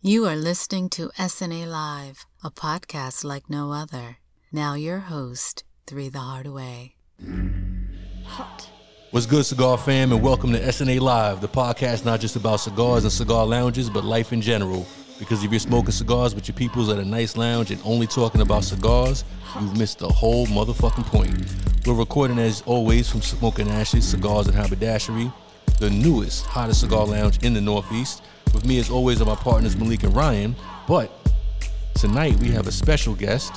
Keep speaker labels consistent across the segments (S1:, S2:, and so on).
S1: You are listening to SNA Live, a podcast like no other. Now your host, Three the Hardaway.
S2: Hot.
S3: What's good, cigar fam, and welcome to SNA Live, the podcast not just about cigars and cigar lounges, but life in general. Because if you're smoking cigars with your peoples at a nice lounge and only talking about cigars, you've missed the whole motherfucking point. We're recording as always from Smoking Ashes, Cigars and Haberdashery, the newest, hottest cigar lounge in the Northeast. With me, as always, are my partners Malik and Ryan. But tonight we have a special guest,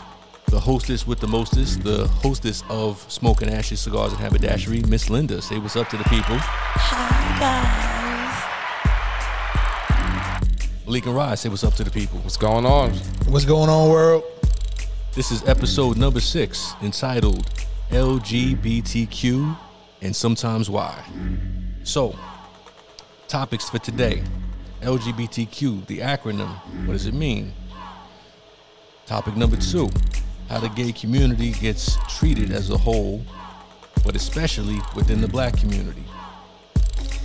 S3: the hostess with the mostest, the hostess of Smoking Ashes, Cigars and Haberdashery, Miss Linda. Say what's up to the people.
S4: Hi guys.
S3: Malik and Ryan, say what's up to the people.
S5: What's going on?
S6: What's going on, world?
S3: This is episode number six, entitled LGBTQ and Sometimes Why. So, topics for today LGBTQ, the acronym, what does it mean? Topic number two how the gay community gets treated as a whole, but especially within the black community.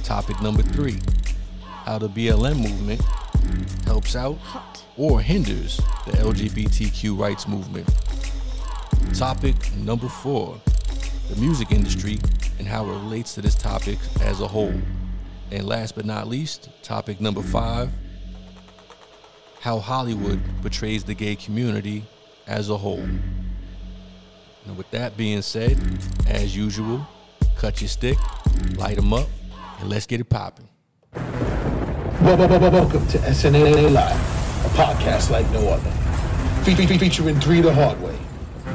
S3: Topic number three how the BLM movement helps out or hinders the LGBTQ rights movement. Topic number four the music industry and how it relates to this topic as a whole. And last but not least, topic number five how Hollywood portrays the gay community as a whole. Now, with that being said, as usual, cut your stick, light them up, and let's get it popping.
S6: Wel- wel- wel- Welcome to SNA Live, a podcast like no other. Fe- fe- Featuring Three the Hard Way.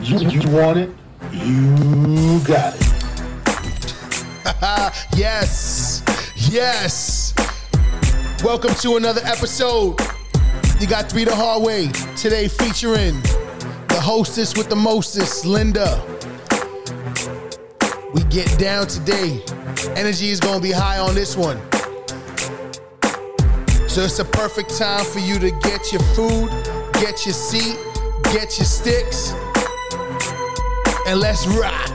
S6: You, you want it, you got it.
S7: Yes, yes. Welcome to another episode. You got three the hard way today, featuring the hostess with the mostest, Linda. We get down today. Energy is gonna be high on this one. So it's a perfect time for you to get your food, get your seat, get your sticks, and let's rock.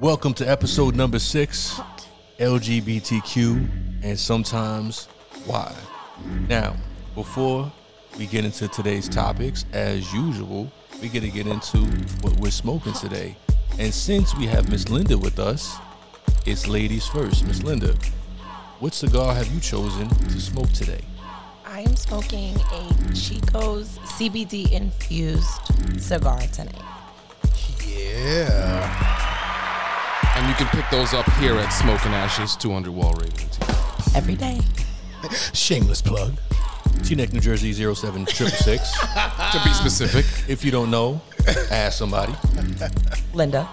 S3: Welcome to episode number six LGBTQ and sometimes why. Now, before we get into today's topics, as usual, we're going to get into what we're smoking today. And since we have Miss Linda with us, it's ladies first. Miss Linda, what cigar have you chosen to smoke today?
S4: I am smoking a Chico's CBD infused cigar tonight.
S7: Yeah.
S5: And you can pick those up here at Smoking Ashes 200 Wall Raven.
S4: Every day.
S7: Shameless plug.
S3: Teaneck, New Jersey 07666.
S5: To be specific,
S3: if you don't know, ask somebody.
S4: Linda,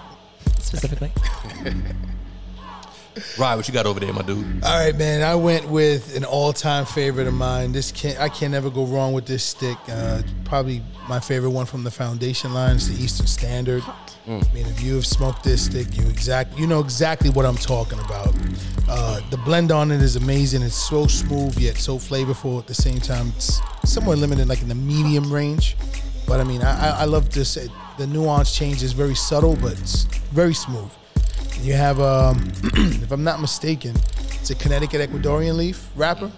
S4: specifically.
S3: Ryan, what you got over there, my dude?
S6: All right, man. I went with an all-time favorite of mine. This can I can never go wrong with this stick. Uh, probably my favorite one from the Foundation line is the Eastern Standard.
S5: Hmm.
S6: I mean, if you have smoked this stick, you exact you know exactly what I'm talking about. Uh, the blend on it is amazing. It's so smooth yet so flavorful at the same time. It's somewhat limited, like in the medium range. But I mean, I, I- I love this. It, the nuance change is very subtle, but it's very smooth. You have, um, if I'm not mistaken, it's a Connecticut Ecuadorian leaf wrapper,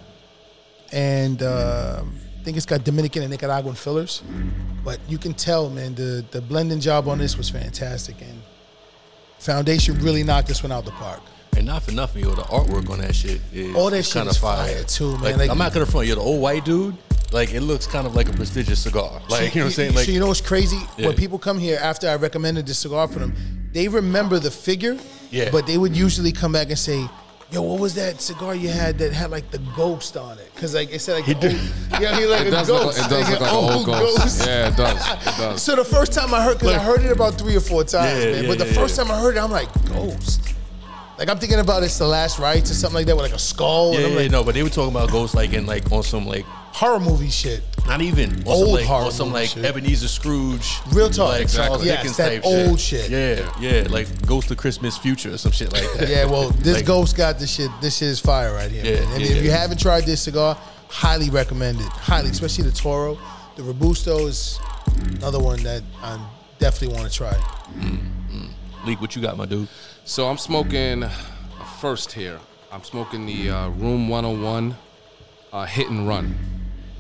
S6: and uh, I think it's got Dominican and Nicaraguan fillers. But you can tell, man, the the blending job on this was fantastic, and Foundation really knocked this one out the park.
S3: And not for nothing, yo, the artwork on that shit is
S6: All that shit
S3: kind of
S6: is
S3: fire.
S6: fire, too, man.
S3: Like,
S6: Like-
S3: I'm not gonna front you, the old white dude. Like it looks kind of like a prestigious cigar. Like you know what I'm saying? Like
S6: so you know what's crazy?
S3: Yeah.
S6: When people come here after I recommended this cigar for them, they remember the figure.
S3: Yeah.
S6: But they would usually come back and say, "Yo, what was that cigar you had that had like the ghost on it?" Because like it said, like he
S3: do-
S6: yeah, he like
S5: it
S6: a
S5: does look,
S6: ghost.
S5: it does look
S6: Like
S5: like an old ghost. Yeah, it does. It does.
S6: So the first time I heard, because I heard it about three or four times,
S3: Yeah,
S6: man.
S3: yeah,
S6: but the
S3: yeah,
S6: first
S3: yeah.
S6: time I heard it, I'm like, ghost. Like I'm thinking about it's the last rites or something like that with like a skull.
S3: yeah,
S6: and I'm
S3: yeah,
S6: like,
S3: no, but they were talking about ghosts like in like on some like
S6: horror movie shit.
S3: not even on
S6: Old
S3: some, like,
S6: horror
S3: on some
S6: movie
S3: like
S6: shit.
S3: Ebenezer Scrooge,
S6: Real talk.
S3: like Charles
S6: Exactly. Yes,
S3: Dickens
S6: that
S3: type
S6: old
S3: shit.
S6: shit.
S3: Yeah, yeah, like Ghost of Christmas Future or some shit like that.
S6: Yeah, well, this
S3: Like-
S6: ghost got this shit. This shit is fire right here.
S3: Yeah,
S6: man. And
S3: yeah,
S6: if you
S3: yeah.
S6: haven't tried this cigar, highly recommended. Highly, especially the Toro. The Robusto is another one that I'm definitely want to try. it.
S3: Leak, what you got, my dude?
S5: So I'm smoking first here. I'm smoking the uh, Room 101 uh, Hit and Run.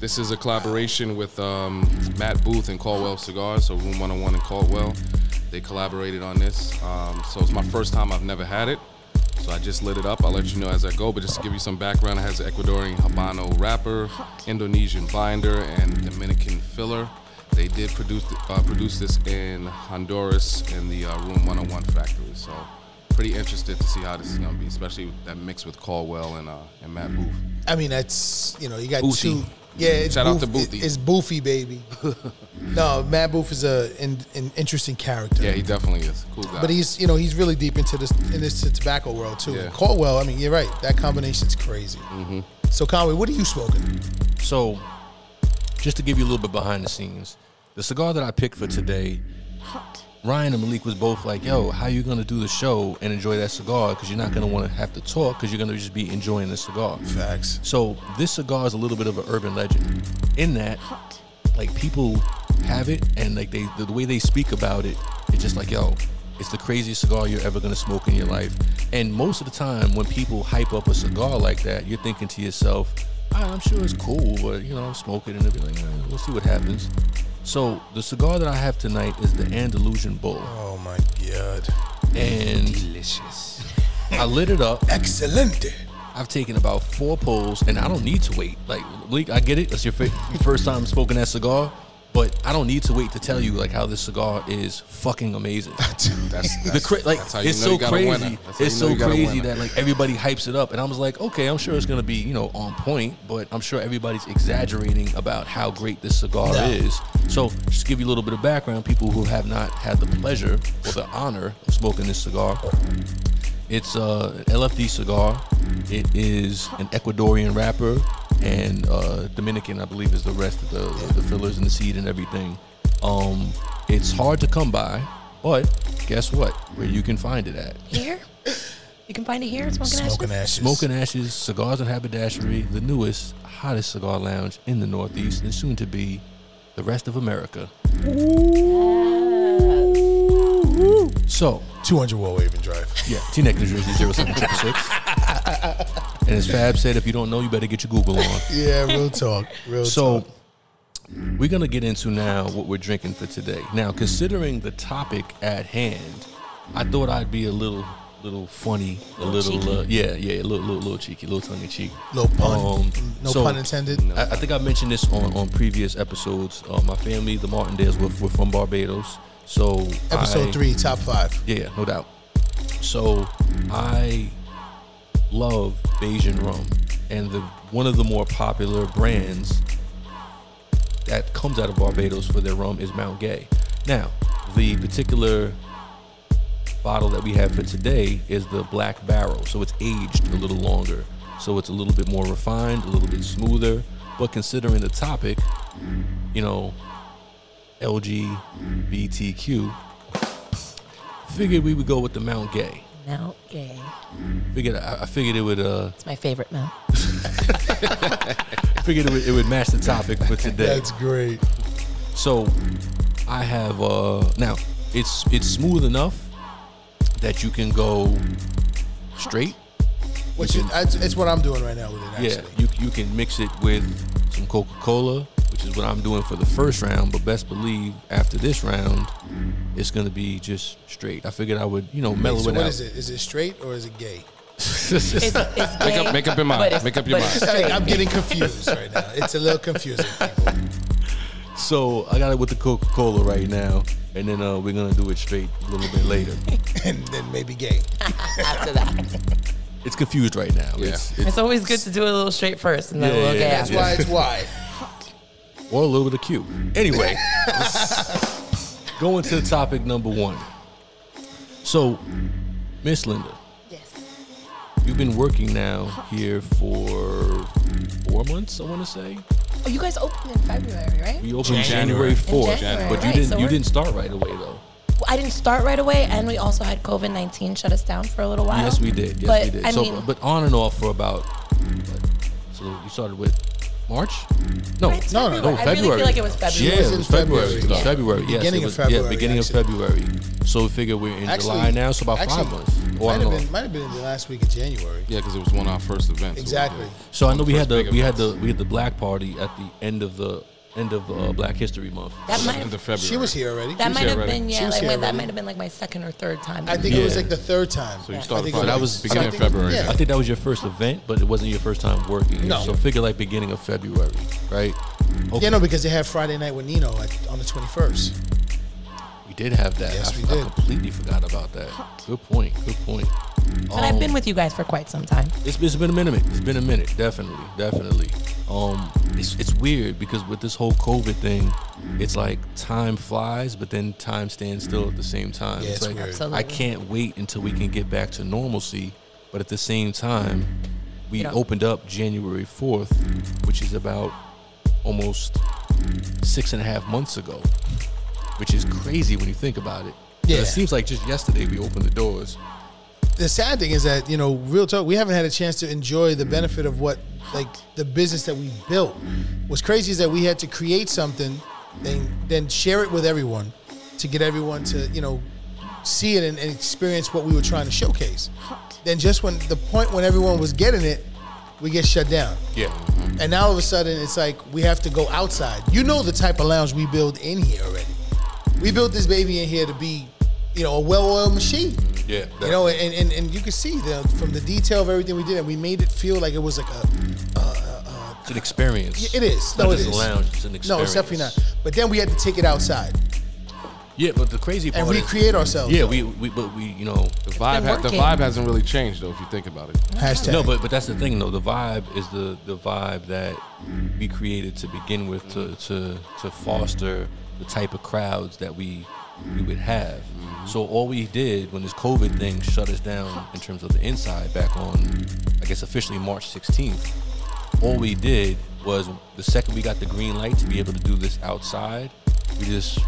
S5: This is a collaboration with um, Matt Booth and Caldwell Cigars. So Room 101 and Caldwell, they collaborated on this. Um, so it's my first time. I've never had it. So I just lit it up. I'll let you know as I go. But just to give you some background, it has an Ecuadorian Habano wrapper, Indonesian binder, and Dominican filler. They did produce uh, produce this in Honduras in the uh, Room 101 factory. So pretty interested to see how this is gonna be, especially with that mix with Caldwell and uh, and Matt Booth.
S6: I mean, that's you know, you got
S3: Boothie.
S6: two. Yeah, it's
S5: Shout out to
S6: Booth-
S5: Boothie.
S6: It's Boofy, baby. no, Matt Booth is a an, an interesting character.
S5: Yeah, he definitely is cool guy.
S6: But he's, you know, he's really deep into this in this tobacco world too.
S5: Yeah.
S6: Caldwell, I mean, you're right. That combination's crazy. So Conway, what are you smoking?
S3: So, just to give you a little bit behind the scenes, the cigar that I picked for today, Ryan and Malik was both like, "Yo, how you gonna do the show and enjoy that cigar? Because you're not gonna want to have to talk, because you're gonna just be enjoying the cigar."
S6: Facts.
S3: So this cigar is a little bit of an urban legend, in that like people have it and like they the way they speak about it, it's just like yo, it's the craziest cigar you're ever gonna smoke in your life. And most of the time, when people hype up a cigar like that, you're thinking to yourself, "Ah, I'm sure it's cool, but you know, I'm smoking and it'll be like, "Eh, we'll see what happens. So the cigar that I have tonight is the Andalusian Bull,
S6: Oh my god.
S3: and delicious. I lit it up.
S6: Excelente.
S3: I've taken about four pulls, and I don't need to wait. Like, Malik, I get it. That's your fi- first time smoking that cigar, but I don't need to wait to tell you like how this cigar is fucking amazing.
S5: that's,
S3: The
S5: that's-
S3: cra- like
S5: that's how you
S3: it's
S5: know you
S3: so
S5: got a winner.
S3: crazy.
S5: That's how you
S3: It's
S5: know
S3: so
S5: you got a
S3: crazy
S5: winner.
S3: that like everybody hypes it up, and I was like, okay, I'm sure it's gonna be you know on point, but I'm sure everybody's exaggerating about how great this cigar is. So just to give you a little bit of background, people who have not had the pleasure or the honor of smoking this cigar, it's uh, an LFD cigar. It is an Ecuadorian wrapper and uh, Dominican, I believe, is the rest of the, the fillers and the seed and everything. Um, it's hard to come by, but guess what? Where you can find it at.
S4: Here? You can find it here at Smoking,
S6: Smoking
S4: Ashes.
S6: ashes.
S3: Smoking Ashes, Cigars and Haberdashery, the newest, hottest cigar lounge in the Northeast and soon to be the rest of America. So,
S6: 200 World Wave and Drive.
S3: Yeah, T Neck, New Jersey, 07666. and as Fab said, if you don't know, you better get your Google on.
S6: yeah, real talk. Real
S3: So,
S6: talk.
S3: we're going to get into now what we're drinking for today. Now, considering the topic at hand, I thought I'd be a little. Little funny, a little, uh, yeah, yeah, a little, little, little cheeky, a little tongue in cheek.
S6: No pun. no
S3: um, so-
S6: pun intended.
S3: I, I think I mentioned this on, on previous episodes. Uh, my family, the Martindales, were, were from Barbados, so
S6: Episode
S3: I-
S6: three, top five.
S3: yeah, yeah, no doubt. So I love Bayesian rum, and the one of the more popular brands that comes out of Barbados for their rum is Mount Gay. Now, the particular bottle that we have for today is the Black Barrel, so it's aged a little longer, so it's a little bit more refined, a little bit smoother. But considering the topic, you know, LGBTQ, figured we would go with the Mount Gay.
S4: Mount Gay.
S3: Figured I, I figured it would uh
S4: It's my favorite mount.
S3: figured it would, it would match the topic for today.
S6: That's great.
S3: So I have uh now it's it's smooth enough that you can go straight.
S6: Which is, that's, it's what I'm doing right now with it, actually.
S3: Yeah, you you can mix it with some Coca Cola, which is what I'm doing for the first round. But best believe after this round, it's gonna be just straight. I figured I would you know mellow
S6: So
S3: it
S6: what
S3: out.
S6: is it? Is it straight or is it gay?
S4: It's, it's
S5: Make
S4: gay,
S5: up, make up your
S4: but
S5: mind.
S4: it's-
S5: Make up your
S4: but it's
S5: mind.
S6: I, am getting confused right now. It's a little confusing. People.
S3: So I got it with the Coca Cola right now, and then uh, we're gonna do it straight a little bit later.
S6: And then maybe gay.
S4: after that.
S3: it's confused right now.
S5: Yeah.
S3: It's,
S4: It's always good to do a little straight first and then a
S3: Yeah,
S4: little
S3: yeah,
S4: gay
S3: yeah.
S6: That's
S4: after.
S6: why it's why.
S3: or a little bit of Q. Anyway, going to the topic number one. So, Miss Linda,
S4: Yes.
S3: you've been working now here for four months. I want to say
S4: Oh, you guys opened in February, right?
S3: we opened
S5: January.
S3: January fourth,
S4: January,
S3: but you
S4: right,
S3: didn't
S4: so
S3: you
S4: we're-
S3: didn't start right away though.
S4: Well, I didn't start right away, and we also had COVID nineteen shut us down for a little while.
S3: Yes, we did. Yes,
S4: but
S3: we did.
S4: I
S3: so,
S4: mean,
S3: but on and off for about. What, so you started with March? No,
S4: It's
S3: no,
S6: no,
S4: February.
S3: no, February.
S4: I really feel like it was February.
S3: Yeah, it was February.
S6: February.
S3: It was
S6: Yeah.
S3: February. Yes,
S6: Beginning
S3: it
S6: of
S3: was, Yeah,
S6: February,
S3: beginning of February. So we figure we're in July now, so about
S6: actually,
S3: five months. Or I
S6: Might
S3: don't
S6: have,
S3: know.
S6: been, might have been in the last week of January.
S5: Yeah, because it was one of our first events.
S6: Exactly.
S3: So I know we had
S5: First
S3: the
S5: big
S3: we had
S5: events.
S3: the we had the black party at the end of the end of
S6: Mm-hmm.
S3: uh, Black History Month.
S4: That might
S5: End of
S4: have,
S5: February.
S6: She was here already.
S4: that might
S5: here
S4: have
S5: already.
S4: been
S6: She
S4: yeah,
S6: was
S4: like
S6: here
S4: wait, that
S6: already.
S4: might have been like my second or third time.
S6: I think it was
S3: Yeah.
S6: like the third time.
S5: So you started
S6: I think
S5: probably
S6: it
S3: that was-
S5: beginning of
S6: so I think-
S5: February.
S6: yeah.
S3: I think that was your first event, but it wasn't your first time working.
S6: No.
S3: So figure like beginning of February, right? Okay.
S6: Yeah, no, because they had Friday night with Nino at, on the 21st.
S3: We did have that.
S6: Yes,
S3: I,
S6: we
S3: I
S6: did.
S3: completely forgot about that. Good point. Good point.
S4: but I've
S6: Oh.
S4: been with you guys for quite some time.
S3: It's, it's been a minute. It's been a minute. Definitely, definitely. Um, it's it's weird because with this whole COVID thing, it's like time flies, but then time stands still at the same time.
S6: Yeah, it's
S3: like
S6: weird.
S4: Absolutely.
S3: I can't wait until we can get back to normalcy, but at the same time, we
S4: Yeah.
S3: opened up January fourth, which is about almost six and a half months ago, which is crazy when you think about it. 'Cause
S6: Yeah.
S3: It seems like just yesterday we opened the doors.
S6: The sad thing is that, you know, real talk, we haven't had a chance to enjoy the benefit of what, like, the business that we built. What's crazy is that we had to create something, then, then share it with everyone to get everyone to, you know, see it and, and experience what we were trying to showcase. Then just when the point when everyone was getting it, we get shut down.
S3: Yeah. mm-hmm.
S6: And now all of a sudden, it's like we have to go outside. You know the type of lounge we build in here already. We built this baby in here to be, you know, a well-oiled machine.
S3: Yeah.
S6: You know, and, and, and you can see the, from the detail of everything we did, and we made it feel like it was like a.
S3: It's an experience.
S6: It is.
S3: It's not
S6: No, it
S3: just
S6: is.
S3: a lounge. It's an experience.
S6: No, it's definitely not. But then we had to take it outside
S3: Yeah, but the crazy part
S6: and
S3: is-
S6: recreate ourselves.
S3: Yeah, we, we but we you know
S5: The vibe,
S4: been
S5: ha- the
S4: working.
S5: vibe hasn't really changed though, if you think about it.
S6: Hashtag.
S3: no, but but that's the thing though. The vibe is the the vibe that we created to begin with to to to foster the type of crowds that we we would have. So all we did when this COVID thing shut us down in terms of the inside back on, I guess officially March 16th. all we did was the second we got the green light to be able to do this outside, we just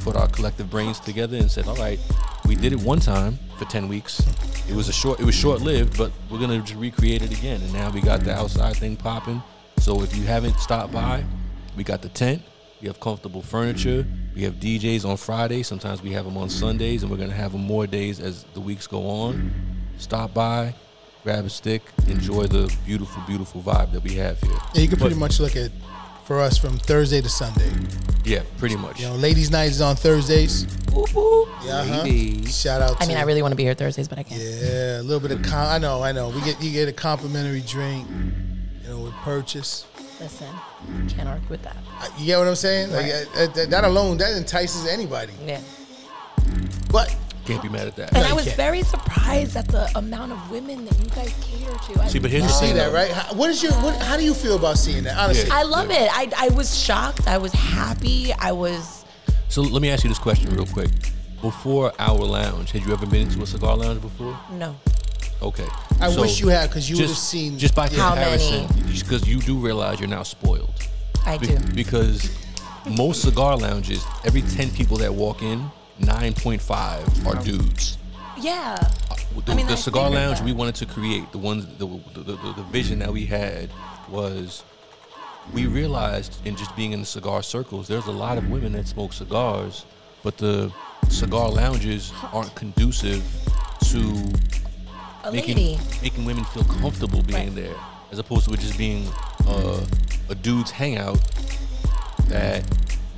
S3: put our collective brains together and said, "All right, we did it one time for 10 weeks. It was a short, it was short lived, but we're gonna just recreate it again." And now we got the outside thing popping. So if you haven't stopped by, we got the tent. We have comfortable furniture. We have DJs on Fridays. Sometimes we have them on Sundays, and we're gonna have them more days as the weeks go on stop by, grab a stick, enjoy the beautiful, beautiful vibe that we have here.
S6: Yeah, you can pretty
S3: But-
S6: much look at for us from Thursday to Sunday.
S3: Yeah, pretty much.
S6: You know, ladies' night is on Thursdays.
S4: Whoop, whoop.
S6: Yeah, uh-huh.
S3: Ladies.
S6: Shout out. To
S4: I mean, I really want to be here Thursdays, but I can't.
S6: Yeah, a little bit of. Com- I know, I know. We get you get a complimentary drink, you know, with purchase.
S4: Listen, can't argue with that.
S6: I- You get what I'm saying? Like I, I- that alone that entices anybody.
S4: Yeah.
S6: But
S3: Can't be mad at
S4: And
S3: that.
S4: I was
S6: can't.
S4: very surprised at the amount of women that you guys cater to. I
S3: See, but here's the
S6: you
S3: thing,
S6: see that,
S3: though.
S6: right? How, what is your? What, how do you feel about seeing that? Honestly,
S3: Yeah.
S4: I love it. I, I was shocked. I was happy. I was.
S3: So let me ask you this question real quick. Before our lounge, had you ever been into a cigar lounge before?
S4: No.
S3: Okay.
S6: I
S3: So
S6: wish you had because you would have
S3: just-
S6: seen.
S3: Just by
S4: How many?
S3: comparison, because you do realize you're now spoiled.
S4: I
S3: Be-
S4: do.
S3: Because most cigar lounges, every 10 people that walk in, 9.5 are dudes.
S4: Yeah.
S3: the,
S4: I mean,
S3: the
S4: I
S3: cigar
S4: figured
S3: lounge
S4: that.
S3: we wanted to create the ones the the, the the vision that we had was we realized in just being in the cigar circles there's a lot of women that smoke cigars but the cigar lounges aren't conducive to
S4: A
S3: making
S4: lady.
S3: making women feel comfortable being
S4: Right.
S3: there as opposed to it just being uh, a dude's hangout that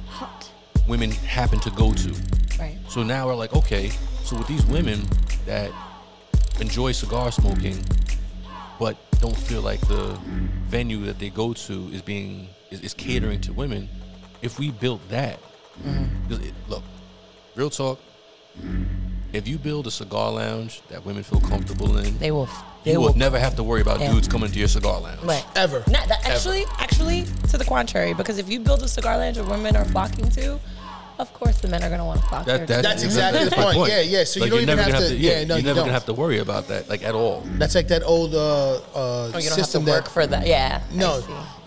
S2: Hot.
S3: women happen to go to
S4: Right.
S3: so now we're like, okay, so with these women that enjoy cigar smoking, but don't feel like the venue that they go to is being is, is catering to women, if we built that,
S4: Mm-hmm.
S3: 'cause it- look, real talk, if you build a cigar lounge that women feel comfortable in,
S4: They will. f- They
S3: you will,
S4: will.
S3: never have to worry about
S4: Yeah.
S3: dudes coming to your cigar lounge.
S4: Right.
S6: ever.
S4: Not that, actually, actually, to the contrary, because if you build a cigar lounge where women are flocking to, of course the men are going to want to flock there.
S3: That, that,
S6: That's exactly the
S3: my
S6: point. Yeah, yeah, so you don't
S3: you're
S6: even
S3: never
S6: have
S3: gonna
S6: to-
S3: Yeah,
S6: yeah, no,
S3: you're
S6: you
S3: never
S6: don't.
S3: gonna have to worry about that, like at all.
S6: That's like that old uh, uh,
S4: Oh, you don't have to
S6: system
S4: work
S6: that.
S4: for that. Yeah. I
S6: no,
S4: see.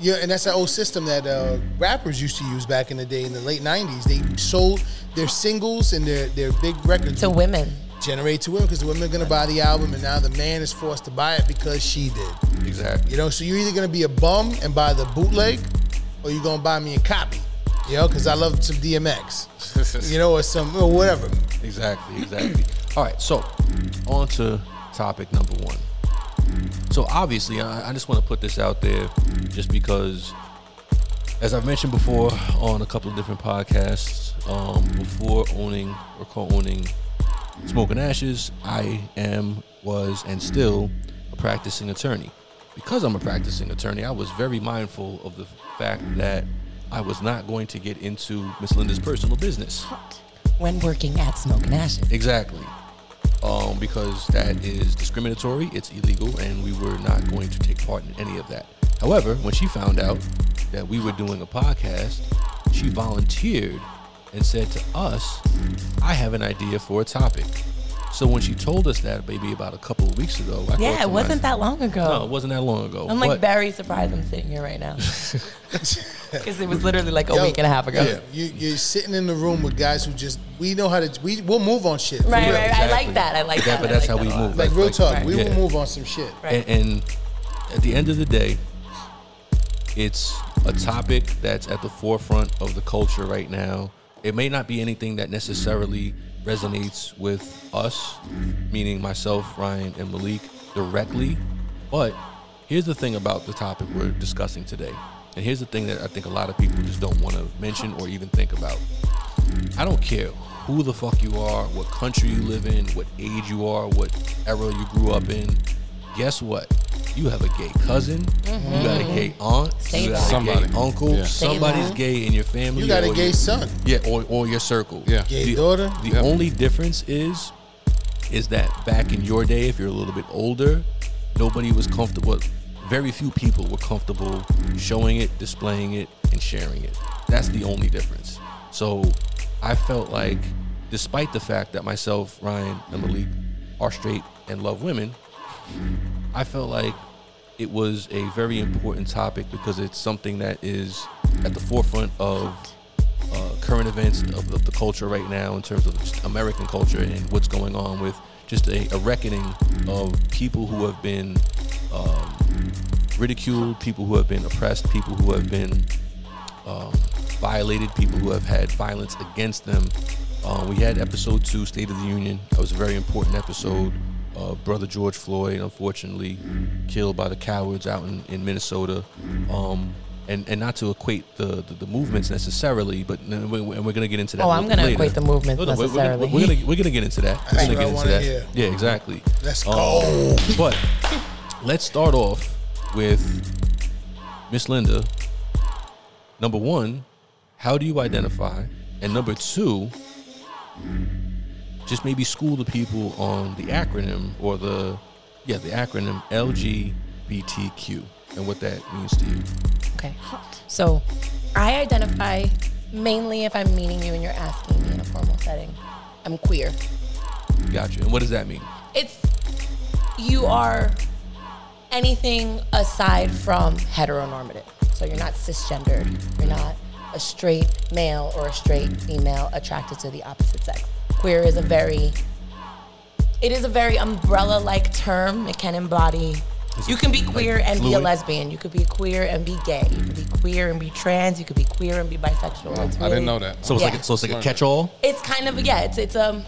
S6: yeah, and that's that old system that uh, rappers used to use back in the day in the late '90s. They sold their singles and their their big records
S4: To
S6: were
S4: women.
S6: generate to women because the women are gonna buy the album, and now the man is forced to buy it because she did.
S3: Exactly.
S6: You know, so you're either gonna be a bum and buy the bootleg, or you're gonna buy me a copy. You know, because I love some DMX. you know, or some or whatever.
S3: Exactly. Exactly. All right. So, on to topic number one. So obviously, I, I just want to put this out there, just because, as I've mentioned before on a couple of different podcasts, um, before owning or co-owning Smoking Ashes, I am, was, and still a practicing attorney. Because I'm a practicing attorney, I was very mindful of the fact that I was not going to get into Miss Linda's personal business.
S4: When working at Smoke and Ashes.
S3: Exactly. Um, because that is discriminatory, it's illegal, and we were not going to take part in any of that. However, when she found out that we were doing a podcast, she volunteered and said to us, I have an idea for a topic. So when she told us that, maybe about a couple of weeks ago, I
S4: Yeah, it wasn't that long ago.
S3: No, it wasn't that long ago.
S4: I'm like
S3: but-
S4: very surprised I'm sitting here right now. Because it was literally like a
S6: Yo,
S4: week and a half ago.
S6: Yeah, you, you're sitting in the room with guys who just we know how to we we'll move on shit.
S4: Right,
S3: Yeah,
S4: right. I
S3: exactly.
S4: like that. I like
S3: Yeah,
S4: that.
S3: but
S4: I
S3: that's
S4: like that
S3: how we
S4: a lot.
S3: move.
S6: Like real talk, we
S3: yeah.
S6: will move on some shit.
S4: Right.
S3: And, and at the end of the day, it's a topic that's at the forefront of the culture right now. It may not be anything that necessarily resonates with us, meaning myself, Ryan, and Malik directly. But here's the thing about the topic we're discussing today. And here's the thing that I think a lot of people just don't want to mention or even think about. I don't care who the fuck you are, what country you live in, what age you are, what era you grew up in. Guess what? You have a gay cousin, you got a gay aunt,
S4: Say
S3: you got
S4: that.
S3: a
S5: Somebody.
S3: gay uncle,
S5: Yeah.
S4: Say
S3: somebody's
S4: that.
S3: gay in your family.
S6: You got a
S3: or
S6: gay
S3: your-
S6: son,
S3: Yeah, or, or your circle.
S5: Yeah.
S6: gay
S3: The-
S6: daughter.
S3: the
S5: Yep.
S3: only difference is, is that back in your day, if you're a little bit older, nobody was comfortable. Very few people were comfortable showing it, displaying it, and sharing it. That's the only difference. So I felt like, despite the fact that myself, Ryan, and Malik are straight and love women, I felt like it was a very important topic because it's something that is at the forefront of uh, current events of, of the culture right now in terms of just American culture and what's going on with just a, a reckoning of people who have been um, ridiculed, people who have been oppressed, people who have been um, violated, people who have had violence against them. Uh, we had episode two, State of the Union. That was a very important episode. Uh, Brother George Floyd, unfortunately, killed by the cowards out in, in Minnesota. Um, and, and not to equate the, the, the movements necessarily, but n- we- we- and we're going to get into that.
S4: Oh,
S3: a
S4: I'm
S3: little
S4: gonna
S3: bit later.
S4: equate the movements
S3: No, no, we're-
S4: necessarily.
S3: We're, we're, gonna, we're gonna get into that. We're gonna
S6: That's what I
S3: get into
S6: wanna
S3: that.
S6: hear.
S3: Yeah, exactly.
S6: Let's
S3: Um,
S6: go.
S3: But let's start off with Miss Linda. Number one, how do you identify? And number two, just maybe school the people on the acronym or the yeah the acronym LGBTQ and what that means to you.
S4: Okay. So I identify mainly if I'm meeting you and you're asking me in a formal setting. I'm queer.
S3: Gotcha. And what does that mean?
S4: It's you are anything aside from heteronormative. So you're not cisgendered. You're not a straight male or a straight female attracted to the opposite sex. Queer is a very it is a very umbrella like term. It can embody you can be queer and be a
S3: fluid?
S4: lesbian. You could be queer and be gay. You could be queer and be trans. You could be queer and be bisexual. It's
S5: I didn't
S4: really-
S5: know that.
S3: So it's
S4: Yeah.
S3: like so it's like a catch-all.
S4: it's kind of yeah it's it's um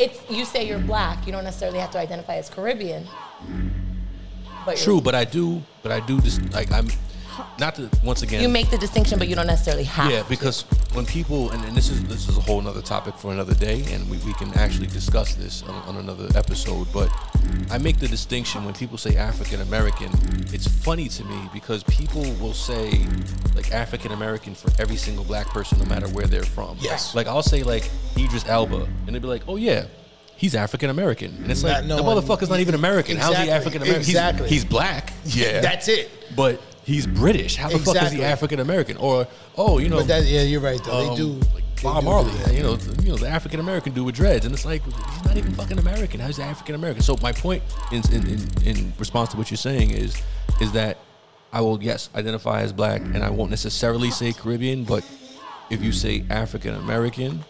S4: it's you say you're black you don't necessarily have to identify as caribbean but you're-
S3: True, but I do, but I do just like I'm not to once again.
S4: you make the distinction but you don't necessarily have
S3: Yeah,
S4: to.
S3: because when people and, and this is this is a whole nother topic for another day, and we, we can actually discuss this on, on another episode. But I make the distinction when people say African American. It's funny to me because people will say like African American for every single black person, no matter where they're from.
S6: Yes.
S3: Like I'll say like Idris Elba, and they'd be like, oh yeah. He's African American, and it's like
S6: Not
S3: the
S6: knowing-
S3: motherfucker's not even American. How's he
S6: Exactly,
S3: African American?
S6: exactly.
S3: He's, black. Yeah,
S6: That's it.
S3: But he's British. How the fuck is he
S6: Exactly.
S3: African American? Or oh, you know,
S6: But that, yeah, you're right. Though they
S3: um,
S6: do.
S3: like
S6: they
S3: Bob
S6: do do
S3: Marley,
S6: that.
S3: you know, th- you know the African American dude with dreads, and it's like he's not even fucking American. How's he African American? So my point in, in in in response to what you're saying is is that I will yes identify as black, and I won't necessarily say
S6: Mm-hmm.
S3: Caribbean, but if you say African American,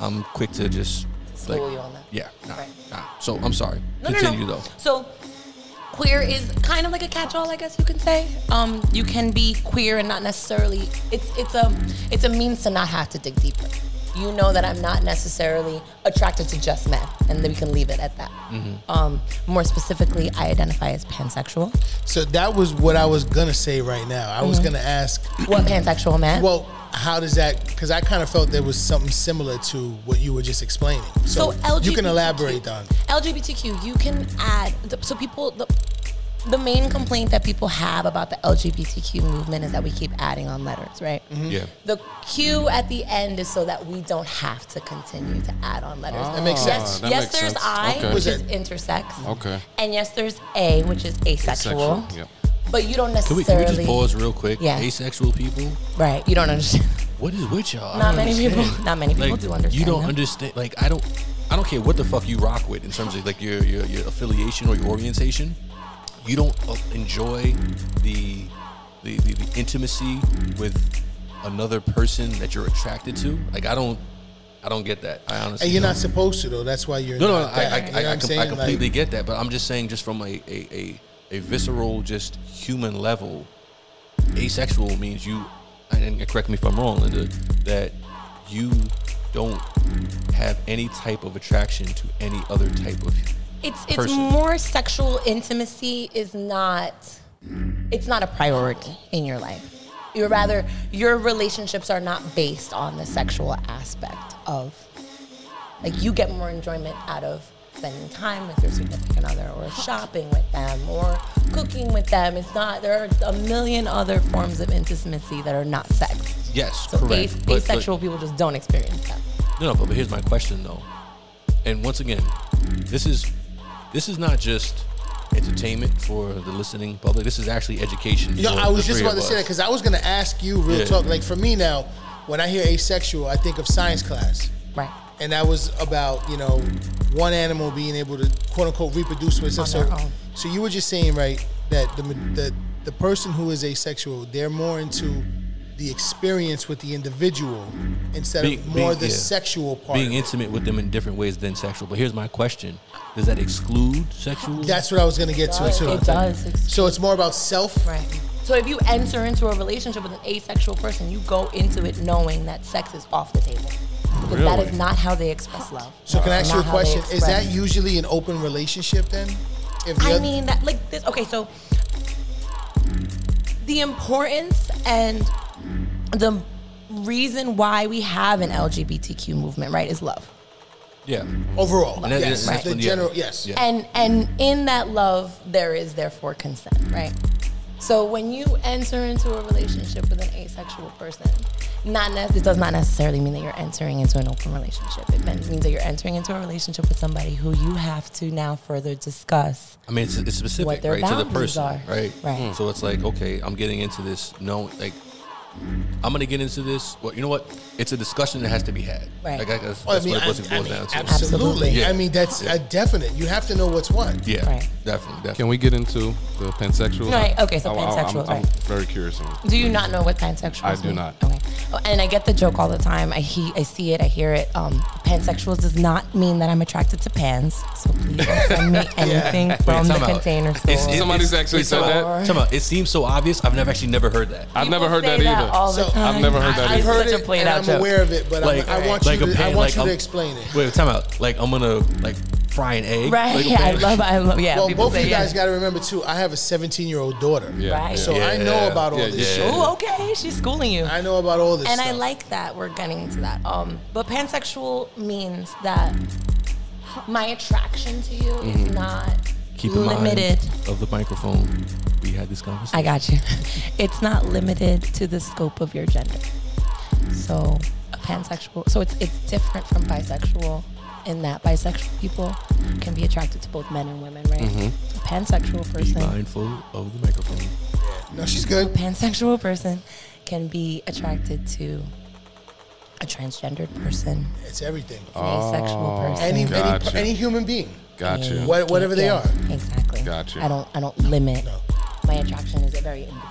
S3: I'm quick to just
S4: school you on that.
S3: Yeah, nah,
S4: Right.
S3: nah. So I'm sorry.
S4: No, no, no.
S3: Continue though.
S6: Mm-hmm.
S4: So queer is kind of like a catch-all, I guess you can say. Um, you can be queer and not necessarily. It's it's a it's a means to not have to dig deeper. You know that I'm not necessarily attracted to just men, and then we can leave it at that.
S3: Mm-hmm.
S4: Um, more specifically, I identify as pansexual.
S6: So that was what I was gonna say right now. I was
S4: Mm-hmm.
S6: gonna ask,
S4: What pansexual meant?
S6: well, how does that? Because I kind of felt there was something similar to what you were just explaining. So, you
S4: LGBTQ
S6: can elaborate on.
S4: LGBTQ. You can add the, so people the the main complaint that people have about the LGBTQ movement is that we keep adding on letters, right?
S3: Yeah.
S4: The Q at the end is so that we don't have to continue to add on letters.
S5: That
S6: makes
S4: yes,
S5: sense. That
S4: yes,
S5: makes
S4: there's
S5: sense.
S4: I,
S5: Okay.
S4: which
S6: Was
S4: is
S6: it-
S4: intersex.
S5: Okay.
S4: And yes, therere's A, which is asexual.
S5: Asexual, yep.
S4: But you don't
S3: Can we, can
S4: necessarily
S3: we just pause real quick?
S4: Yeah.
S3: Asexual people,
S4: right. You don't understand.
S3: what is with y'all? I
S4: Not
S3: don't
S4: many people-
S3: understand.
S4: not many people
S3: Like,
S4: do understand
S3: You don't
S4: them.
S3: understand. Like I don't. I don't care what the fuck you rock with in terms of like your your, your affiliation or your orientation. You don't uh, enjoy the the, the the intimacy with another person that you're attracted to. Like I don't. I don't get that. I honestly.
S6: And you're
S3: don't.
S6: not supposed to though. That's why you're.
S3: No, no,
S6: not
S3: I, I,
S6: that. You know
S3: I,
S6: what
S3: I,
S6: I'm
S3: com-
S6: saying?
S3: I
S6: Like,
S3: completely get that, but I'm just saying, just from a a, a, a visceral, just human level, asexual means you, and correct me if I'm wrong, Linda, that you don't have any type of attraction to any other type of.
S4: It's it's
S3: person.
S4: more sexual intimacy is not it's not a priority in your life. You're rather your relationships are not based on the sexual aspect of like you get more enjoyment out of spending time with your significant other or shopping with them or cooking with them. It's not there are a million other forms of intimacy that are not sex.
S3: Yes,
S4: So
S3: correct.
S4: as-
S3: but- but-
S4: asexual people just don't experience that.
S3: No, no, but, but here's my question though. And once again, this is this is not just entertainment for the listening public. This is actually education.
S6: You know,
S3: for
S6: I was
S3: the
S6: just
S3: three
S6: about
S3: of
S6: to say that
S3: us.
S6: because I was gonna ask you real
S3: Yeah.
S6: talk. Like for me now, when I hear asexual, I think of science class.
S4: Right.
S6: and that was about you know one animal being able to quote unquote reproduce with
S4: On
S6: itself. So,
S4: their own.
S6: so you were just saying right that the the the person who is asexual, they're more into the experience with the individual instead
S3: Being-
S6: of more
S3: being-
S6: the
S3: yeah.
S6: sexual part.
S3: being
S6: of it.
S3: intimate with them in different ways than sexual. But here's my question: Does that exclude sexual?
S6: That's what I was gonna get to
S4: It
S6: too.
S4: does. It's-
S6: So it's more about self.
S4: Right. So if you enter into a relationship with an asexual person, you go into it knowing that sex is off the table. Because that
S5: Really?
S4: is not how they express love.
S6: So can I ask you a
S4: Not how they
S6: question? Is that
S4: express-
S6: usually an open relationship then? If the
S4: I
S6: oth-
S4: mean that like this okay, so the importance and the reason why we have an LGBTQ movement, right, is love.
S3: yeah.
S6: overall,
S3: And that-
S6: yes.
S3: that's
S6: The
S3: when- yeah.
S6: general, yes.
S3: Yeah.
S4: and and in that love there is therefore consent right so when you enter into a relationship with an asexual person not ne- it does not necessarily mean that you're entering into an open relationship it men- means that you're entering into a relationship with somebody who you have to now further discuss
S3: I mean, it's, it's
S4: What
S3: specific,
S4: their
S3: right, to the
S4: boundaries
S3: person,
S4: are.
S3: right?
S4: Right. Mm.
S3: So it's like, okay, I'm getting into this. No, like, I'm gonna get into this. Well, you know what? It's a discussion that has to be had.
S4: Right.
S3: Like, I, that's,
S6: Well, I
S3: that's
S6: mean,
S3: what it
S6: I,
S3: was- it
S6: I
S3: boils
S6: mean,
S3: down to.
S6: absolutely.
S3: Yeah.
S6: I mean, that's a definite. You have to know what's what.
S3: Yeah.
S4: Right.
S3: Definitely. Definitely.
S5: Can we get into the pansexual?
S4: Right, okay, so
S5: I- I- I'm-
S4: pansexual,
S5: I'm,
S4: right.
S5: very curious. on it.
S4: do you not know what pansexuals
S5: I do
S4: mean?
S5: not.
S4: okay Oh, and i get the joke all the time i he- i see it i hear it um pansexuals does not mean that i'm attracted to pans so please don't send me anything from the
S3: time out.
S4: container store
S3: It's- it-
S5: Somebody's
S3: it's-
S5: actually
S3: it's-
S5: said that?
S3: Time out. It seems so obvious. I've never actually never heard that.
S5: I've
S4: People
S5: never heard
S4: say
S5: that either.
S4: all the
S6: So, I've
S4: time.
S5: never heard that
S4: I- I-
S5: either.
S4: Such a
S6: it,
S4: played
S6: and
S4: out
S6: I'm
S4: joke.
S6: aware of it, but
S3: Like,
S6: I'm, I want
S3: like
S6: you,
S3: a
S6: to,
S3: pan,
S6: I want
S3: like um,
S6: you
S3: a-
S6: to explain it.
S3: Wait, time out. Like I'm gonna like fry an egg.
S4: Right.
S3: Like,
S4: Yeah, I love. I love. Yeah.
S6: well,
S4: people
S6: both of
S4: say,
S6: you
S4: yeah.
S6: guys got to remember too. I have a 17 year old daughter,
S5: Yeah.
S4: Right.
S5: yeah.
S6: so I know
S3: Yeah.
S6: about all
S5: Yeah,
S6: this.
S5: yeah.
S6: shit.
S4: Oh, okay. She's schooling you.
S6: I know about all this.
S4: and I
S6: stuff.
S4: like that we're getting into that. Um, but pansexual means that my attraction to you is not
S3: Mm-hmm. Keep in
S4: limited.
S3: mind of the microphone. We had this conversation.
S4: I got you. It's not limited to the scope of your gender. So pansexual. So it's it's different from bisexual in that bisexual people can be attracted to both men and women, right? A pansexual
S3: Mm-hmm. Be
S4: person.
S3: mindful of the microphone.
S6: No, she's
S4: a
S6: good.
S4: pansexual person can be attracted to a transgendered person,
S6: It's everything.
S3: Oh,
S4: an asexual person.
S6: any,
S5: Oh, Gotcha.
S6: any any human being,
S5: Gotcha.
S6: what, whatever they
S4: Yeah,
S6: are.
S4: Exactly.
S5: Gotcha.
S4: I don't I don't limit.
S6: No.
S4: My attraction is very individual.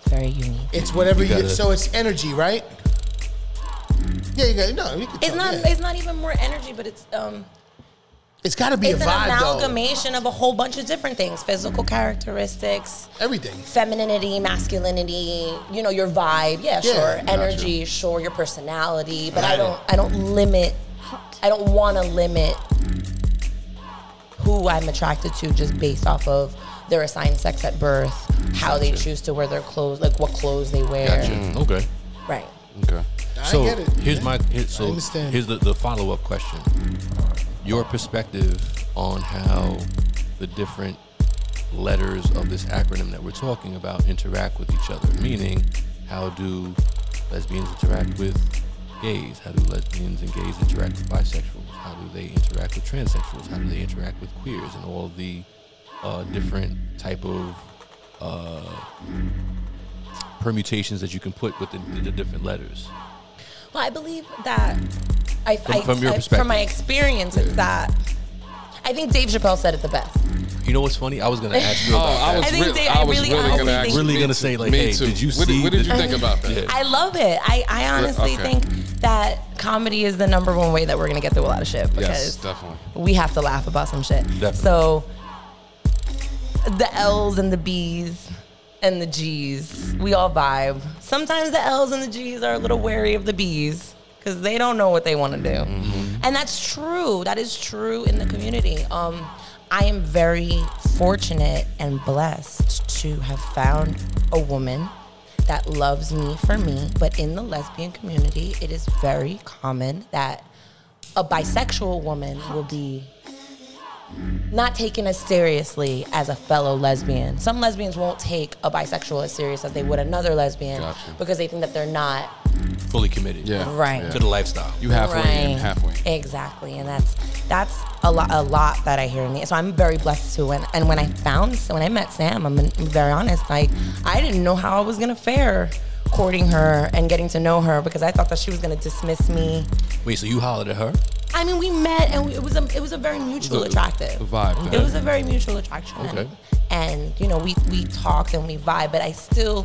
S4: It's very unique.
S6: It's whatever.
S3: You
S6: You,
S3: gotta- Mm.
S6: so it's energy, right? Yeah, you got no. You can
S4: It's
S6: tell,
S4: not
S6: yeah.
S4: it's not even more energy, but it's um
S7: It's got to be
S4: it's
S7: a
S4: an
S7: vibe, though.
S4: amalgamation of a whole bunch of different things physical characteristics
S7: Everything.
S4: femininity masculinity you know your vibe yeah,
S7: Yeah,
S4: sure
S7: gotcha.
S4: energy sure your personality but
S7: Got
S4: i
S7: it.
S4: don't i don't limit i don't want to limit who i'm attracted to just based off of their assigned sex at birth how they choose to wear their clothes like what clothes they wear
S3: Gotcha. Okay.
S4: right
S5: Okay.
S3: So
S6: get it.
S3: here's my here, so
S6: understand.
S3: here's the, the follow up question. Your perspective on how the different letters of this acronym that we're talking about interact with each other. Meaning, how do lesbians interact with gays? How do lesbians and gays interact with bisexuals? How do they interact with transsexuals? How do they interact with queers and all the uh, different type of uh, permutations that you can put with the, the different letters?
S4: Well, I believe that I,
S3: From-
S4: I,
S3: from your
S4: I-
S3: perspective.
S4: from my experience, it's that I think Dave Chappelle said it the best.
S3: You know what's funny? I was gonna ask you
S5: Oh,
S3: about
S5: I
S3: that.
S5: was,
S4: think
S5: really,
S4: they-
S5: I
S4: I
S5: was
S4: really
S5: really,
S4: honestly
S5: gonna ask
S4: think-
S5: you.
S3: Really
S5: Me
S3: gonna
S5: too.
S3: say, like,
S5: Me
S3: hey,
S5: too.
S3: did you
S5: What
S3: see
S5: What did
S3: the-
S5: you think about that?
S4: I love it. I, I honestly
S5: okay.
S4: think that comedy is the number one way that we're gonna get through a lot of shit
S5: Yes,
S4: because
S5: definitely.
S4: we have to laugh about some shit.
S3: Definitely.
S4: So the L's and the B's and the G's, we all vibe. Sometimes the L's and the G's are a little wary of the B's because they don't know what they want to do, and that's true. That is true in the community. Um, I am very fortunate and blessed to have found a woman that loves me for me. But in the lesbian community, it is very common that a bisexual woman will be not taken as seriously as a fellow lesbian. Some lesbians won't take a bisexual as serious as they would another lesbian
S5: Gotcha.
S4: because they think that they're not
S3: fully committed.
S5: Yeah.
S4: Right.
S5: yeah.
S3: To the lifestyle.
S5: You halfway in, halfway.
S4: Exactly, and that's that's a lot a lot that I hear. In the, so I'm very blessed too. And and when I found so when I met Sam, I'm gonna be very honest. Like
S5: Mm-hmm.
S4: I didn't know how I was gonna fare courting her and getting to know her because I thought that she was gonna dismiss me.
S3: Wait, so you hollered at her?
S4: I mean, we met and we, it was a it was a very mutual
S5: The-
S4: attractive.
S5: the vibe,
S4: It
S5: yeah.
S4: was a very mutual attraction.
S3: Okay.
S4: And you know, we we talked and we vibe, but I still.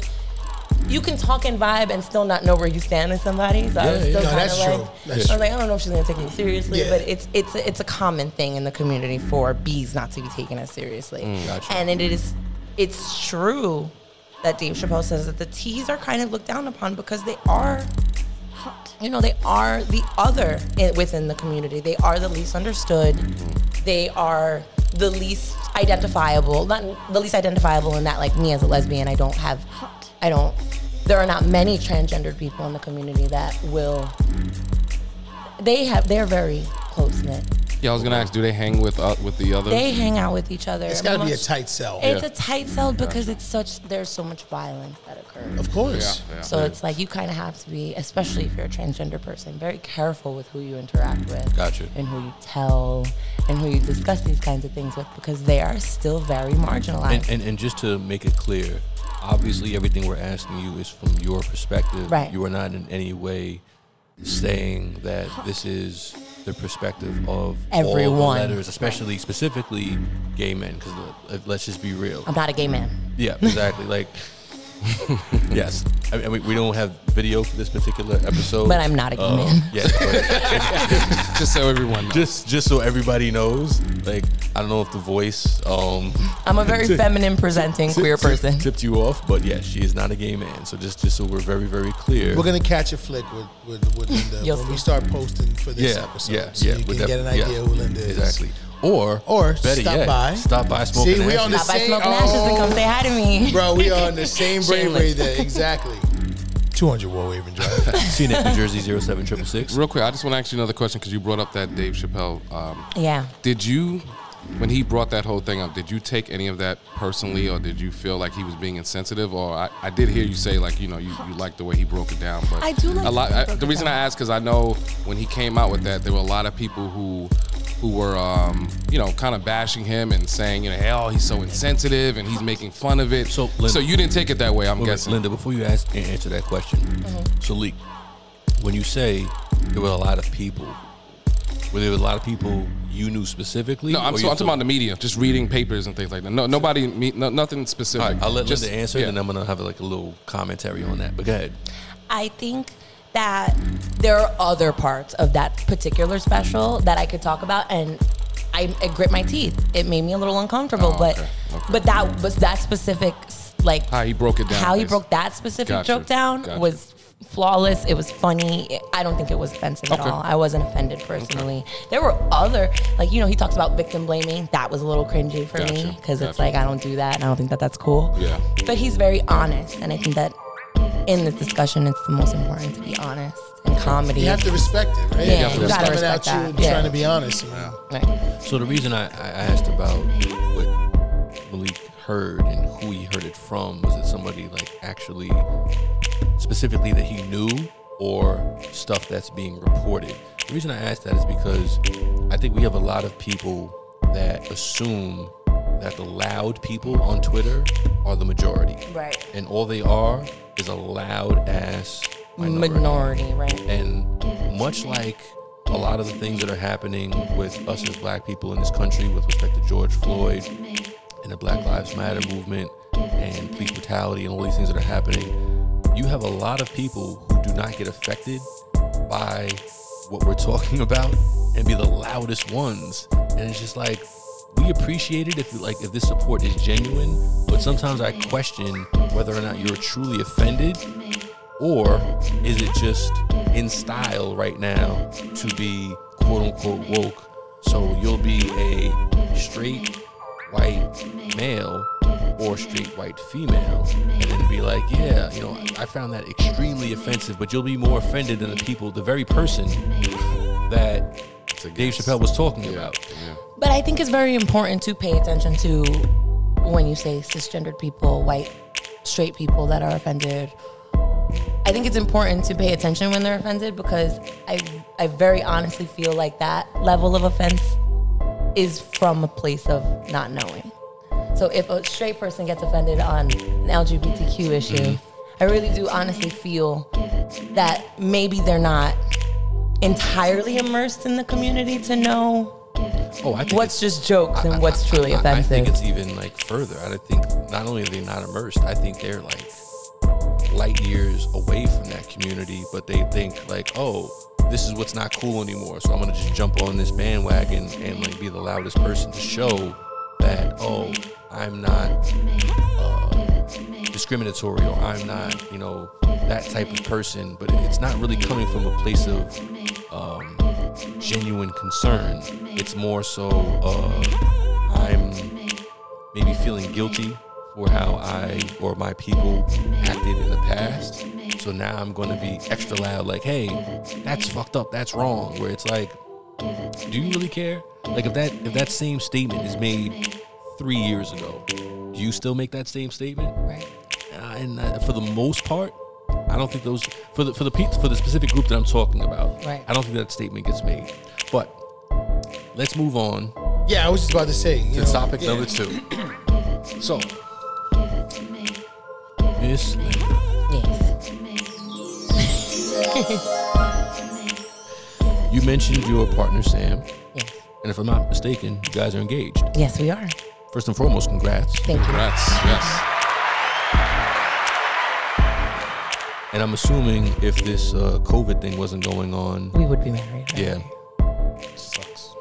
S4: You can talk and vibe and still not know where you stand with somebody. So I was
S3: Yeah,
S4: still
S3: yeah.
S4: kinda
S6: No, that's
S4: like,
S6: true. That's
S4: I was like, I don't know if she's gonna take me seriously,
S6: Yeah.
S4: but it's it's a, it's a common thing in the community for bees not to be taken as seriously.
S3: Gotcha.
S4: And it is it's true that Dave Chappelle says that the T's are kind of looked down upon because they are you know, they are the other i- within the community. They are the least understood. They are the least identifiable. Not the least identifiable in that, like me as a lesbian, I don't have, I don't. There are not many transgendered people in the community that will. They have. They're very close knit.
S5: Yeah, I was gonna ask, do they hang with uh, with the others?
S4: They hang out with each other.
S6: It's got to be a
S4: Most-
S6: tight sell.
S4: It's
S5: Yeah.
S4: a tight cell because it's such. There's so much violence that occurs.
S6: Of
S5: yeah,
S6: course.
S5: yeah.
S4: So it's like you kind of have to be, especially if you're a transgender person, very careful with who you interact with.
S3: Gotcha.
S4: And who you tell and who you discuss these kinds of things with because they are still very marginalized.
S3: And, and and just to make it clear, obviously everything we're asking you is from your perspective.
S4: Right.
S3: You are not in any way saying that this is the perspective of all the
S4: Everyone.
S3: letters, especially specifically gay men. Because let's just be real.
S4: I'm not a gay man.
S3: Yeah, exactly. like, yes. I mean, we, we don't have video for this particular episode. Uh,
S4: But I'm not a gay man.
S3: Yes. but-
S5: just so everyone knows.
S3: just just so everybody knows, like, I don't know if the voice um
S4: I'm a very feminine presenting queer person.
S3: tipped you off, but yes, she is not a gay man. So just just so we're very very clear.
S6: We're gonna catch a flick with with, with Linda
S4: You'll
S6: when we
S4: see.
S6: start posting for this
S3: yeah,
S6: episode,
S3: yeah,
S6: so
S3: yeah.
S6: you
S3: we're
S6: can
S3: def-
S6: get an
S3: yeah,
S6: idea who Linda is.
S3: Exactly. Or
S6: Or
S3: better
S6: stop
S3: yet,
S6: by.
S3: stop by
S6: See,
S3: smoking.
S6: we on the
S4: Stop by
S6: same.
S4: Smoking Ashes and come
S6: oh,
S4: say hi to me.
S6: bro, we are on the same
S4: Shameless.
S6: brainwave there. Exactly. Two hundred War Raven Drive.
S3: Scenic, New Jersey 07666.
S5: Real quick, I just want to ask you another question because you brought up that Dave Chappelle. Um,
S4: Yeah.
S5: did you, when he brought that whole thing up, did you take any of that personally, or did you feel like he was being insensitive? Or I, I did hear you say like you know you, you like the way he broke it down, but
S4: I do like
S5: a
S4: the
S5: lot.
S4: way he
S5: I,
S4: broke
S5: the
S4: it
S5: reason
S4: down.
S5: I asked because I know when he came out with that, there were a lot of people who. Who were, um, you know, kind of bashing him and saying, you know, hell, he's so insensitive and he's making fun of it.
S3: So, Linda-
S5: so you didn't take it that way, I'm
S3: Wait, wait,
S5: guessing.
S3: Linda, before you ask a- answer that question, Salik, when you say there were a lot of people, were there a lot of people you knew specifically?
S5: No, I'm,
S3: or
S5: so,
S3: you
S5: I'm talking
S3: thought-
S5: about the media, just reading papers and things like that. No, nobody, me, no, nothing
S3: All
S5: specific.
S3: right, I'll let
S5: just,
S3: Linda answer,
S5: yeah.
S3: and then I'm gonna have like a little commentary on that. But go ahead.
S4: I think that there are other parts of that particular special that I could talk about and I, I grit my teeth. It made me a little uncomfortable,
S5: Oh,
S4: but
S5: okay, okay.
S4: but that was that specific like
S5: How he broke it down,
S4: How he
S5: basically.
S4: broke that specific
S5: Gotcha,
S4: joke down
S5: gotcha.
S4: was flawless. It was funny. I don't think it was offensive at
S5: Okay.
S4: all. I wasn't offended personally. There were other like you know he talks about victim blaming. That was a little cringy for me
S5: Gotcha,
S4: because it's
S5: gotcha.
S4: like I don't do that and I don't think that that's cool.
S5: Yeah.
S4: But he's very honest, and I think that in this discussion, it's the most important to be honest in comedy.
S6: You have to respect it, right?
S4: Yeah,
S5: you
S6: it's
S5: gotta
S6: coming
S4: respect
S6: at you
S4: that.
S6: and
S4: Yeah.
S6: trying to be honest. man.
S4: Right.
S3: So the reason I, I asked about what Malik heard and who he heard it from was it somebody like actually specifically that he knew or stuff that's being reported. The reason I asked that is because I think we have a lot of people that assume that the loud people on Twitter are the majority.
S4: Right.
S3: And all they are is a loud ass
S4: Minority, right?
S3: and much like a lot of the things that are happening with us as black people in this country with respect to George Floyd and the Black Lives Matter movement and police brutality and all these things that are happening, you have a lot of people who do not get affected by what we're talking about and be the loudest ones. And it's just like we appreciate it if like if this support is genuine, but sometimes I question whether or not you're truly offended or is it just in style right now to be quote unquote woke? So you'll be a straight white male or straight white female, and then be like, yeah, you know, I found that extremely offensive, but you'll be more offended than the people, the very person that Dave Chappelle was talking about.
S5: Yeah.
S4: But I think it's very important to pay attention to when you say cisgendered people, white, straight people that are offended. I think it's important to pay attention when they're offended because I, I very honestly feel like that level of offense is from a place of not knowing. So if a straight person gets offended on an LGBTQ issue, I really do honestly feel that maybe they're not entirely immersed in the community to know
S3: Oh, I think
S4: what's
S3: it's-
S4: just jokes and what's truly
S3: I- I-
S4: offensive.
S3: I think it's even like further. I think not only are they not immersed, I think they're like light years away from that community, but they think like, oh, this is what's not cool anymore. So I'm gonna just jump on this bandwagon and like be the loudest person to show that, oh, I'm not uh, discriminatory or I'm not, you know, that type of person. But it's not really coming from a place of um, genuine concern. It's more so uh, I'm maybe feeling guilty for how I or my people acted in the past. So now I'm going to be extra loud, like, hey, that's fucked up, that's wrong. Where it's like, do you really care? Like if that if that same statement is made three years ago, do you still make that same statement?
S4: right.
S3: uh, and uh, for the most part, I don't think those for the for the pe- for the specific group that I'm talking about.
S4: Right.
S3: I don't think that statement gets made. But let's move on
S6: Yeah, I was just about to say. You
S3: to
S6: know,
S3: topic
S6: yeah.
S3: number two. so, Miss
S4: Yes.
S3: you mentioned your partner Sam,
S4: Yes.
S3: and if I'm not mistaken, you guys are engaged.
S4: Yes, we are.
S3: First and foremost, congrats.
S4: Thank you.
S5: Congrats. Yes.
S3: And I'm assuming if this uh, COVID thing wasn't going on,
S4: We would be married. right?
S3: yeah.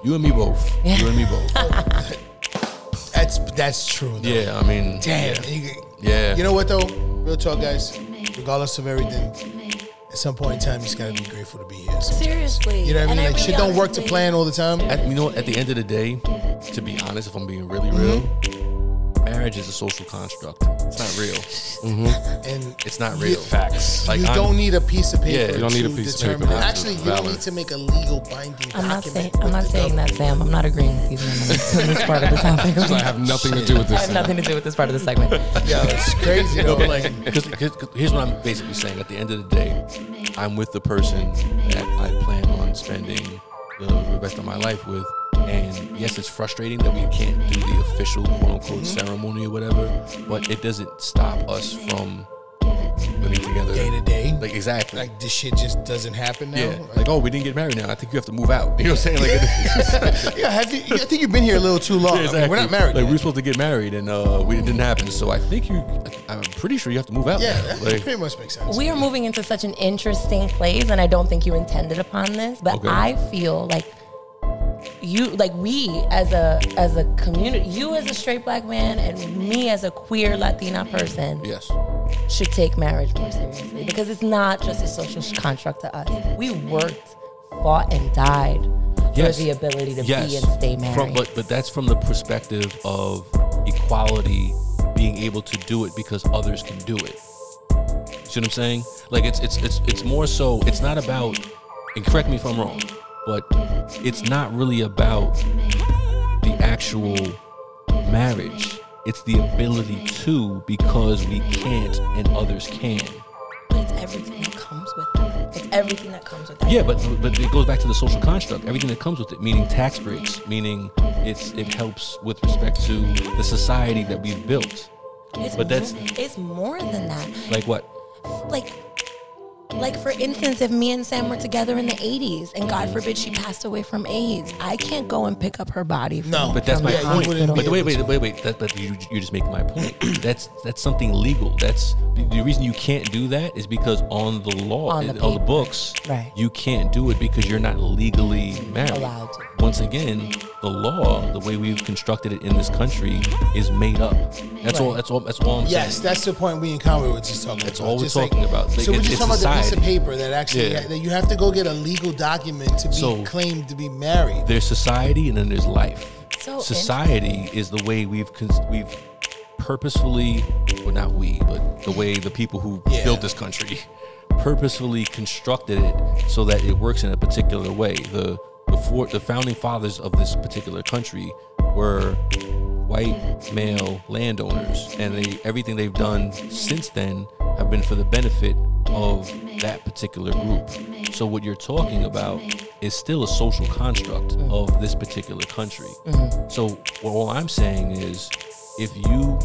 S3: You and me both. You and me both.
S6: That's that's true. Though.
S3: yeah, I mean,
S6: Damn.
S3: yeah.
S6: You,
S3: Yeah.
S6: you know what though? Real talk, guys. Regardless of everything, at some point in time, you just gotta be grateful to be here. sometimes.
S4: Seriously.
S6: You know what I
S4: And
S6: mean? Like
S4: really
S6: shit don't work to
S4: honestly-
S6: plan all the time.
S3: At, you know, what, at the end of the day, to be honest, if I'm being really real, marriage is a social construct. It's not real.
S6: And
S3: It's not real.
S5: Facts.
S3: Like
S6: you
S3: I'm-
S6: don't need a piece of paper.
S3: Yeah, you
S5: don't need a
S6: to
S5: piece of
S6: determine-
S5: paper to
S6: Actually, you don't
S5: valid.
S6: need to make a legal binding
S4: I'm not saying.
S6: document.
S4: I'm not saying that, Sam. I'm not agreeing with you on this part of the topic.
S5: I have nothing to do with
S4: I
S5: this.
S4: have nothing to do with this part of the segment.
S6: Yeah, it's crazy though. Like,
S3: Because here's what I'm basically saying. At the end of the day, I'm with the person that I plan on spending the rest of my life with. And yes, it's frustrating that we can't do the official quote unquote
S6: Mm-hmm.
S3: ceremony or whatever, but it doesn't stop us from living together.
S6: Day to day.
S3: Like, exactly.
S6: like this shit just doesn't happen now.
S3: yeah. Like, oh, we didn't get married now. I think you have to move out. You know what I'm saying? Like, it's-
S6: oh, yeah, have you, I think you've been here a little too long.
S3: Yeah,
S6: I mean, we're
S3: exactly.
S6: not married.
S3: Like we
S6: yet.
S3: were supposed to get married, and uh, we it didn't happen. So I think you, I'm pretty sure you have to move out.
S6: yeah,
S3: now.
S6: that
S3: Like,
S6: pretty much makes sense.
S4: We are moving into such an interesting place, and I don't think you intended upon this, but
S3: Okay.
S4: I feel like you like we as a as a community, you as a straight black man and me as a queer Latina person
S3: Yes.
S4: should take marriage more seriously because it's not just a social sh- construct to us. We worked, fought, and died
S3: Yes.
S4: for the ability to be
S3: yes.
S4: and stay married.
S3: From, but but that's from the perspective of equality, being able to do it because others can do it. See what I'm saying? Like it's it's it's it's more so. It's not about. And correct me if I'm wrong, but it's not really about the actual marriage. It's the ability to because we can't and others can.
S4: it's everything that comes with that. It's everything that comes with that.
S3: Yeah, but but it goes back to the social construct, everything that comes with it, meaning tax breaks, meaning it's it helps with respect to the society that we've built.
S4: it's
S3: but that's-
S4: more, it's more than that.
S3: Like what?
S4: Like. Like for instance, if me and Sam were together in the '80s, and God forbid she passed away from AIDS, I can't go and pick up her body. From
S6: No.
S3: But that's my
S6: Yeah, you
S3: point.
S6: wouldn't be
S3: But wait,
S6: able
S3: wait,
S6: to.
S3: wait, wait. That, but you you just making my point. that's that's something legal. That's the, the reason you can't do that is because on the law,
S4: On
S3: on
S4: the
S3: the,
S4: paper.
S3: books,
S4: Right.
S3: you can't do it because you're not legally married.
S4: Allowed to.
S3: Once again, the law, the way we've constructed it in this country, is made up. That's all.
S4: Right.
S3: That's all. That's all I'm saying.
S6: Yes, that's the point we and Conway were just talking
S3: That's
S6: about.
S3: all we're
S6: Just
S3: talking about. Like,
S6: so we're
S3: it's-
S6: just
S3: it's
S6: talking about the piece of
S3: society.
S6: paper that actually
S3: Yeah.
S6: that you have to go get a legal document to be
S3: So-
S6: claimed to be married.
S3: there's society and then there's life.
S4: So
S3: society is the way we've cons- we've purposefully, well, not we, but the way the people who
S6: Yeah.
S3: built this country purposefully constructed it so that it works in a particular way. The the, four, the founding fathers of this particular country were white male landowners, and they everything they've done since then have been for the benefit of that particular group. So what you're talking about is still a social construct
S6: Mm.
S3: of this particular country. So what all I'm saying is, if you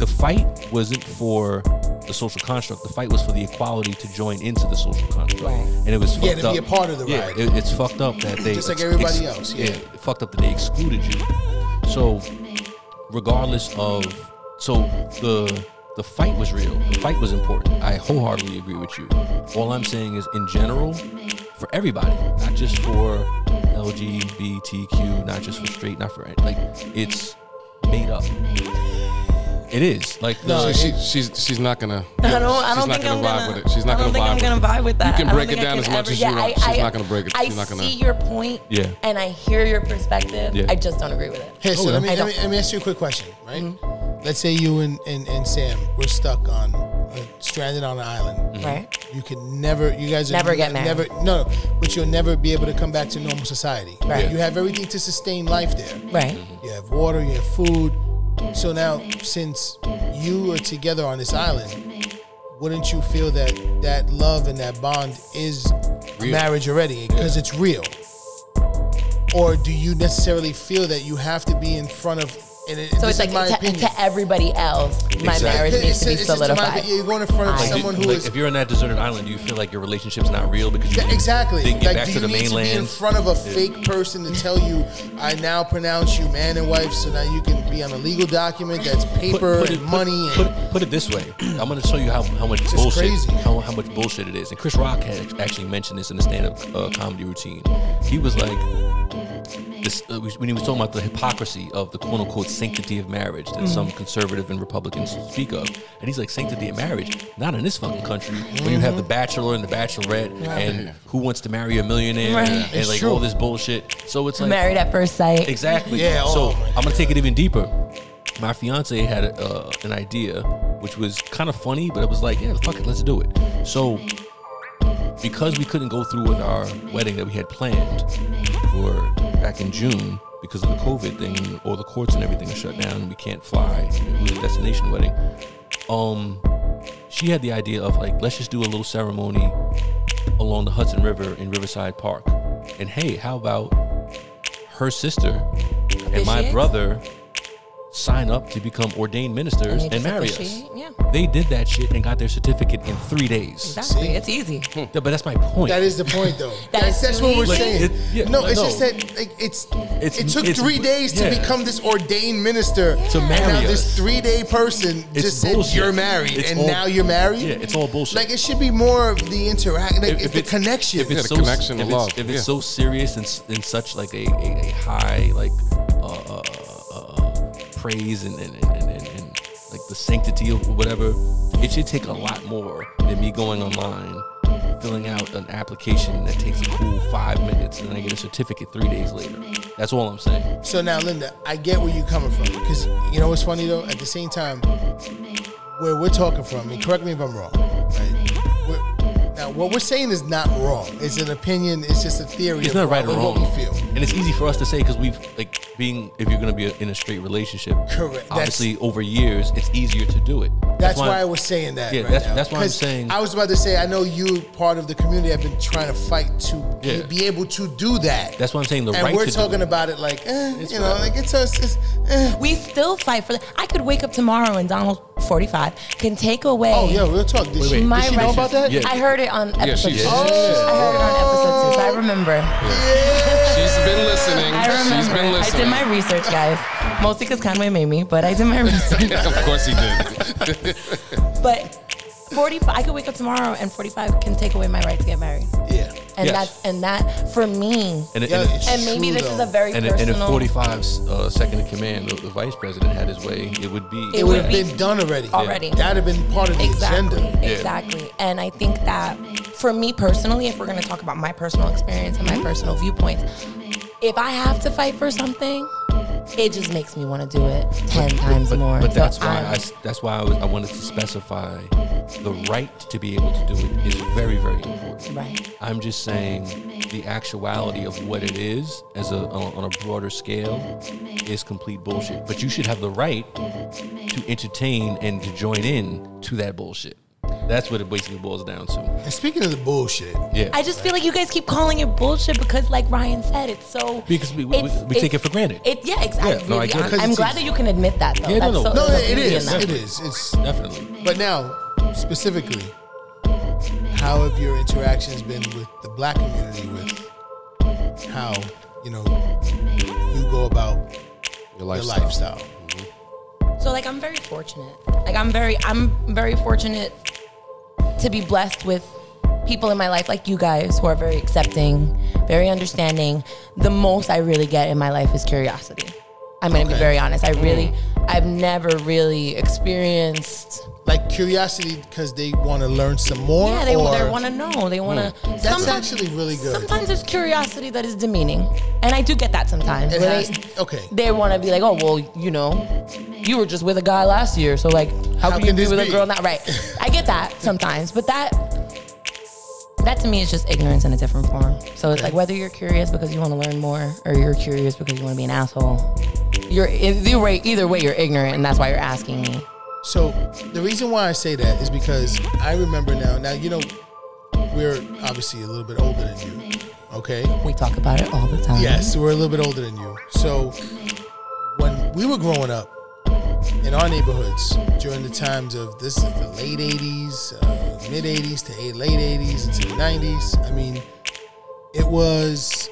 S3: the fight wasn't for the social construct. The fight was for the equality to join into the social construct, and it was fucked
S6: Yeah, to
S3: up.
S6: be a part of the
S3: yeah,
S6: ride.
S3: it- it's fucked up that they
S6: Just like everybody else, yeah.
S3: it fucked up that they excluded you. So, regardless of so the the fight was real. The fight was important. I wholeheartedly agree with you. All I'm saying is, in general, for everybody, not just for LGBTQ, not just for straight, not for like it's made up. It is like
S6: No,
S3: the-
S5: She, she's she's not gonna.
S4: I don't. I
S5: she's
S4: don't
S5: not
S4: think
S5: gonna
S4: I'm
S5: vibe
S4: gonna.
S5: with it. She's not
S4: I don't
S5: gonna vibe.
S4: think I'm
S5: with
S4: gonna
S5: it.
S4: vibe with that.
S5: You
S4: I
S5: can
S4: don't
S5: break it
S4: think I
S5: down
S4: can
S5: as much
S4: ever-
S5: as
S4: yeah,
S5: you want.
S4: I,
S5: she's
S4: I-
S5: not gonna break it.
S4: I
S5: she's not gonna.
S4: see your point.
S3: Yeah.
S4: And I hear your perspective.
S3: Yeah.
S4: I just don't agree with it.
S6: Hey, so let me,
S4: I
S6: let, me,
S4: don't- Mm-hmm.
S6: let me ask you a quick question, right? Let's say you and, and, and Sam were stuck on, uh, stranded on an island.
S4: Mm-hmm. Right.
S6: You could never, you guys are
S4: Never get married.
S6: Never, no, no, but you'll never be able to come back to normal society.
S4: Right.
S6: You have everything to sustain life there.
S4: Right.
S6: You have water, you have food. So now, since you are together on this island, wouldn't you feel that that love and that bond is a marriage already because it's real? Or do you necessarily feel that you have to be in front of? And it,
S4: So
S6: this
S4: it's like
S6: is my
S4: to,
S6: opinion.
S4: to everybody else, my
S3: Exactly.
S4: marriage needs to be
S6: just my
S4: solidified.
S6: opinion. you're going in front of
S4: I-
S6: someone who
S3: like,
S6: is-
S3: if you're on that deserted island, do you feel like your relationship's not real because you
S6: Yeah,
S3: didn't-
S6: exactly.
S3: didn't get
S6: like,
S3: back
S6: do
S3: to
S6: you
S3: the
S6: need
S3: mainland?
S6: to be in front of a fake person to tell you, "I now pronounce you man and wife," so now you can be on a legal document that's
S3: Put-
S6: paper
S3: put it-
S6: and
S3: put-
S6: money
S3: Put,
S6: and
S3: put, it this way: I'm going to show you how, how much
S6: is
S3: bullshit,
S6: crazy.
S3: How, how much bullshit it is. And Chris Rock had actually mentioned this in the stand-up uh, comedy routine. He was like, this, uh, when he was talking about the hypocrisy of the quote unquote sanctity of marriage that some conservative and Republicans speak of. And he's like, sanctity of marriage? Not in this fucking country where you have the bachelor and the bachelorette and who wants to marry a millionaire
S4: Right.
S3: and,
S6: It's
S3: like
S6: true.
S3: all this bullshit. So it's like,
S4: Married at first sight.
S3: Exactly.
S6: Yeah,
S3: So
S6: oh my
S3: I'm gonna take it even deeper. My fiance had uh, an idea, which was kind of funny, but it was like, yeah, fuck it, let's do it. So because we couldn't go through with our wedding that we had planned for back in June because of the COVID thing, all the courts and everything are shut down, and we can't fly. It was a destination wedding. Um, she had the idea of like, let's just do a little ceremony along the Hudson River in Riverside Park. And hey, how about her sister and my
S4: Officiate?
S3: brother sign up to become ordained ministers
S4: And
S3: and,
S4: they just
S3: marry us.
S4: officiate, yeah.
S3: They did that shit and got their certificate in three days.
S4: Exactly. It's easy.
S5: Hmm.
S3: Yeah, but that's my point.
S6: That is the point, though.
S4: That
S6: that's
S4: is
S6: that's what we're
S4: crazy.
S6: saying.
S3: Like, it- yeah,
S6: no,
S3: no,
S6: it's
S3: no.
S6: just that like, it's,
S3: It's-
S6: it took
S3: it's-
S6: three days to
S3: yeah.
S6: become this ordained minister.
S3: To
S6: and now
S3: marry
S6: this
S3: us.
S6: three day person
S3: It's
S6: just said
S3: bullshit.
S6: you're married,
S3: It's
S6: and
S3: all-
S6: now you're married.
S3: Yeah, it's all bullshit.
S6: Like it should be more of the interact, like the
S3: it's-
S6: connection.
S3: If it's
S5: Yeah, the
S3: so,
S5: connection,
S3: if
S5: the love,
S3: It's, if it's
S5: yeah.
S3: so serious and, s- and such like a, a, a high like uh, uh, uh, uh, praise and and, and, and and like the sanctity of whatever, it should take a lot more than me going online, filling out an application that takes a cool five minutes, and then I get a certificate three days later. That's all I'm saying.
S6: So now, Linda, I get where you're coming from because you know what's funny though. At the same time, where we're talking from, and correct me if I'm wrong. Right? We're- Now, what we're saying is not wrong. It's an opinion. It's just a theory.
S3: It's
S6: of
S3: not right or
S6: what-
S3: wrong,
S6: What we feel.
S3: and it's easy for us to say because we've like being if you're gonna be in a straight relationship,
S6: Correct. That's-
S3: Obviously, over years, it's easier to do it.
S6: That's why I was saying that.
S3: Yeah,
S6: right
S3: that's-
S6: now.
S3: that's why I'm
S6: 'Cause
S3: saying-
S6: I was about to say, I know you, part of the community, have been trying to fight to be-
S3: Yeah.
S6: be able to do that.
S3: That's why I'm saying the
S6: and
S3: right
S6: we're
S3: to do
S6: talking
S3: it.
S6: about it like, eh,
S3: It's
S6: you know,
S3: whatever.
S6: like it's us. It's, eh.
S4: We still fight for that. I could wake up tomorrow and Donald 45 can take away
S6: Oh, yeah, real talk. Did she,
S4: my
S6: did she know
S4: rights.
S6: about that?
S3: Yeah.
S4: I heard it on episode
S5: she
S4: two.
S5: did.
S4: I heard it on episode two. So
S6: Oh.
S4: I remember.
S5: She's been listening.
S4: I remember.
S5: She's been
S4: I
S5: listening.
S4: did my research, guys. Mostly because Conway made me, but I did my research.
S5: of course he did.
S4: but 45, I could wake up tomorrow and 45 can take away my right to get married.
S6: Yeah.
S4: And
S3: Yes.
S4: that's and that for me.
S3: And, it-
S6: Yeah,
S3: and it-
S6: it's
S4: And maybe
S6: true,
S4: this is
S6: though.
S4: a very
S3: and, if- and
S4: personal.
S3: if 45's uh, second in command, the, the vice president had his way, it would be.
S4: It
S6: It would
S4: would've
S6: have
S4: be-
S6: been done already.
S4: Already.
S6: That'd have been part of the
S4: Exactly.
S6: agenda.
S3: Yeah.
S4: Exactly. And I think that for me personally, if we're going to talk about my personal experience
S3: Mm-hmm.
S4: and my personal viewpoints, if I have to fight for something, it just makes me want to do it 10 times
S3: but,
S4: more.
S3: but
S4: So
S3: that's why
S4: I'm-
S3: I, s- that's why I, was, I wanted to specify the right to be able to do it is very very important.
S4: Right.
S3: I'm just saying the actuality of what it is as a on, on a broader scale is complete bullshit. But you should have the right to entertain and to join in to that bullshit. That's what it basically boils down to.
S6: And speaking of the bullshit,
S3: Yeah.
S4: I just feel like you guys keep calling it bullshit because, like Ryan said, it's so
S3: Because we- we-
S4: it's-
S3: we take
S4: it's-
S3: it for granted.
S4: It yeah, exactly.
S3: Yeah, no, I get it. 'Cause
S4: I'm
S6: it's
S4: glad
S6: easy.
S4: that you can admit that though.
S3: Yeah, no,
S4: That's
S3: no.
S4: so- so
S6: no, it
S4: easy
S6: is,
S4: enough.
S6: it is. It's
S3: definitely.
S6: but now specifically, how have your interactions been with the black community? With how you know you go about
S5: Your
S6: your
S5: lifestyle.
S6: lifestyle?
S4: So like I'm very fortunate. Like I'm very I'm very fortunate to be blessed with people in my life like you guys who are very accepting, very understanding. The most I really get in my life is curiosity. I'm gonna be very honest. I really I've never really experienced
S6: Like curiosity because they want to learn some more.
S4: Yeah, they,
S6: or,
S4: they want to know. They want to.
S6: That's actually really good.
S4: Sometimes there's curiosity that is demeaning, and I do get that sometimes.
S6: It
S4: where
S6: has-
S4: they,
S6: okay.
S4: They want to be like, oh well, you know, you were just with a guy last year, so like, how,
S6: How
S4: can you
S6: can
S4: be
S6: this
S4: with
S6: be?
S4: a girl now? Right. I get that sometimes, but that. That to me is just ignorance in a different form. So it's like whether you're curious because you want to learn more, or you're curious because you want to be an asshole. You're either way, either way, you're ignorant, and that's why you're asking me.
S6: So the reason why I say that is because I remember now. Now you know we're obviously a little bit older than you. Okay.
S4: We talk about it all the time.
S6: Yes, we're a little bit older than you. So when we were growing up in our neighborhoods during the times of this is the late 80s, uh, mid 80s to eight- late 80s into the 90s, I mean, it was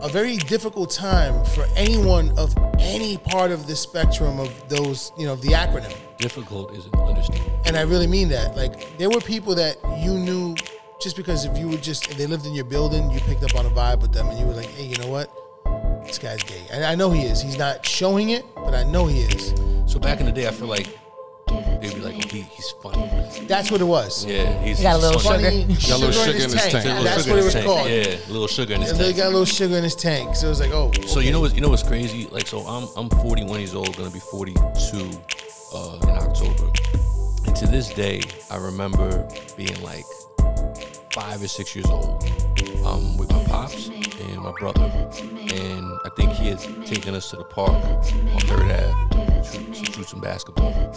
S6: a very difficult time for anyone of any part of the spectrum of those, you know, of the acronym.
S3: Difficult is an understatement.
S6: And I really mean that. Like there were people that you knew just because if you were just if they lived in your building, you picked up on a vibe with them, and you were like, hey, you know what? This guy's gay, and I know he is. He's not showing it, but I know he is.
S3: So back in the day, I feel like they'd be like, oh, he, he's funny.
S6: That's what it was.
S3: Yeah, he's
S4: Got a little
S3: funny.
S4: sugar.
S6: Funny
S5: Got a little sugar in his tank.
S3: Got a little
S6: That's
S3: sugar
S6: what
S3: in his
S6: it was
S3: tank.
S6: called.
S3: Yeah, a little sugar in his
S6: And they
S3: tank.
S6: got a little sugar in his tank, so it was like, oh.
S3: So you
S6: okay.
S3: know what's you know what's crazy? Like, so I'm I'm 41 years old, gonna be 42 uh, in October, and to this day, I remember being like five or six years old, um, with my pops and my brother, and I think he had taken us to the park on Third Ave to shoot, to shoot some basketball.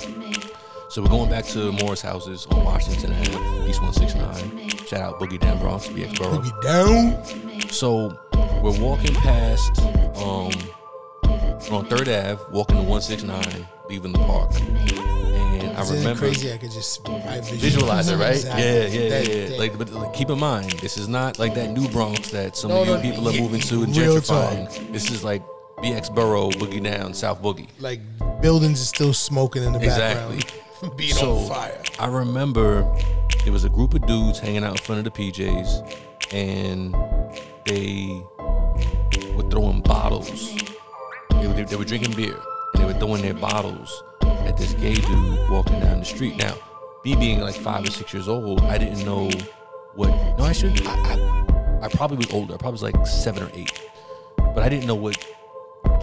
S3: So we're going back to Morris houses on Washington Ave, East 169. Shout out Boogie Down Bronx, BX Borough.
S6: We down.
S3: So we're walking past um on Third Ave, walking to 169, leaving the park. And I
S6: Isn't it
S3: remember
S6: crazy? I could just I
S3: visualize it, right?
S6: Exactly.
S3: Yeah, yeah,
S6: That-
S3: yeah.
S6: that-
S3: Like, but like, keep in mind, this is not like that New Bronx that some
S6: No,
S3: of you
S6: no,
S3: people are
S6: yeah,
S3: moving to and
S6: real
S3: gentrifying. This is like BX Borough, Boogie Down, South Boogie.
S6: like buildings are still smoking in the
S3: Exactly.
S6: background, being on fire.
S3: I remember there was a group of dudes hanging out in front of the PJs, and they were throwing bottles. They were, they were drinking beer, and they were throwing their bottles at this gay dude walking down the street. Now, me being like five or six years old, I didn't know what. No, I should. I, I, I probably was older. I probably was like seven or eight, but I didn't know what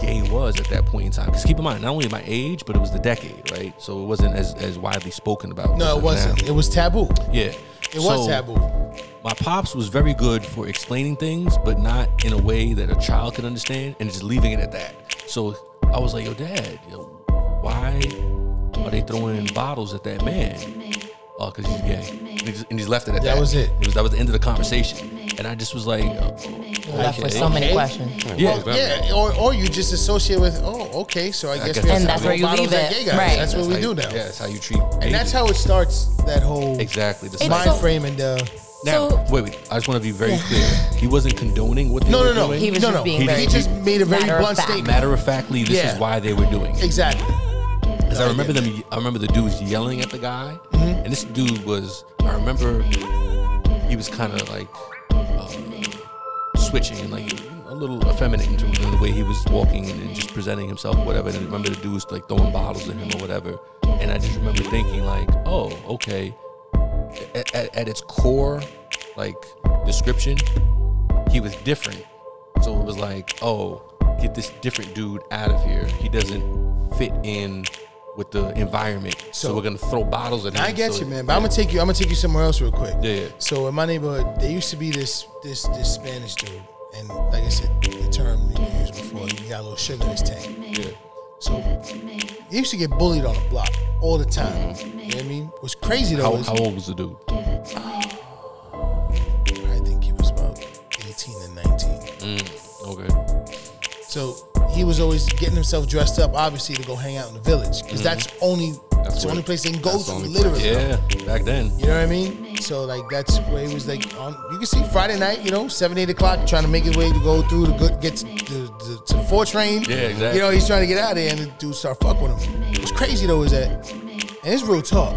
S3: gay was at that point in time. Because keep in mind, not only my age, but it was the decade, right? So it wasn't as, as widely spoken about. as
S6: No,
S3: it
S6: it
S3: is
S6: wasn't.
S3: now.
S6: It was taboo.
S3: Yeah.
S6: It was
S3: So,
S6: taboo.
S3: My pops was very good for explaining things, but not in a way that a child could understand, and just leaving it at that. So I was like, "Yo, Dad, yo, why are they throwing bottles at that man? Oh, because he's gay." And he, just, and he just left it at that.
S6: That was it.
S3: It was that was the end of the conversation, and I just was like, uh,
S4: Left with so many questions.
S3: "Yeah,
S5: Well, that-
S6: Yeah, or, or you just associate with oh okay, so I, guess,
S3: guess
S6: we have
S3: that's
S6: to
S3: how
S6: throw
S3: we- And that's where you
S6: bottles
S4: leave
S6: at
S4: it.
S6: gay guys.
S4: Right.
S6: That's
S3: That's
S6: what we
S3: how
S6: do
S3: you-
S6: now,
S3: Yeah, that's how you treat.
S6: and that's how it starts. That whole
S3: Exactly. The
S6: mind
S3: cycle.
S4: so-
S6: frame and uh,
S3: Now,
S4: So-
S3: wait, wait. I just want to be very clear. He wasn't condoning what they
S6: no,
S3: were
S6: no, no,
S3: doing.
S4: He was
S6: no,
S4: just
S6: no.
S4: being
S6: he
S4: very-
S6: just made a very
S4: Matter of
S6: blunt
S4: fact.
S6: statement.
S3: Matter of factly, this
S6: Yeah.
S3: is why they were doing it.
S6: Exactly.
S3: Because I remember them. I remember the dudes yelling at the guy, and this dude was. I remember he was kind of like uh, switching and like a little effeminate in terms of the way he was walking and, and just presenting himself, whatever. And I remember the dudes like throwing bottles at him or whatever. And I just remember thinking like, oh, okay. At, at, at its core, like description, he was different. So it was like, oh, get this different dude out of here. He doesn't fit in with the environment. So,
S6: So-
S3: we're gonna throw bottles at him.
S6: I get
S3: So-
S6: you, man. But I'm gonna take you. I'm gonna take you somewhere else real quick.
S3: Yeah, yeah.
S6: So in my neighborhood, there used to be this this this Spanish dude, and like I said, the term we used before, he got a little sugar in his tank.
S3: Yeah.
S6: So he used to get bullied on the block all the time. You know what I mean? What's crazy though
S3: How,
S6: is
S3: how old was the dude?
S6: I think he was about 18 and 19.
S3: Okay.
S6: So he was always getting himself dressed up, obviously, to go hang out in the village.
S3: Mm-hmm.
S6: Because that's only that's the
S5: what-
S6: only place they can go
S5: that's the
S6: to,
S5: only
S6: literally.
S3: Yeah, back then.
S6: You know what I mean? So like that's where he was like on. You can see Friday night, you know, seven eight o'clock, trying to make his way to go through to good get to, to, to, to the four train.
S3: Yeah, exactly.
S6: You know, he's trying to get out of there, and the dude start fucking with him. What's crazy though is that, and it's real talk,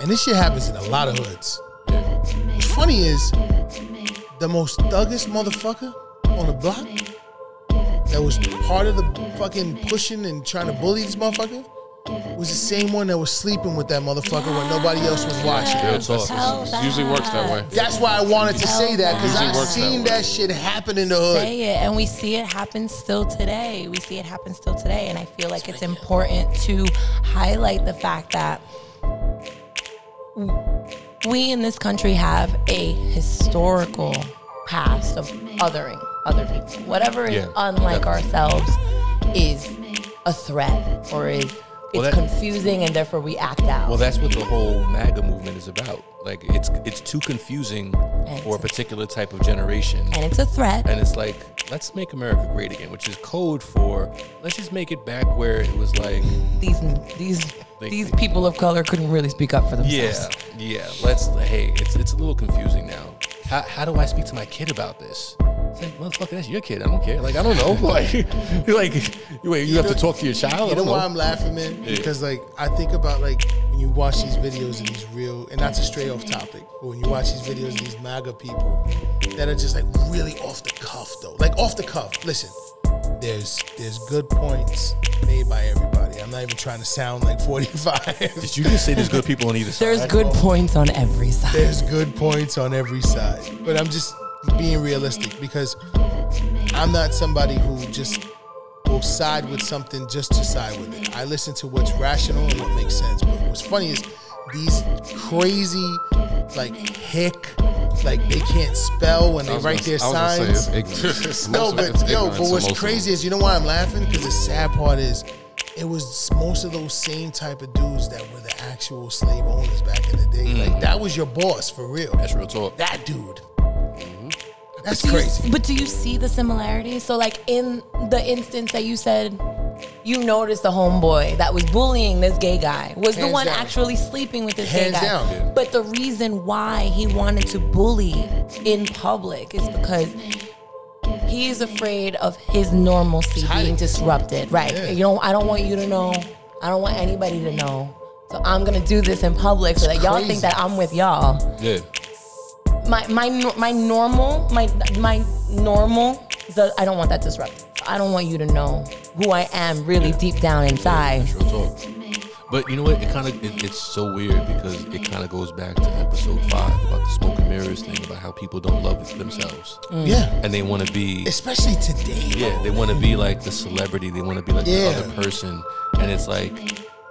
S6: and this shit happens in a lot of hoods. What's funny is the most thuggest motherfucker on the block that was part of the fucking pushing and trying to bully this motherfucker was the same one that was sleeping with that motherfucker when nobody else was watching.
S3: Real talk.
S4: Tell
S5: It usually works that way.
S6: That's why I wanted to say that because
S5: Usually
S6: I've
S5: works that
S6: seen
S5: way.
S6: that, shit happen in the hood.
S4: say it and we see it happen still today we see it happen still today and i feel like it's important to highlight the fact that we in this country have a historical past of othering other people whatever is
S3: Yeah,
S4: unlike
S3: definitely.
S4: ourselves is a threat or is it's
S3: Well, that-
S4: confusing and therefore we act out
S3: Well, that's what the whole MAGA movement is about. Like, it's it's too confusing for a particular type of generation.
S4: and it's a threat
S3: and it's like let's make america great again which is code for let's just make it back where it was like
S4: these these these people of color couldn't really speak up for
S3: yeah
S4: themselves
S3: yeah let's hey it's, it's a little confusing now how, how do i speak to my kid about this it's like motherfucker that's your kid i don't care like i don't know like you're like you- wait you have to talk to your child i
S6: You know
S3: don't
S6: why I'm
S3: know
S6: laughing, man? Because like I think about like when you watch these videos and these real, and not to stray off topic, but when you watch these videos, of these MAGA people that are just like really off the cuff though, like off the cuff. Listen, there's there's good points made by everybody. I'm not even trying to sound like 45.
S3: did you just say there's good people on either side
S4: there's good points on every side
S6: there's good points on every side. But I'm just being realistic because I'm not somebody who just will side with something just to side with it. I listen to what's rational and what makes sense. But what's funny is these crazy, like hick, like they can't spell when
S5: I
S6: they
S5: was
S6: write
S5: gonna-
S6: their
S5: I was gonna
S6: signs.
S5: say it's ignorance.
S6: No,
S5: Most of it's
S6: but yo,
S5: ignorance
S6: but
S5: in most
S6: what's
S5: of
S6: crazy
S5: it.
S6: is you know why I'm laughing? Because the sad part is it was most of those same type of dudes that were the actual slave owners back in the day. Like that was your boss for real.
S3: Mm. that's Mm-hmm. real talk
S6: That dude. That's
S4: Do you-
S6: crazy.
S4: but do you see the similarities? So, like in the instance that you said you notice the homeboy that was bullying this gay guy was the
S7: Hands
S4: one
S7: down.
S4: actually sleeping with this
S7: Hands
S4: gay guy.
S7: down, dude.
S4: But the reason why he wanted to bully in public is because he is afraid of his normalcy being disrupted. Right. You know, I don't want you to know. I don't want anybody to know. So I'm gonna do this in public so that y'all
S7: crazy.
S4: think that I'm with y'all
S3: Yeah.
S4: my my nor- my normal my my normal the I don't want that disrupted. I don't want you to know who I am really deep down inside.
S3: Real talk. But you know what? It kind of it, it's so weird because it kind of goes back to episode five about the smoke and mirrors thing about how people don't love themselves
S6: Mm. Yeah.
S3: and they want to be
S6: Especially today.
S3: yeah they want to be like the celebrity they want to be like
S6: Yeah.
S3: the other person and it's like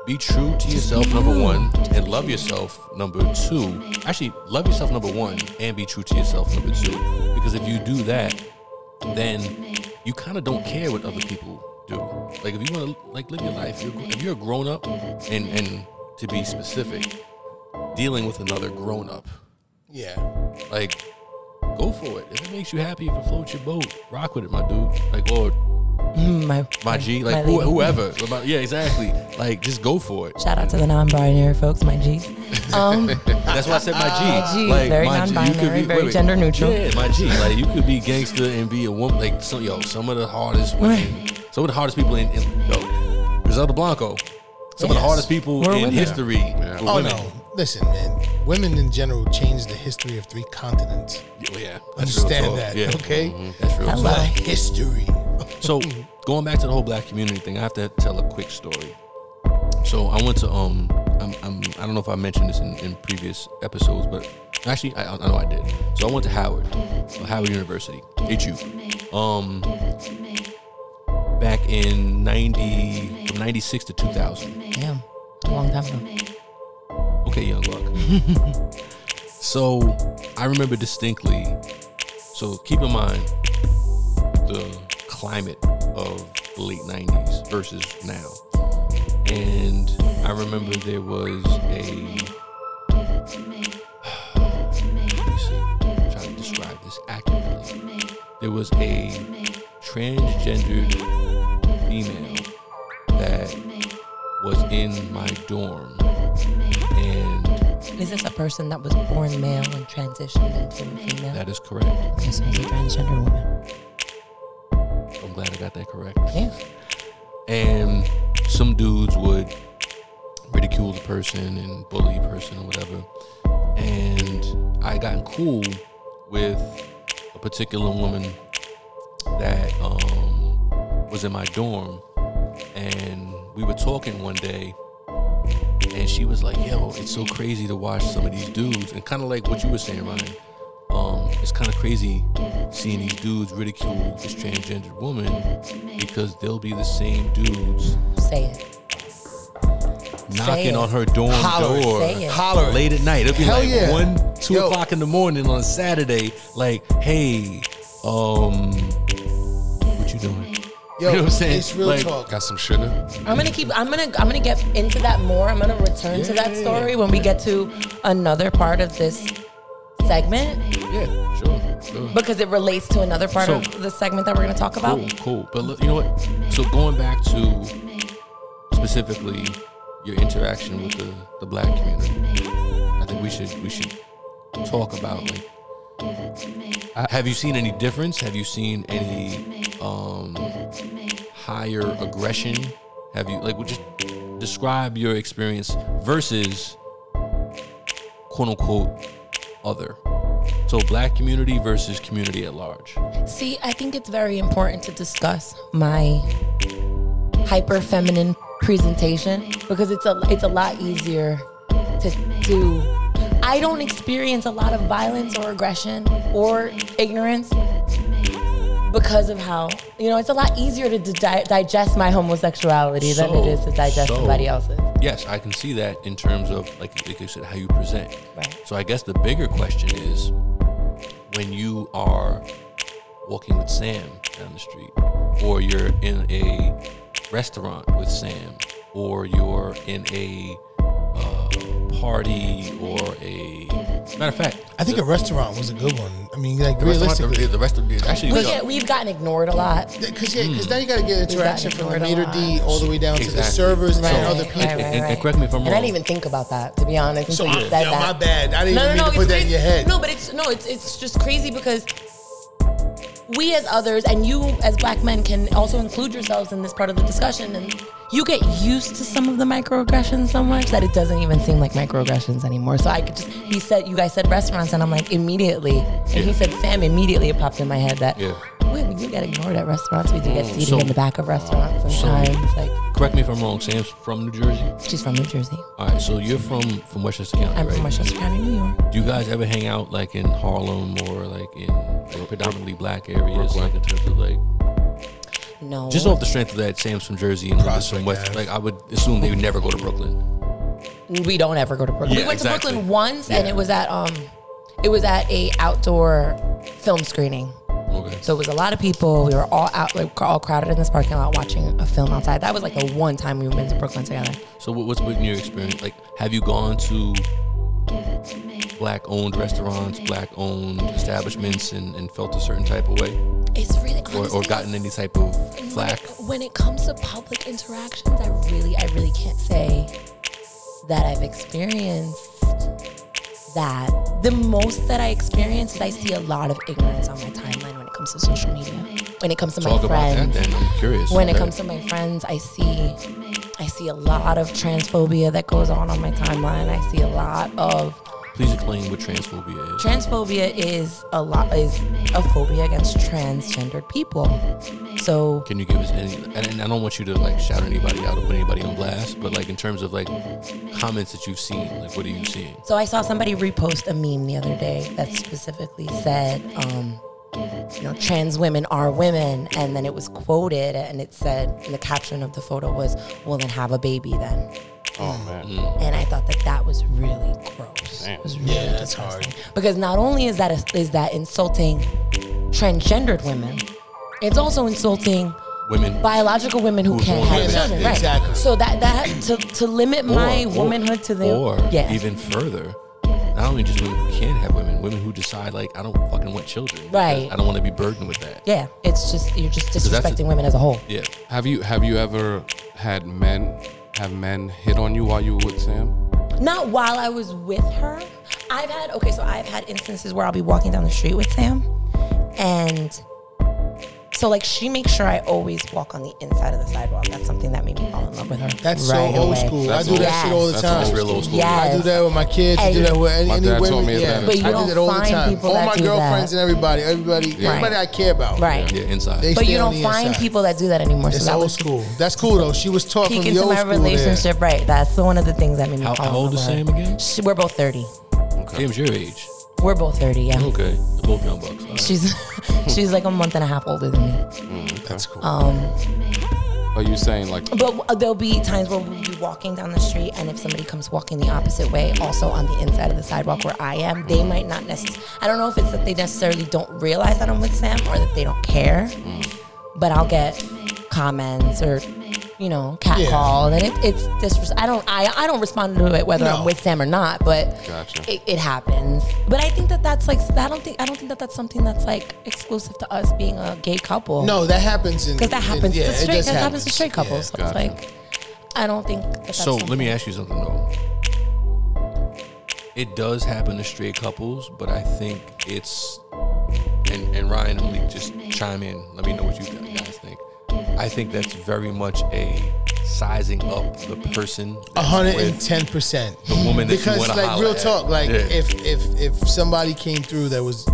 S3: be true to yourself number one and love yourself number two actually love yourself number one and be true to yourself number two because if you do that then you kind of don't care what other people do. Like if you want to like live your life, you're, if you're a grown up, and and to be specific, dealing with another grown up,
S6: Yeah.
S3: like go for it. If it makes you happy, if it floats your boat, rock with it, my dude. Like or
S4: Mm, my
S3: my G, like
S4: lady.
S3: who, whoever. My- yeah, exactly. Like just go for it.
S4: Shout out to the non-binary folks, my G. Um,
S3: That's why I said my G.
S4: G, very
S3: my G, you could
S4: non-binary, very gender neutral.
S3: Yeah, my G. Like you could be gangster and be a woman. Like so, yo, some of the hardest women, some of the hardest people in, in yo, Griselda Blanco, some of the
S4: Yes.
S3: hardest people
S4: We're
S3: in
S4: women.
S3: history. were
S6: Oh
S3: women.
S6: no. Listen, man. Women in general changed the history of three continents.
S3: Yeah, yeah, that's real
S6: Understand
S3: talk.
S6: that,
S3: Yeah.
S6: okay?
S3: Mhm, That's real.
S4: Hello.
S3: talk.
S6: The history.
S3: So going back to the whole black community thing, I have to tell a quick story. So I went to um, I'm, I'm I don't know if I mentioned this in, in previous episodes, but actually I, I know I did. So I went to Howard, uh, Howard University, HU. Um, back in ninety from ninety six to two thousand.
S4: damn, a long time ago.
S3: Okay, young buck. so I remember distinctly. So keep in mind the climate of the late 90s versus now. And I remember there was a. Let me see. I'm trying to describe this accurately. There was a transgendered female that was in my dorm. And
S4: Is this a person that was born male and transitioned into female?
S3: that is correct.
S4: this is a transgender woman.
S3: I'm glad I got that correct.
S4: Yeah.
S3: and some dudes would ridicule the person and bully the person or whatever. And I gotten cool with a particular woman that um, was in my dorm, and we were talking one day, and she was like, "Yo, it's so crazy to watch some of these dudes," and kind of like what you were saying, Ryan. Um, it's kind of crazy seeing these dudes ridicule this transgendered woman because they'll be the same dudes
S4: Say it. Say
S3: knocking
S4: it.
S3: on her dorm
S6: Holler it.
S3: door
S4: Say it.
S6: Holler it.
S3: late at night. It'll be
S6: Hell
S3: like
S6: yeah.
S3: one, two
S6: Yo.
S3: o'clock in the morning on a Saturday. Like, hey, um, what you doing?
S6: Yo,
S3: You know what I'm saying?
S6: It's real
S3: Like-
S6: talk.
S5: Got some shit in it?
S4: I'm gonna keep. I'm gonna. I'm gonna get into that more. I'm gonna return to that
S3: Yeah.
S4: story when we get to another part of this segment.
S3: Yeah, sure. sure.
S4: because it relates to another part
S3: So-
S4: of the segment that we're going to talk about.
S3: Cool, cool. But look, you know what? So going back to specifically your interaction with the, the black community, I think we should we should talk about like. uh, Have you seen any difference? Have you seen any um, higher aggression? Have you like well, just describe your experience versus quote unquote other? So black community versus community at large.
S4: See, I think it's very important to discuss my hyper feminine presentation because it's a it's a lot easier to do. I don't experience a lot of violence or aggression or ignorance because of how you know it's a lot easier to di- digest my homosexuality than
S3: So-
S4: it is to digest
S3: so-
S4: somebody else's.
S3: Yes, I can see that in terms of like like you said, how you present.
S4: Right.
S3: So I guess the bigger question is when you are walking with Sam down the street, or you're in a restaurant with Sam, or you're in a uh, party or a Matter of fact,
S6: I think a restaurant was a good one. I mean, like
S3: the restaurant, the,
S6: realistically,
S3: the rest of the actually
S4: We
S3: the-
S4: get, we've gotten ignored a lot.
S6: because yeah, because now you got to get interaction from the
S4: ignored a
S6: meter
S4: lot.
S6: D all the way down to the
S3: Exactly.
S6: servers
S4: Right,
S6: and other
S4: right,
S6: people.
S4: right,
S3: And- and
S4: right.
S3: correct me if I'm
S4: And I
S3: wrong.
S4: didn't even think about that, to be honest.
S6: So,
S4: until you
S6: I-
S4: said
S6: yeah,
S4: that.
S6: my bad. I didn't
S4: no,
S6: even
S4: no,
S6: mean
S4: no,
S6: to
S4: it's
S6: put that in
S4: crazy.
S6: your head.
S4: No, but it's no, it's it's just crazy because we as others and you as black men can also include yourselves in this part of the discussion and you get used to some of the microaggressions so much that it doesn't even seem like microaggressions anymore. So I could just he said you guys said restaurants and I'm like immediately and he said Sam immediately it popped in my head that
S3: Yeah.
S4: wait, we do get ignored at restaurants. We do get seated
S3: so-
S4: in the back of restaurants sometimes. like
S3: correct me if I'm wrong. Sam's from New Jersey.
S4: she's from New Jersey.
S3: All right, so you're from from Westchester County,
S4: I'm
S3: right?
S4: from Westchester County, New York.
S3: Do you guys ever hang out like in Harlem or like in like, predominantly black areas, like in terms of like
S4: No.
S3: just off the strength of that Sam's from Jersey and Linda's from West? Like I would assume they would never go to Brooklyn.
S4: we don't ever go to Brooklyn.
S3: Yeah,
S4: we went
S3: exactly.
S4: to Brooklyn once, and
S3: Yeah.
S4: it was at um, it was at a outdoor film screening.
S3: Okay,
S4: So it was a lot of people. We were all out, like all crowded in this parking lot watching a film outside. That was like the one time we went to Brooklyn together.
S3: so what, what's been your experience? Like, have you gone to black-owned restaurants, black-owned establishments, and, and felt a certain type of way,
S4: It's really
S3: or, or gotten any type of flack?
S4: When it comes to public interactions, I really, I really can't say that I've experienced that. The most that I experience is I see a lot of ignorance on my timeline when it comes to social media. When it comes to
S3: Talk
S4: my
S3: about that.
S4: friends,
S3: Then I'm curious.
S4: when it
S3: Okay.
S4: comes to my friends, I see I see a lot of transphobia that goes on on my timeline. I see a lot of
S3: please explain what transphobia is.
S4: transphobia is a lot is a phobia against transgendered people. So
S3: Can you give us any? And, and I don't want you to like shout anybody out or put anybody on blast, but like in terms of like comments that you've seen, like what are you seeing?
S4: so I saw somebody repost a meme the other day that specifically said um you know, trans women are women, and then it was quoted, and it said, and the caption of the photo was, "Well, then have a baby then."
S5: Oh man.
S4: and I thought that that was really gross. It was really disgusting because not only is that is that insulting transgendered women, it's also insulting
S3: Women.
S4: biological women who
S3: Who's
S4: can't
S3: born
S4: have
S3: women.
S4: children. Right.
S6: Exactly.
S4: So that that to, to limit
S3: Or-
S4: my
S3: or-
S4: womanhood to them.
S3: Or
S4: yeah.
S3: even further, not only just women who can't have women, women who decide like I don't fucking want children. because
S4: Right.
S3: I don't want to be burdened with that.
S4: yeah, it's just you're just
S3: that's
S4: disrespecting
S3: a-
S4: women as a whole.
S3: Yeah.
S5: Have you have you ever had men have men hit on you while you were with Sam?
S4: Not while I was with her. I've had okay, so I've had instances where I'll be walking down the street with Sam, and so like she makes sure I always walk on the inside of the sidewalk. That's something that made me fall in love with her.
S6: That's
S4: right
S6: so old
S4: away.
S6: school.
S5: That's
S6: I do
S4: old-
S6: that shit all the
S5: That's
S6: time.
S5: old
S3: That's real old school.
S4: Yeah.
S6: I do that with my kids. I do
S4: And-
S6: that with any,
S5: My
S6: any
S5: dad
S6: women.
S5: told me it's
S6: yeah.
S5: better.
S4: But you
S6: I
S4: don't
S6: do that all the
S4: find
S6: time.
S4: people
S6: all
S4: that
S6: my
S4: do
S6: girlfriends
S4: that.
S6: and everybody, everybody, everybody I care about.
S4: Right.
S3: Yeah. Inside.
S6: They
S4: But
S6: stay
S4: you
S6: on
S4: don't
S6: the
S4: find
S6: inside.
S4: people that do that anymore.
S6: It's
S4: so that
S6: old
S4: was
S6: school. That's cool though. She was taught from
S4: peek
S6: the
S4: into
S6: old
S4: my
S6: school.
S4: relationship. Right. That's the one of the things that made me
S3: How,
S4: fall
S3: how
S4: in love
S3: old
S4: with
S3: is
S4: her.
S3: Sam again?
S4: She- We're both thirty.
S3: Sam's your age.
S4: We're both thirty. Yeah.
S3: Okay. You're both young bucks. All right.
S4: She's she's like a month and a half older than me.
S6: That's cool.
S4: Um,
S5: Are you saying like
S4: But uh, there'll be times where we'll be walking down the street, and if somebody comes walking the opposite way, also on the inside of the sidewalk where I am, they might not necessarily. I don't know if it's that they necessarily don't realize that I'm with Sam or that they don't care. But I'll get comments or, you know, catcall, and it, it's disres- I don't. I I don't respond to it whether I'm
S6: No.
S4: with Sam or not, but
S5: Gotcha.
S4: it, it happens. But I think that that's like I don't think I don't think that that's something that's like exclusive to us being a gay couple
S6: No, that happens in
S4: because that
S6: in-
S4: happens
S6: yeah,
S4: to
S6: it
S4: straight.
S6: just
S4: That happens to straight
S6: Yeah.
S4: couples.
S5: gotcha.
S4: so it's like, I don't think. That that's
S3: So let me
S4: something-
S3: ask you something though. It does happen to straight couples, but I think it's and and Ryan and Malik just chime in. Let me know what you guys think. I think that's very much a sizing up the person. that's
S6: A hundred and
S3: with
S6: ten percent.
S3: the woman that you
S6: Because
S3: want to
S6: like real talk, like if if if somebody came through that was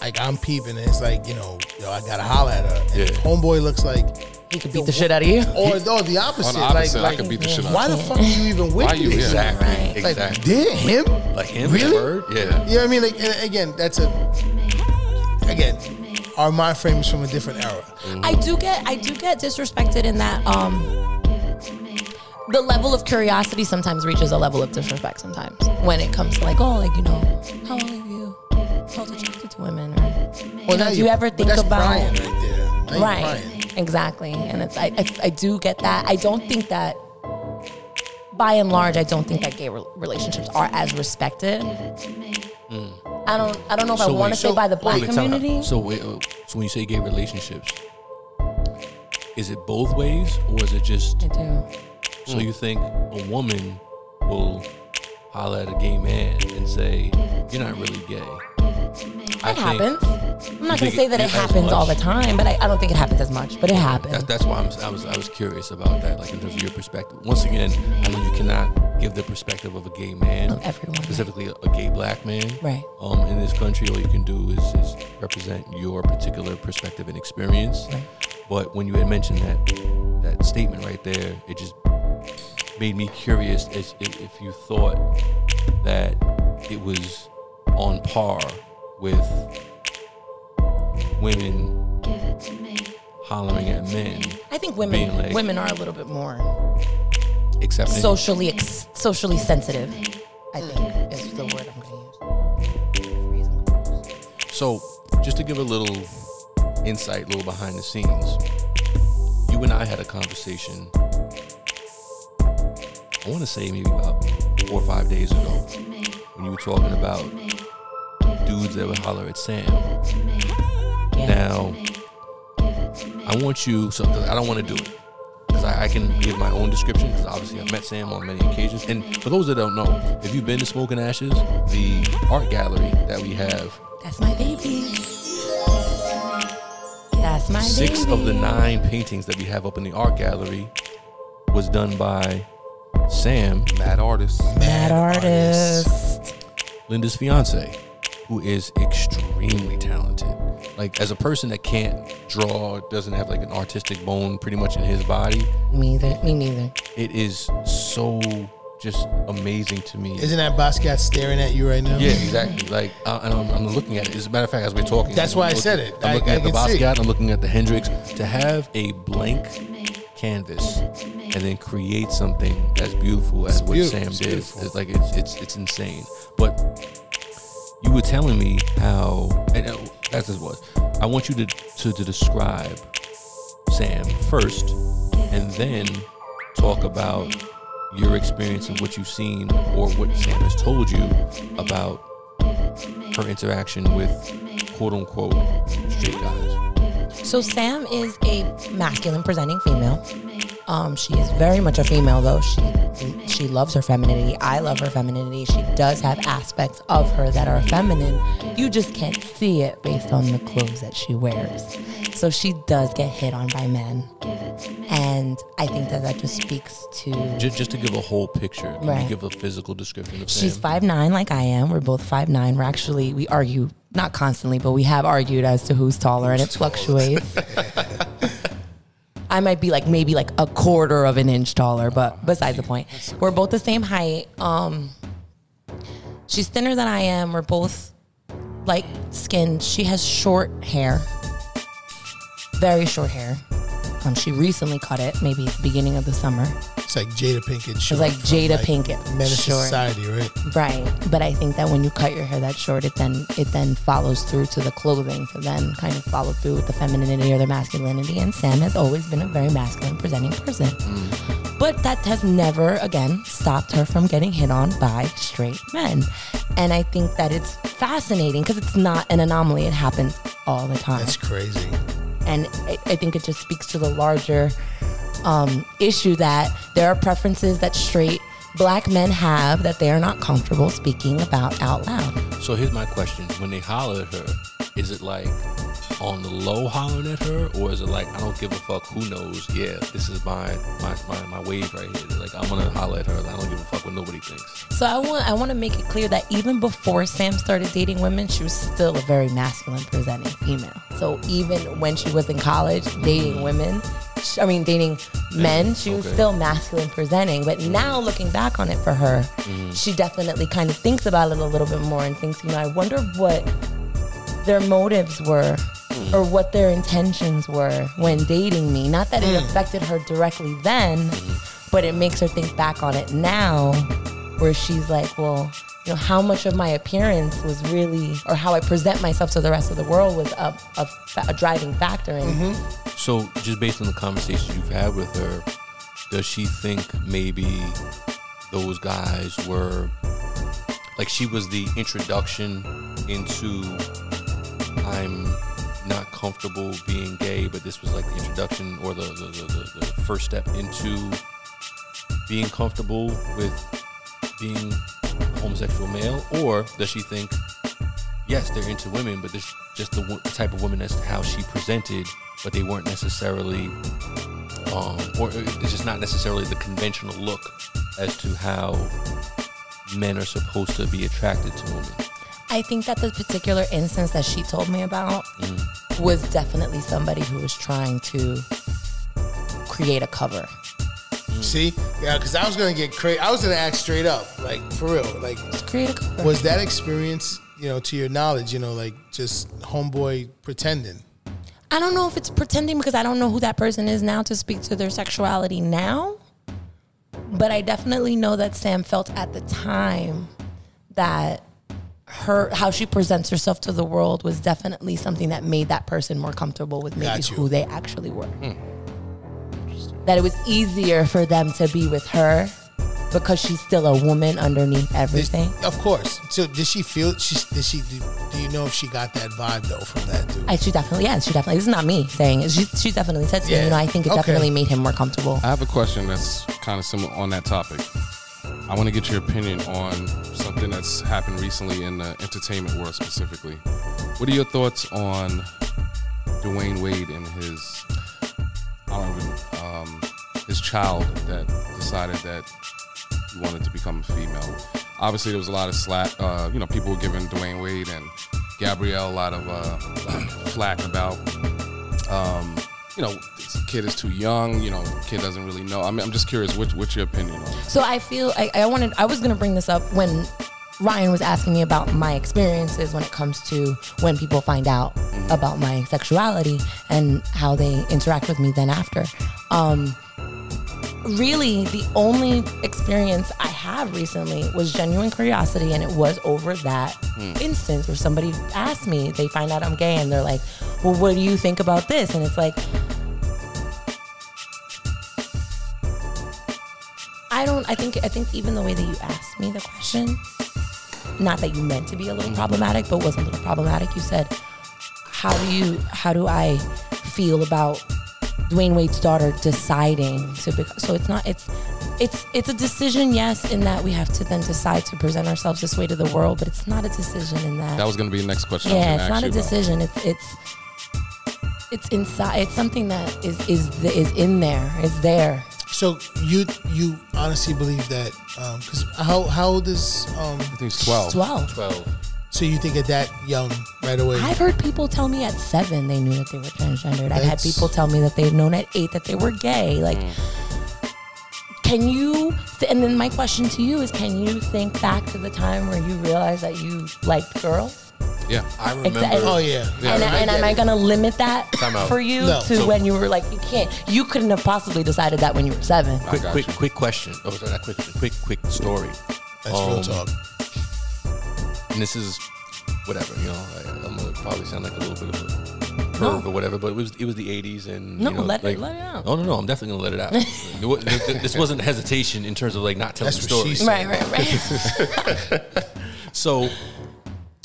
S6: like I'm peeping, and it's like you know, yo, I gotta holler at her. And
S3: Yeah.
S6: Homeboy looks like,
S4: he could beat the shit out of you.
S6: or or the opposite.
S5: on the opposite?
S6: like, like
S5: I could beat the shit out.
S6: why
S5: of
S6: the fuck are you even with
S5: Why you
S6: me?
S5: here?
S3: exactly
S4: Right.
S6: Like
S3: exactly
S6: did him?
S3: like him
S6: Really?
S3: Bird? yeah
S6: You know what I mean? Like and again, that's a again, our mind frame is from a different era.
S4: I do get, I do get disrespected in that. Um, the level of curiosity sometimes reaches a level of disrespect sometimes when it comes to like, oh, like you know, how old are you? How old attracted to women? Or,
S6: Well,
S4: know,
S6: now
S4: do you ever
S6: but
S4: think
S6: that's
S4: about-
S6: Brian right there? Now you're
S4: right
S6: Brian.
S4: exactly and it's I, I, I do get that i don't think that by and large i don't think that gay re- relationships are as respected Mm. I don't. I don't know if I
S3: So
S4: want
S3: wait,
S4: to say by the black
S3: wait, time out.
S4: community.
S3: So wait, uh, so when you say gay relationships, is it both ways or is it just
S4: I do.
S3: so you think a woman will holler at a gay man and say you're not really gay? I
S4: It happens. I'm not
S3: You
S4: gonna
S3: think
S4: say that
S3: it-
S4: it
S3: as
S4: happens all the
S3: much?
S4: time, but I, I don't think it happens as much. But it happens.
S3: That, that's why I'm, I was I was curious about that, like in terms of your perspective. Once again, I know you cannot give the perspective of a gay man,
S4: Of everyone, right.
S3: specifically a, a gay black man,
S4: Right.
S3: Um, in this country, all you can do is, is represent your particular perspective and experience.
S4: Right.
S3: But when you had mentioned that that statement right there, it just made me curious as if, if you thought that it was on par with women hollering at men,
S4: I think women
S3: Being like-
S4: women are a little bit more
S3: accepting.
S4: socially ex, socially sensitive. I think is the word I'm gonna use.
S3: So, just to give a little insight, a little behind the scenes, you and I had a conversation. I want to say maybe about four or five days ago when you were talking about dudes that would holler at Sam.
S4: Yeah.
S3: Now, I want you. So 'cause I don't want to do it because I, I can give my own description because obviously I've met Sam on many occasions. And for those that don't know, if you've been to Smoking Ashes, the art gallery that we have
S4: That's my baby. That's my
S3: Six
S4: baby.
S3: of the nine paintings that we have up in the art gallery was done by Sam,
S5: Mad artist.
S4: Mad artist.
S3: Linda's fiance, who is extremely talented. Like as a person that can't draw, doesn't have like an artistic bone pretty much in his body,
S4: Me either. Me neither.
S3: it is so just amazing to me.
S6: Isn't that Basquiat staring at you right now?
S3: yeah, exactly. Like, I, and I'm, I'm looking at it. As a matter of fact, as we're talking,
S6: That's
S3: I'm
S6: why I
S3: looking-
S6: said it.
S3: I'm
S6: I-
S3: looking
S6: I
S3: at the
S6: can see.
S3: Basquiat. I'm looking at the Hendrix. To have a blank canvas and then create something as beautiful as what
S6: beautiful.
S3: Sam
S6: It's
S3: did,
S6: beautiful.
S3: it's like it's, it's it's insane. But you were telling me how, and uh, that's just what I want you to, to to describe Sam first, and then talk about your experience and what you've seen or what Sam has told you about her interaction with quote unquote straight guys.
S4: So Sam is a masculine presenting female. Um, she is very much a female though. She she loves her femininity. I love her femininity. She does have aspects of her that are feminine. You just can't see it based on the clothes that she wears. So she does get hit on by men, and I think that that just speaks to
S3: Just, just to give a whole picture, can
S4: Right.
S3: you give a physical description of
S4: She's
S3: Sam?
S4: five nine, like I am. We're both five nine. We're actually we argue not constantly, but we have argued as to who's taller, and it fluctuates. I might be like maybe like a quarter of an inch taller, but besides the point, we're both the same height. Um, she's thinner than I am. We're both light skinned. She has short hair, very short hair. Um, she recently cut it, maybe at the beginning of the summer.
S6: It's like Jada Pinkett.
S4: It's
S6: short
S4: like
S6: from,
S4: Jada Pinkett.
S6: Men in
S4: short.
S6: Society, right?
S4: Right, but I think that when you cut your hair that short, it then it then follows through to the clothing to then kind of follow through with the femininity or the masculinity. And Sam has always been a very masculine presenting person, but that has never again stopped her from getting hit on by straight men. And I think that it's fascinating because it's not an anomaly; it happens all the time
S6: That's crazy.
S4: and I, I think it just speaks to the larger um, issue that there are preferences that straight black men have that they are not comfortable speaking about out loud.
S3: so here's my question: When they holler at her, is it like on the low hollering at her, or is it like I don't give a fuck? Who knows? Yeah, this is my my my, my wave right here. Like I'm gonna holler at her. Like, I don't give a fuck what nobody thinks.
S4: So I want I want to make it clear that even before Sam started dating women, she was still a very masculine presenting female. So even when she was in college dating women, sh I mean dating men, she was
S3: Okay.
S4: still masculine presenting. But now looking back on it for her, she definitely kind of thinks about it a little bit more and thinks, you know, I wonder what their motives were or what their intentions were when dating me. Not that it affected her directly then, but it makes her think back on it now where she's like, well, you know, how much of my appearance was really, or how I present myself to the rest of the world was a, a, fa- a driving factor in
S3: So, just based on the conversations you've had with her, does she think maybe those guys were like she was the introduction into I'm not comfortable being gay, but this was like the introduction or the the, the, the, the first step into being comfortable with being a homosexual male, or does she think yes they're into women, but there's just the wo- type of woman that's how she presented, but they weren't necessarily um, or it's just not necessarily the conventional look as to how men are supposed to be attracted to women.
S4: I think that the particular instance that she told me about was definitely somebody who was trying to create a cover.
S7: See, yeah, because I was gonna get crazy. I was gonna act straight up, like for real. Like,
S4: Create a cover.
S7: was that experience, you know, to your knowledge, you know, like just homeboy pretending?
S4: I don't know if it's pretending because I don't know who that person is now to speak to their sexuality now. But I definitely know that Sam felt at the time that her how she presents herself to the world was definitely something that made that person more comfortable with maybe
S7: Got you. Hmm.
S4: who they actually were. That it was easier for them to be with her because she's still a woman underneath
S7: Did-
S4: everything.
S7: Of course. So, did she feel? She did she? Do, do you know if she got that vibe though from that dude?
S4: I, she definitely, yeah, she definitely. This is not me saying. it. She, she definitely said to
S7: Yeah.
S4: me, you know, I think it
S7: Okay.
S4: definitely made him more comfortable.
S5: I have a question that's kind of similar on that topic. I want to get your opinion on something that's happened recently in the entertainment world specifically. What are your thoughts on Dwayne Wade and his, I don't even, um, his child that decided that he wanted to become a female? Obviously, there was a lot of slack. Uh, you know, people were giving Dwayne Wade and Gabrielle a lot of uh, flack about um, you know, this kid is too young. You know, kid doesn't really know. I mean, I'm just curious. What, what's your opinion on? it?
S4: So I feel I, I wanted I was gonna bring this up when Ryan was asking me about my experiences when it comes to when people find out about my sexuality and how they interact with me then after. Um, really, the only experience I have recently was genuine curiosity, and it was over that instance where somebody asked me, they find out I'm gay, and they're like, Well, what do you think about this? And it's like, I don't. I think. I think even the way that you asked me the question, not that you meant to be a
S5: Mm-hmm.
S4: little problematic, but was a little problematic. You said, "How do you? How do I feel about Dwayne Wade's daughter deciding to?" Bec- so it's not. It's. It's it's a decision, yes, in that we have to then decide to present ourselves this way to the world, but it's not a decision in that.
S5: That was going to be the next question.
S4: yeah,
S5: I was
S4: it's
S5: gonna
S4: not a
S5: ask you about.
S4: decision. It's it's it's inside. It's something that is is th- is in there. It's there.
S7: So you you honestly believe that? Because how how old is? Um,
S5: I think it's 12.
S4: Twelve.
S3: Twelve.
S7: so you think at that young right away?
S4: I've heard people tell me at seven they knew that they were transgendered. I've had
S7: That's-
S4: people tell me that they've known at eight that they were gay. Like, can you? And then my question to you is, can you think back to the time where you realized that you liked girls?
S5: Yeah.
S3: I remember.
S7: oh yeah.
S4: and
S7: I
S4: and
S7: get
S4: am I
S7: it.
S4: going to limit that
S3: Time out.
S4: for you
S7: No.
S4: to
S3: So-
S4: when you were like, you can't, you couldn't have possibly decided that when you were seven?
S3: quick,
S5: got
S3: quick,
S5: you.
S3: quick question. Oh, sorry, not quick, quick, quick story.
S7: That's real talk.
S3: And this is whatever you know. I, I'm gonna probably sound like a little bit of a perv or whatever, but it was it was the '80s and
S4: No,
S3: you know,
S4: let it-
S3: like- Oh,
S4: let it out.
S3: No, no, no. I'm definitely gonna let it out. It wa- this wasn't hesitation in terms of like not telling
S7: That's
S3: the
S7: what
S3: story.
S7: she said.
S4: Right, right, right.
S3: So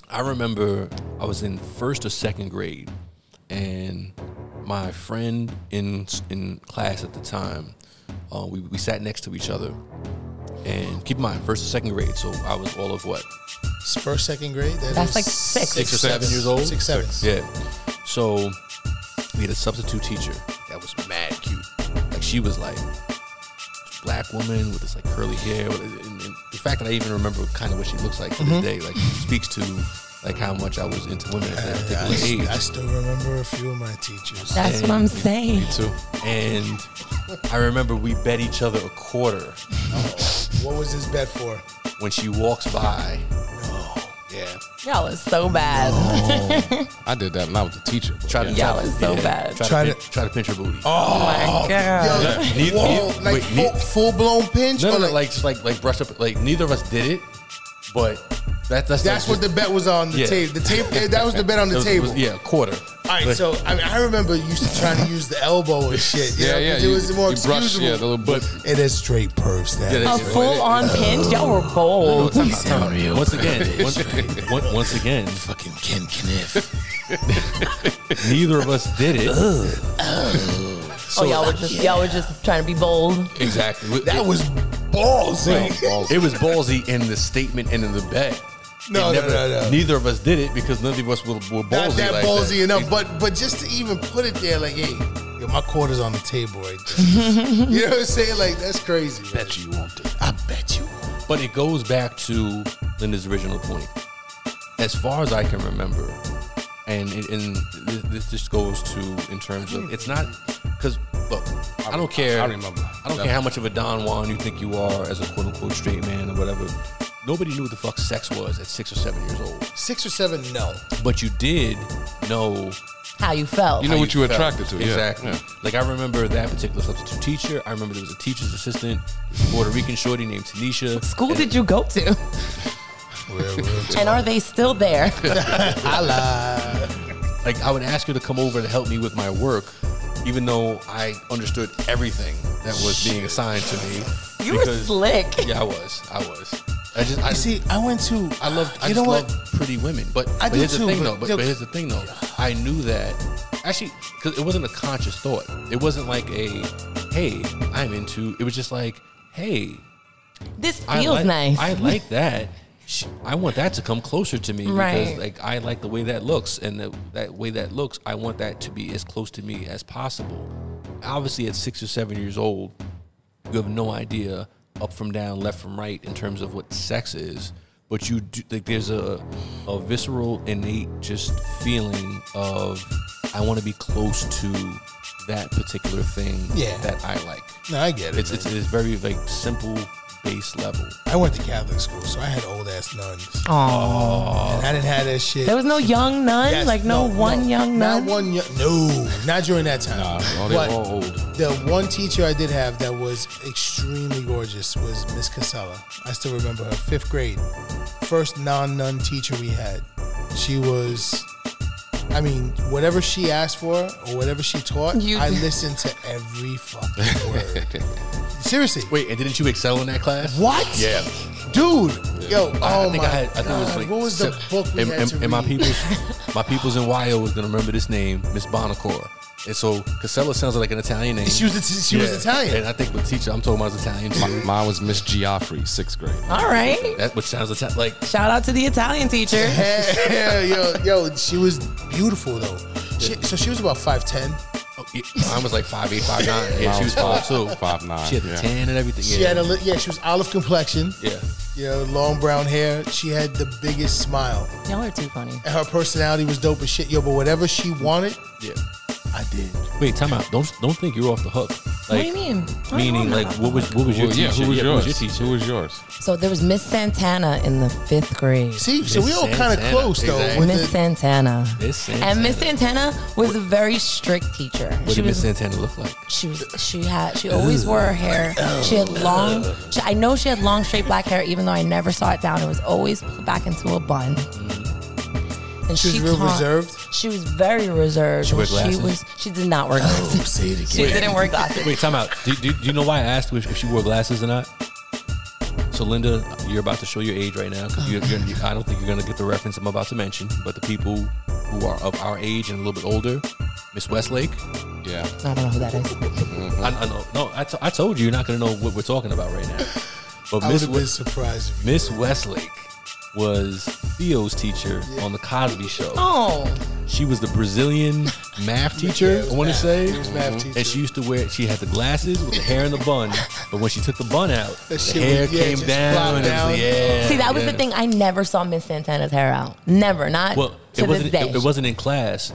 S3: I remember I was in first or second grade, and my friend in in class at the time, uh, we, we sat next to each other. And keep in mind, first or second grade, so I was all of what?
S7: It's First second grade. That
S4: That's
S7: is
S4: like six.
S3: Six or seven years old?
S7: Six seven.
S3: Yeah. So we had a substitute teacher that was mad cute. Like she was like black woman with this like curly hair. And, and the fact that I even remember kind of what she looks like to
S7: Mm-hmm.
S3: this day, like speaks to like how much I was into women at that
S7: I,
S3: particular age.
S7: Uh, I still remember a few of my teachers.
S4: That's what I'm saying.
S5: Two.
S3: and I remember we bet each other a quarter
S7: What was this bet for?
S3: when she walks by. Yeah.
S4: Y'all is so bad.
S5: I did that, and I was a teacher. but
S3: Try to
S4: Y'all is so
S3: yeah,
S4: bad.
S3: Try,
S7: Try
S3: to,
S7: to-
S3: pinch, try to pinch her booty.
S4: Oh my god.
S3: Neither-
S7: Whoa,
S3: neither-
S7: like
S3: wait,
S7: full,
S3: neither-
S7: full blown pinch.
S3: No,
S7: or
S3: no, like, just like like brush up. Like neither of us did it, but that, that's
S7: that's
S3: like
S7: what the
S3: just-
S7: bet was on the
S3: Yeah.
S7: table. The table that was the bet on
S3: it
S7: the
S3: was- it
S7: table.
S3: was- yeah, a quarter.
S6: All right, so I, mean, I remember you used to trying to use the elbow and shit. You
S5: Yeah,
S6: know,
S5: yeah,
S6: 'cause
S5: you-
S6: It was more
S5: you brush,
S6: excusable.
S5: yeah, the little-
S6: but it is straight pervs. That
S3: Yeah,
S4: A
S3: that's-
S4: full on pinch? Y'all were bold.
S3: Once again, once, once, once again,
S8: Fucking Ken Kniff.
S3: neither of us did it.
S4: oh, y'all were just y'all were just trying to be bold.
S3: Exactly.
S6: that was balls.
S3: It was ballsy in the statement and in the bet.
S6: No,
S3: It
S6: no, no, no.
S3: Neither of us did it because none of us were, were ballsy
S6: Not that
S3: like
S6: ballsy
S3: that.
S6: enough, but but just to even put it there, like, hey, yo, my quarter's on the table right there. you know what I'm saying? Like that's crazy. man.
S8: Bet you won't do
S6: I bet you.
S3: But it goes back to Linda's original point. As far as I can remember, and it, and this, this just goes to in terms of it's not because look, I, don't care.
S5: I remember.
S3: I don't care how much of a Don Juan you think you are as a quote unquote straight man or whatever. Nobody knew what the fuck sex was at six or seven years old,
S6: Six or seven? No.
S3: but you did know
S4: How you felt.
S5: You know
S3: how
S5: what you
S3: felt.
S5: attracted to, yeah,
S3: Exactly.
S5: yeah.
S3: Like I remember that particular substitute teacher. I remember there was a teacher's assistant, this Puerto Rican shorty named Tanisha.
S4: school did you go to? and are they still there?
S3: Like I would ask her to come over to help me with my work, even though I understood everything that was being assigned to me.
S4: You were slick.
S3: Yeah, I was. I was. I just. I
S6: You see, I went to.
S3: I loved. I just
S6: you know what?
S3: love pretty women, but
S6: I
S3: but
S6: do
S3: here's the
S6: too,
S3: thing
S6: but-
S3: though. But, but here's the thing though. I knew that actually because it wasn't a conscious thought. It wasn't like a hey, I'm into. It was just like hey,
S4: This feels
S3: I like,
S4: nice.
S3: I like that. Sh- I want that to come closer to me
S4: Right.
S3: because like I like the way that looks, and the, that way that looks, I want that to be as close to me as possible. Obviously, at six or seven years old, you have no idea up from down, left from right in terms of what sex is. But you do, like there's a a visceral innate just feeling of I want to be close to that particular thing
S6: Yeah.
S3: that I like.
S6: No, I get it.
S3: It's it's, it's very like simple base level.
S6: I went to Catholic school, so I had old ass nuns.
S4: Aw.
S6: And I didn't have that shit.
S4: There was no young nun,
S6: Yes,
S4: like no, one young nun.
S6: Not one young. No, not during that time.
S5: Nah, all they were
S6: But
S5: all old.
S6: The one teacher I did have that was extremely gorgeous was Miss Casella. I still remember her. Fifth grade, first non-nun teacher we had. She was, I mean, whatever she asked for or whatever she taught,
S4: You
S6: I
S4: did.
S6: listened to every fucking word. Seriously,
S3: Wait, and didn't you excel in that class?
S6: what?
S3: Yeah.
S6: dude. Yo, oh
S3: I, I think
S6: my
S3: I had. I think it was
S6: God,
S3: like
S6: what was the
S3: sep-
S6: book we
S3: and,
S6: had
S3: and-
S6: to
S3: and my
S6: read?
S3: people's, my people's in YO was gonna remember this name, Miss Bonacore. And so Casella sounds like an Italian name.
S6: She was she was Italian.
S3: And I think with teacher, I'm told mine was Italian too.
S5: Mine was Miss Geoffrey, sixth grade.
S4: All right.
S3: that which sounds Ita- like
S4: Shout out to the Italian teacher.
S6: yeah, yo, yo, she was beautiful though. She, so she was about five ten.
S3: oh, yeah, mine was like five eight five nine. Yeah,
S5: Mine
S3: she was
S5: was
S3: five
S5: five-
S3: too.
S5: five nine,
S3: She had the
S5: yeah.
S3: tan and everything.
S6: She
S3: yeah.
S6: had a li- yeah, she was olive complexion.
S3: yeah.
S6: You know, long brown hair. She had the biggest smile,
S4: Y'all are too funny.
S6: and her personality was dope as shit, yo. But whatever she wanted,
S3: Yeah.
S6: I did.
S3: Wait, time out. Don't don't think you're off the hook.
S4: What
S3: Like,
S4: do you mean? I
S3: Meaning,
S4: don't know
S3: like,
S4: about
S3: what
S4: that.
S3: was what was your
S5: Well,
S3: teacher?
S5: yeah, who was
S3: Yeah,
S5: yours?
S3: your teacher?
S5: Who was yours?
S4: So there was Miss Santana in the fifth grade.
S6: See, so we all kind of
S3: Santana,
S6: close though.
S3: exactly.
S6: with
S4: Miss
S6: the-
S4: Santana.
S3: Miss Santana.
S4: And Miss Santana was a very strict teacher.
S3: What
S4: she
S3: did Miss
S4: was
S3: Santana look like?
S4: she was she had she always wore her hair. She had long. She, I know she had long straight black hair, even though I never saw it down. It was always pulled back into a bun. And
S6: She was real reserved?
S4: She was very reserved.
S3: She wear
S4: and
S3: glasses? Oh,
S4: was. She did not wear glasses. She didn't wear glasses.
S3: Wait, time out. Do, do, do you know why I asked if she wore glasses or not? So, Linda, you're about to show your age right now because you're, you're, I don't think you're going to get the reference I'm about to mention. But the people who are of our age and a little bit older, Miss Westlake,
S5: Yeah.
S4: I don't know who that is.
S3: I, I know. No, I, to- I told you you're not going to know what we're talking about right now. But
S6: I would
S3: Miss
S6: have been
S3: Wes-
S6: surprised. If you
S3: Miss
S6: were.
S3: Westlake was Theo's teacher on the Cosby Show.
S4: Oh,
S3: She was the Brazilian math
S6: Yeah,
S3: teacher.
S6: it was
S3: I want to
S6: math.
S3: say. Mhm.
S6: It was math teacher.
S3: And she used to wear. She had the glasses with the hair in the bun, but when she took the bun out, the
S6: shit
S3: hair
S6: was- yeah,
S3: came
S6: just
S3: down.
S6: flopped
S3: And it was,
S6: down.
S3: like, yeah.
S4: see, that was
S3: yeah.
S4: the thing. I never saw Miss Santana's hair out. Never, not
S3: Well,
S4: to
S3: it
S4: this
S3: wasn't.
S4: day.
S3: It, it wasn't in class.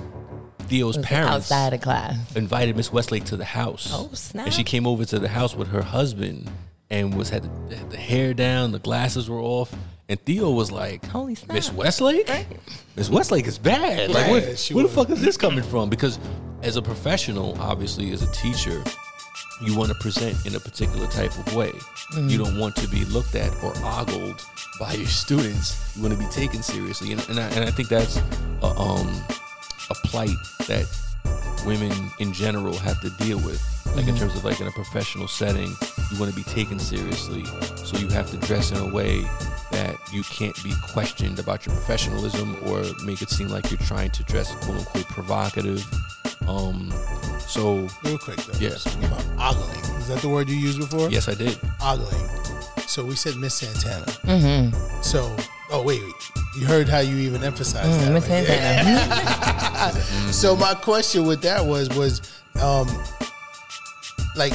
S3: Theo's
S4: It was
S3: parents
S4: outside of class.
S3: invited Miss Westlake to the house.
S4: Oh, snap.
S3: And she came over to the house with her husband and was had the, had the hair down, the glasses were off, and Theo was like,
S4: Holy snap.
S3: Miss Westlake? Miss Westlake is bad. Like,
S6: Yeah,
S3: what,
S6: she
S3: where the
S6: was.
S3: fuck is this coming from? Because as a professional, obviously, as a teacher, you want to present in a particular type of way.
S4: Mm-hmm.
S3: You don't want to be looked at or ogled by your students. You want to be taken seriously, and, and, I, and I think that's a, um, a plight that women in general have to deal with. Like
S6: Mm-hmm.
S3: in terms of like in a professional setting, you want to be taken seriously, so you have to dress in a way that you can't be questioned about your professionalism or make it seem like you're trying to dress quote unquote provocative. Um, so
S6: Real quick though.
S3: Yes.
S6: Speaking about ogling. Is that the word you used before?
S3: yes, I did.
S6: Ogling. So we said Miss Santana. Mm-hmm. So oh wait, wait. You heard how you even emphasized that.
S4: Mm, Miss
S6: right there.
S4: Santana.
S6: So my question with that was was um like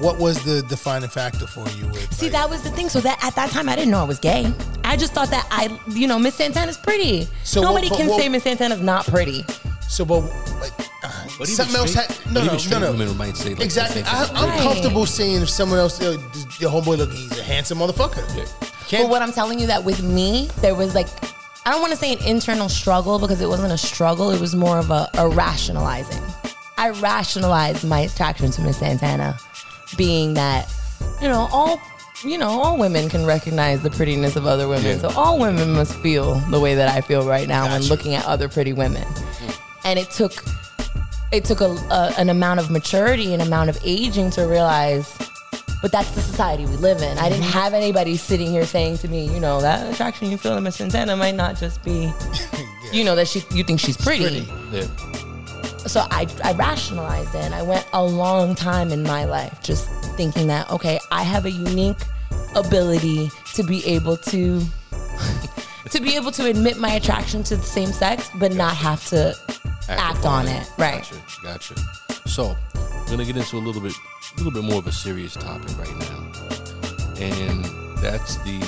S6: what was the defining factor for you with
S4: See,
S6: like,
S4: that was the thing. So that at that time, I didn't know I was gay. I just thought that I, you know, Miss Santana's pretty.
S6: So
S4: Nobody
S6: what- but
S4: can
S6: what-
S4: say Miss Santana's not pretty.
S6: so but like uh,
S3: But even
S6: something else
S3: straight-
S6: had no
S3: but
S6: no
S3: even straight
S6: no, no.
S3: women might say like,
S6: exactly
S3: they think
S6: I,
S3: it's
S6: I'm
S4: Right.
S6: comfortable seeing if someone else uh, your homeboy look he's a handsome motherfucker
S4: But
S6: Can't-
S4: what I'm telling you that with me, there was like, I don't want to say an internal struggle because it wasn't a struggle. It was more of a, a rationalizing. I rationalized my attraction to Miss Santana, being that, you know, all, you know, all women can recognize the prettiness of other women. So
S3: Yeah.
S4: all women must feel the way that I feel right now when looking at other pretty women. And it took it took a, a an amount of maturity and amount of aging to realize but that's the society we live in. I didn't have anybody sitting here saying to me, you know, that attraction you feel to Miss Santana might not just be, you know, that she you think she's pretty.
S3: Yeah.
S4: So I, I rationalized it and I went a long time in my life just thinking that, okay, I have a unique ability to be able to to be able to admit my attraction to the same sex but not have to act,
S3: upon
S4: on it. Right.
S3: Gotcha. Gotcha. So we're gonna get into a little bit, a little bit more of a serious topic right now, and that's the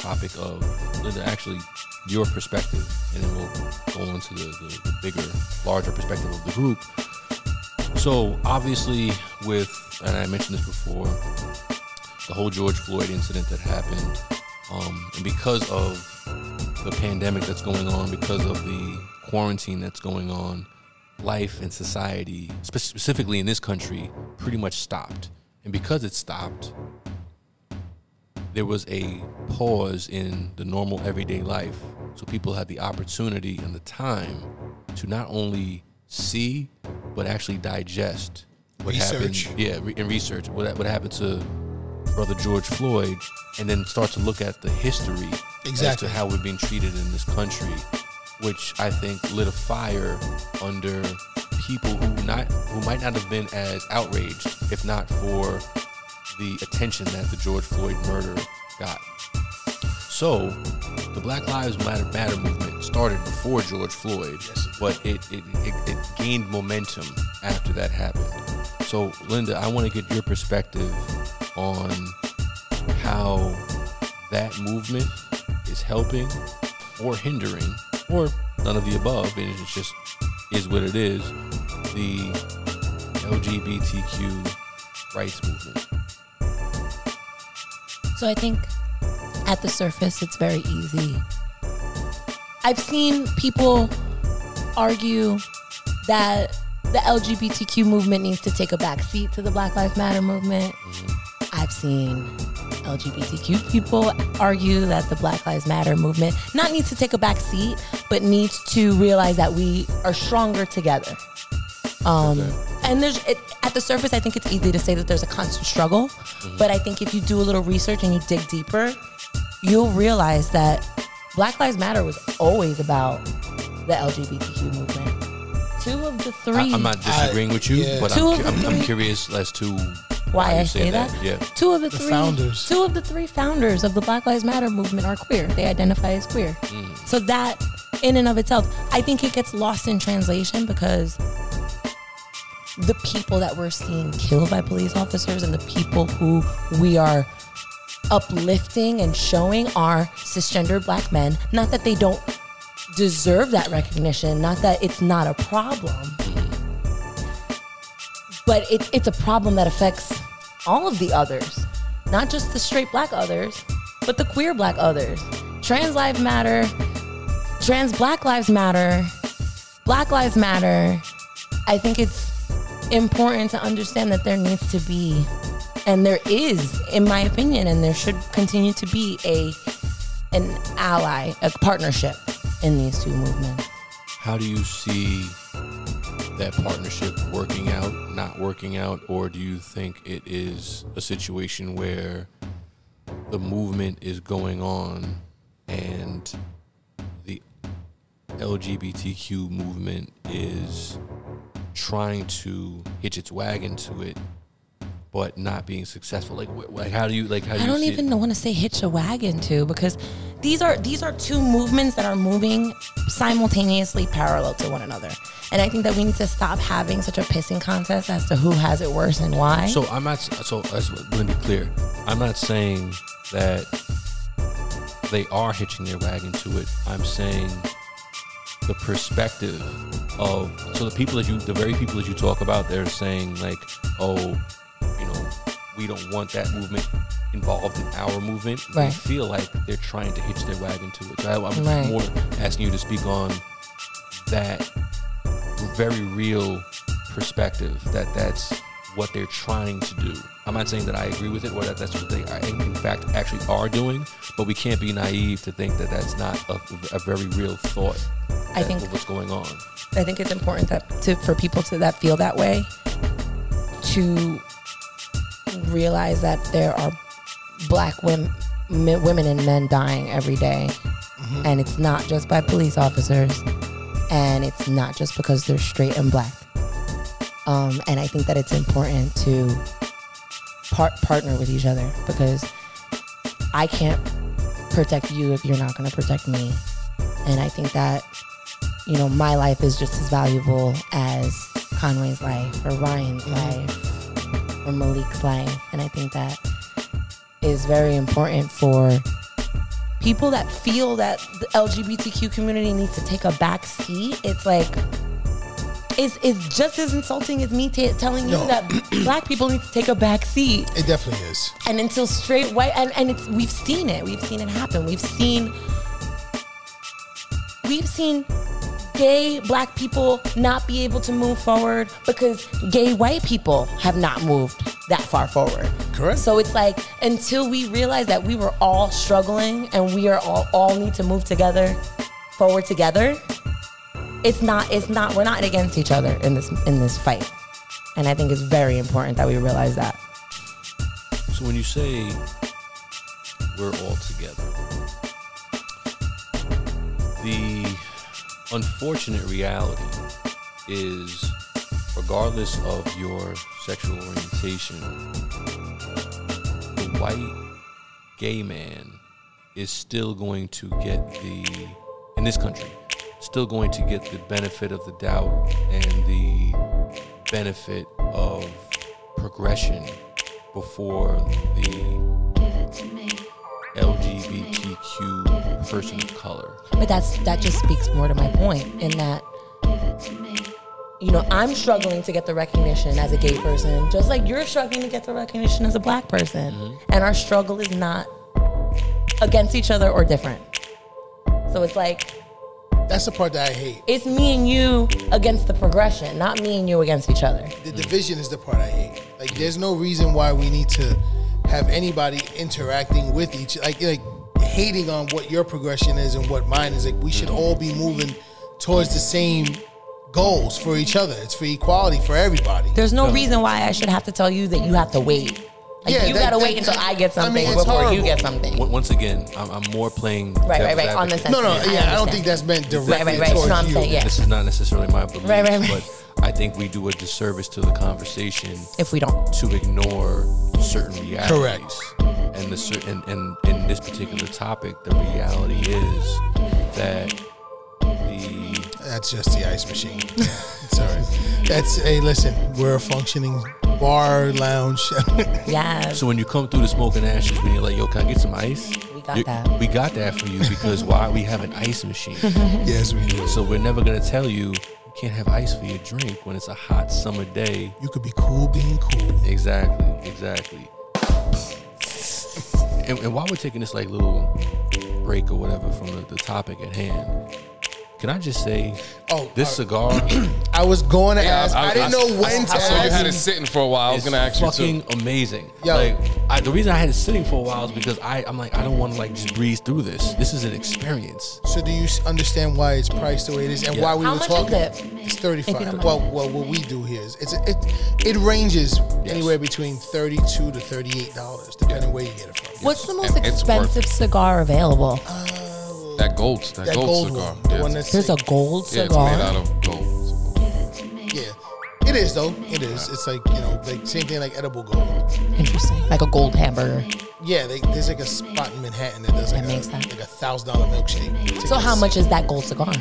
S3: topic of Linda, actually your perspective, and then we'll go on to the, the, the bigger, larger perspective of the group. So obviously, with and I mentioned this before, the whole George Floyd incident that happened, um, and because of the pandemic that's going on, because of the quarantine that's going on, life and society, spe- specifically in this country, pretty much stopped. And because it stopped, there was a pause in the normal everyday life. So people had the opportunity and the time to not only see, but actually digest what
S6: Research.
S3: happened. Yeah, re- and research what, what happened to brother George Floyd, and then start to look at the history as to
S6: Exactly.
S3: how we're being treated in this country, which I think lit a fire under people who not who might not have been as outraged if not for the attention that the George Floyd murder got. So, the Black Lives Matter, Matter movement started before George Floyd, but it it, it it gained momentum after that happened. So, Linda, I want to get your perspective on how that movement is helping or hindering, or none of the above. and It just is what it is. The LGBTQ rights movement.
S4: So I think at the surface, it's very easy. I've seen people argue that the LGBTQ movement needs to take a back seat to the Black Lives Matter movement. I've seen LGBTQ people argue that the Black Lives Matter movement not needs to take a back seat, but needs to realize that we are stronger together. Um, And there's it, at the surface, I think it's easy to say that there's a constant struggle,
S3: Mm-hmm.
S4: but I think if you do a little research and you dig deeper, you'll realize that Black Lives Matter was always about the LGBTQ movement. Two of the
S3: I,
S4: three.
S3: am not disagreeing with you,
S6: yeah.
S3: but
S4: Two
S3: I'm,
S4: of
S3: cu-
S4: the
S3: I'm, I'm
S4: three-
S3: curious as to
S4: why
S3: you
S4: I say that.
S3: Yeah.
S4: Two of the, three
S6: founders.
S4: Two of the three founders of the Black Lives Matter movement are queer. They identify as queer. So that in and of itself, I think it gets lost in translation because the people that we're seeing killed by police officers and the people who we are uplifting and showing are cisgender black men. Not that they don't deserve that recognition, not that it's not a problem, but it, it's a problem that affects all of the others, not just the straight black others, but the queer black others. Trans lives matter, trans black lives matter, black lives matter. I think it's important to understand that there needs to be, and there is, in my opinion, and there should continue to be a an ally, a partnership in these two movements.
S3: How do you see that partnership working out, not working out, or do you think it is a situation where the movement is going on and the LGBTQ movement is trying to hitch its wagon to it, but not being successful? Like, wh- like how do you like? How do
S4: I
S3: you
S4: don't
S3: see it?
S4: even want to say hitch a wagon to because these are these are two movements that are moving simultaneously parallel to one another. And I think that we need to stop having such a pissing contest as to who has it worse and why.
S3: So I'm not. So let's, let me be clear. I'm not saying that they are hitching their wagon to it. I'm saying the perspective of so the people that you, the very people that you talk about, they're saying like, oh, you know, we don't want that movement involved in our movement. They
S4: Right.
S3: feel like they're trying to hitch their wagon to it. So I, I'm
S4: Right.
S3: more asking you to speak on that very real perspective that that's what they're trying to do. I'm not saying that I agree with it or that that's what they are, in fact actually are doing, but we can't be naive to think that that's not a, a very real thought.
S4: I
S3: that-
S4: think-
S3: of what's going on.
S4: I think it's important that to for people to that feel that way to realize that there are black women men, women and men dying every day. and it's not just by police officers and it's not just because they're straight and black um, and i think that it's important to part- partner with each other because i can't protect you if you're not going to protect me and i think that you know my life is just as valuable as conway's life or ryan's life or malik's life and i think that is very important for people that feel that the LGBTQ community needs to take a back seat, it's like it's, it's just as insulting as me t- telling you
S6: No.
S4: that black people need to take a back seat
S6: It definitely is.
S4: and until straight white and, and it's we've seen it we've seen it happen we've seen we've seen gay black people not be able to move forward because gay white people have not moved that far forward
S6: Correct.
S4: so it's like until we realize that we were all struggling and we are all all need to move together forward together it's not it's not we're not against each other in this in this fight and i think it's very important that we realize that
S3: So when you say we're all together, the unfortunate reality is, regardless of your sexual orientation, the white gay man is still going to get the, in this country, still going to get the benefit of the doubt and the benefit of progression before the
S2: Give it to me.
S3: LGBTQ person of color.
S4: But that's that just speaks more to my point in that
S2: Give it to me.
S4: you know I'm struggling to get the recognition as a gay person, just like you're struggling to get the recognition as a black person,
S6: Mm-hmm.
S4: and our struggle is not against each other or different. So it's like
S6: That's the part that I hate.
S4: it's me and you against the progression, not me and you against each other.
S6: The division is the part I hate. Like, there's no reason why we need to have anybody interacting with each, like, like hating on what your progression is and what mine is. Like, we should all be moving towards the same goals for each other. It's for equality for everybody.
S4: There's no reason why I should have to tell you that you have to wait. Like
S6: Yeah,
S4: you
S6: that-
S4: gotta
S6: that-
S4: wait until
S6: that-
S4: I get
S6: I mean,
S4: something
S6: it's
S4: before you
S6: horrible.
S4: get something.
S3: Wa- Once again, I'm, I'm more playing.
S4: Right, right,
S3: devil's
S4: right, on the
S3: advocate.
S4: sense-
S6: No, no,
S4: I
S6: yeah, I don't
S4: understand.
S6: think that's meant directly
S4: Right, right, right.
S6: towards
S4: No, I'm
S6: you.
S4: saying, yeah.
S3: This is not necessarily my belief,
S4: Right, right, right.
S3: but I think we do a disservice to the conversation
S4: If we don't,
S3: to ignore certain realities.
S2: Correct.
S3: And the cer- and, and in this particular topic, the reality is that the
S6: That's just the ice machine. Sorry. That's hey, listen. We're a functioning bar lounge.
S4: yes,
S3: So when you come through the smoke and ashes, when you're like, "Yo, can I get some ice?"
S4: We got
S3: You-
S4: that.
S3: We got that for you because why? We have an ice machine,
S6: yes, we do.
S3: so we're never gonna tell you you can't have ice for your drink when it's a hot summer day.
S6: You could be cool being cool.
S3: Exactly, exactly. And, and while we're taking this like little break or whatever from the, the topic at hand, Can I just say,
S6: Oh,
S3: this cigar
S6: I was going to
S5: Yeah,
S6: ask. I, didn't know when to
S5: I saw you
S6: ask.
S5: had it sitting for a while. I was
S3: is
S5: gonna ask you
S3: fucking
S5: too.
S3: amazing.
S6: Yo.
S3: Like, I, the reason I had it sitting for a while is because I, I'm like, I don't want to like just breeze through this. This is an experience.
S6: so do you s- understand why it's priced the way it is and why we
S4: How
S6: were
S4: much is
S6: talking?
S4: it?
S6: It's
S4: If you don't
S6: thirty-five.
S4: mind.
S6: Well, well, what we do here is it's it it ranges anywhere between thirty-two to thirty-eight dollars, depending where you get it from.
S4: What's the most
S5: And it's worth
S4: expensive cigar available?
S5: That gold, that,
S6: That
S5: gold,
S6: gold
S5: cigar.
S6: one, the
S5: yeah,
S6: one
S5: it's-
S6: that's
S4: There's a gold
S5: yeah, it's made out
S4: cigar.
S5: of gold.
S6: yeah. It is though. It is. It's like you know, like same thing like edible gold.
S4: Interesting. Like a gold hamburger.
S6: Yeah, they, there's like a spot in Manhattan that does like
S4: That
S6: a,
S4: makes sense.
S6: like a thousand dollar milkshake.
S4: So how much is that gold cigar?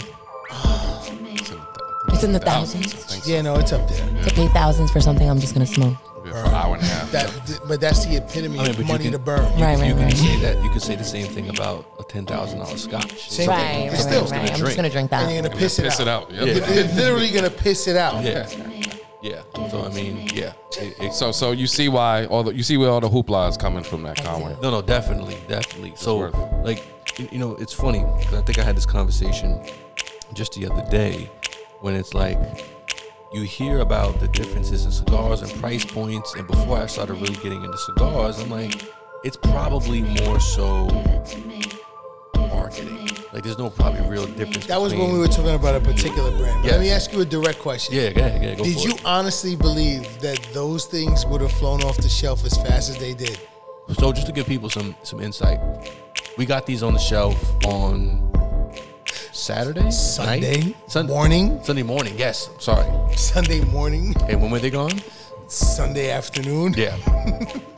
S4: It's in the thousands.
S5: I think so.
S6: Yeah, no, it's up there.
S4: To pay thousands for something I'm just gonna smoke.
S5: Yeah, for an hour and a half.
S6: That, th- but that's the epitome
S3: I mean,
S6: of
S3: but you
S6: money
S3: can-
S6: to burn.
S3: You,
S4: Right, right,
S3: you
S4: right.
S3: can say that. You can say the same thing about a ten thousand dollar scotch.
S6: Same thing.
S4: Right,
S6: It's
S4: right,
S6: still
S4: right, right. I'm
S3: drink.
S4: just gonna drink that.
S6: And you're gonna piss it
S5: Piss it
S6: out.
S5: out. yeah.
S3: Yeah.
S6: You're literally gonna piss it out.
S3: Yeah, yeah. So I mean, yeah. It- it-
S5: So, so you see why all the you see where all the hoopla is coming from that Conway.
S3: No, no, definitely, definitely. So,
S5: worth it.
S3: like, y- you know, it's funny 'cause I think I had this conversation just the other day when it's like you hear about the differences in cigars and price points, and before I started really getting into cigars, I'm like, it's probably more so marketing. Like, there's no probably real difference.
S6: That was when we
S3: between-
S6: were talking about a particular brand. But Let
S3: Yes.
S6: me ask you a direct question.
S3: Yeah, yeah, yeah. Go
S6: Did
S3: for
S6: you
S3: it.
S6: honestly believe that those things would have flown off the shelf as fast as they did?
S3: So just to give people some some insight, we got these on the shelf on Saturday,
S6: Sunday
S3: night? Sun-
S6: morning,
S3: Sunday morning. Yes, I'm sorry.
S6: Sunday morning,
S3: And when were they gone?
S6: Sunday afternoon.
S3: Yeah,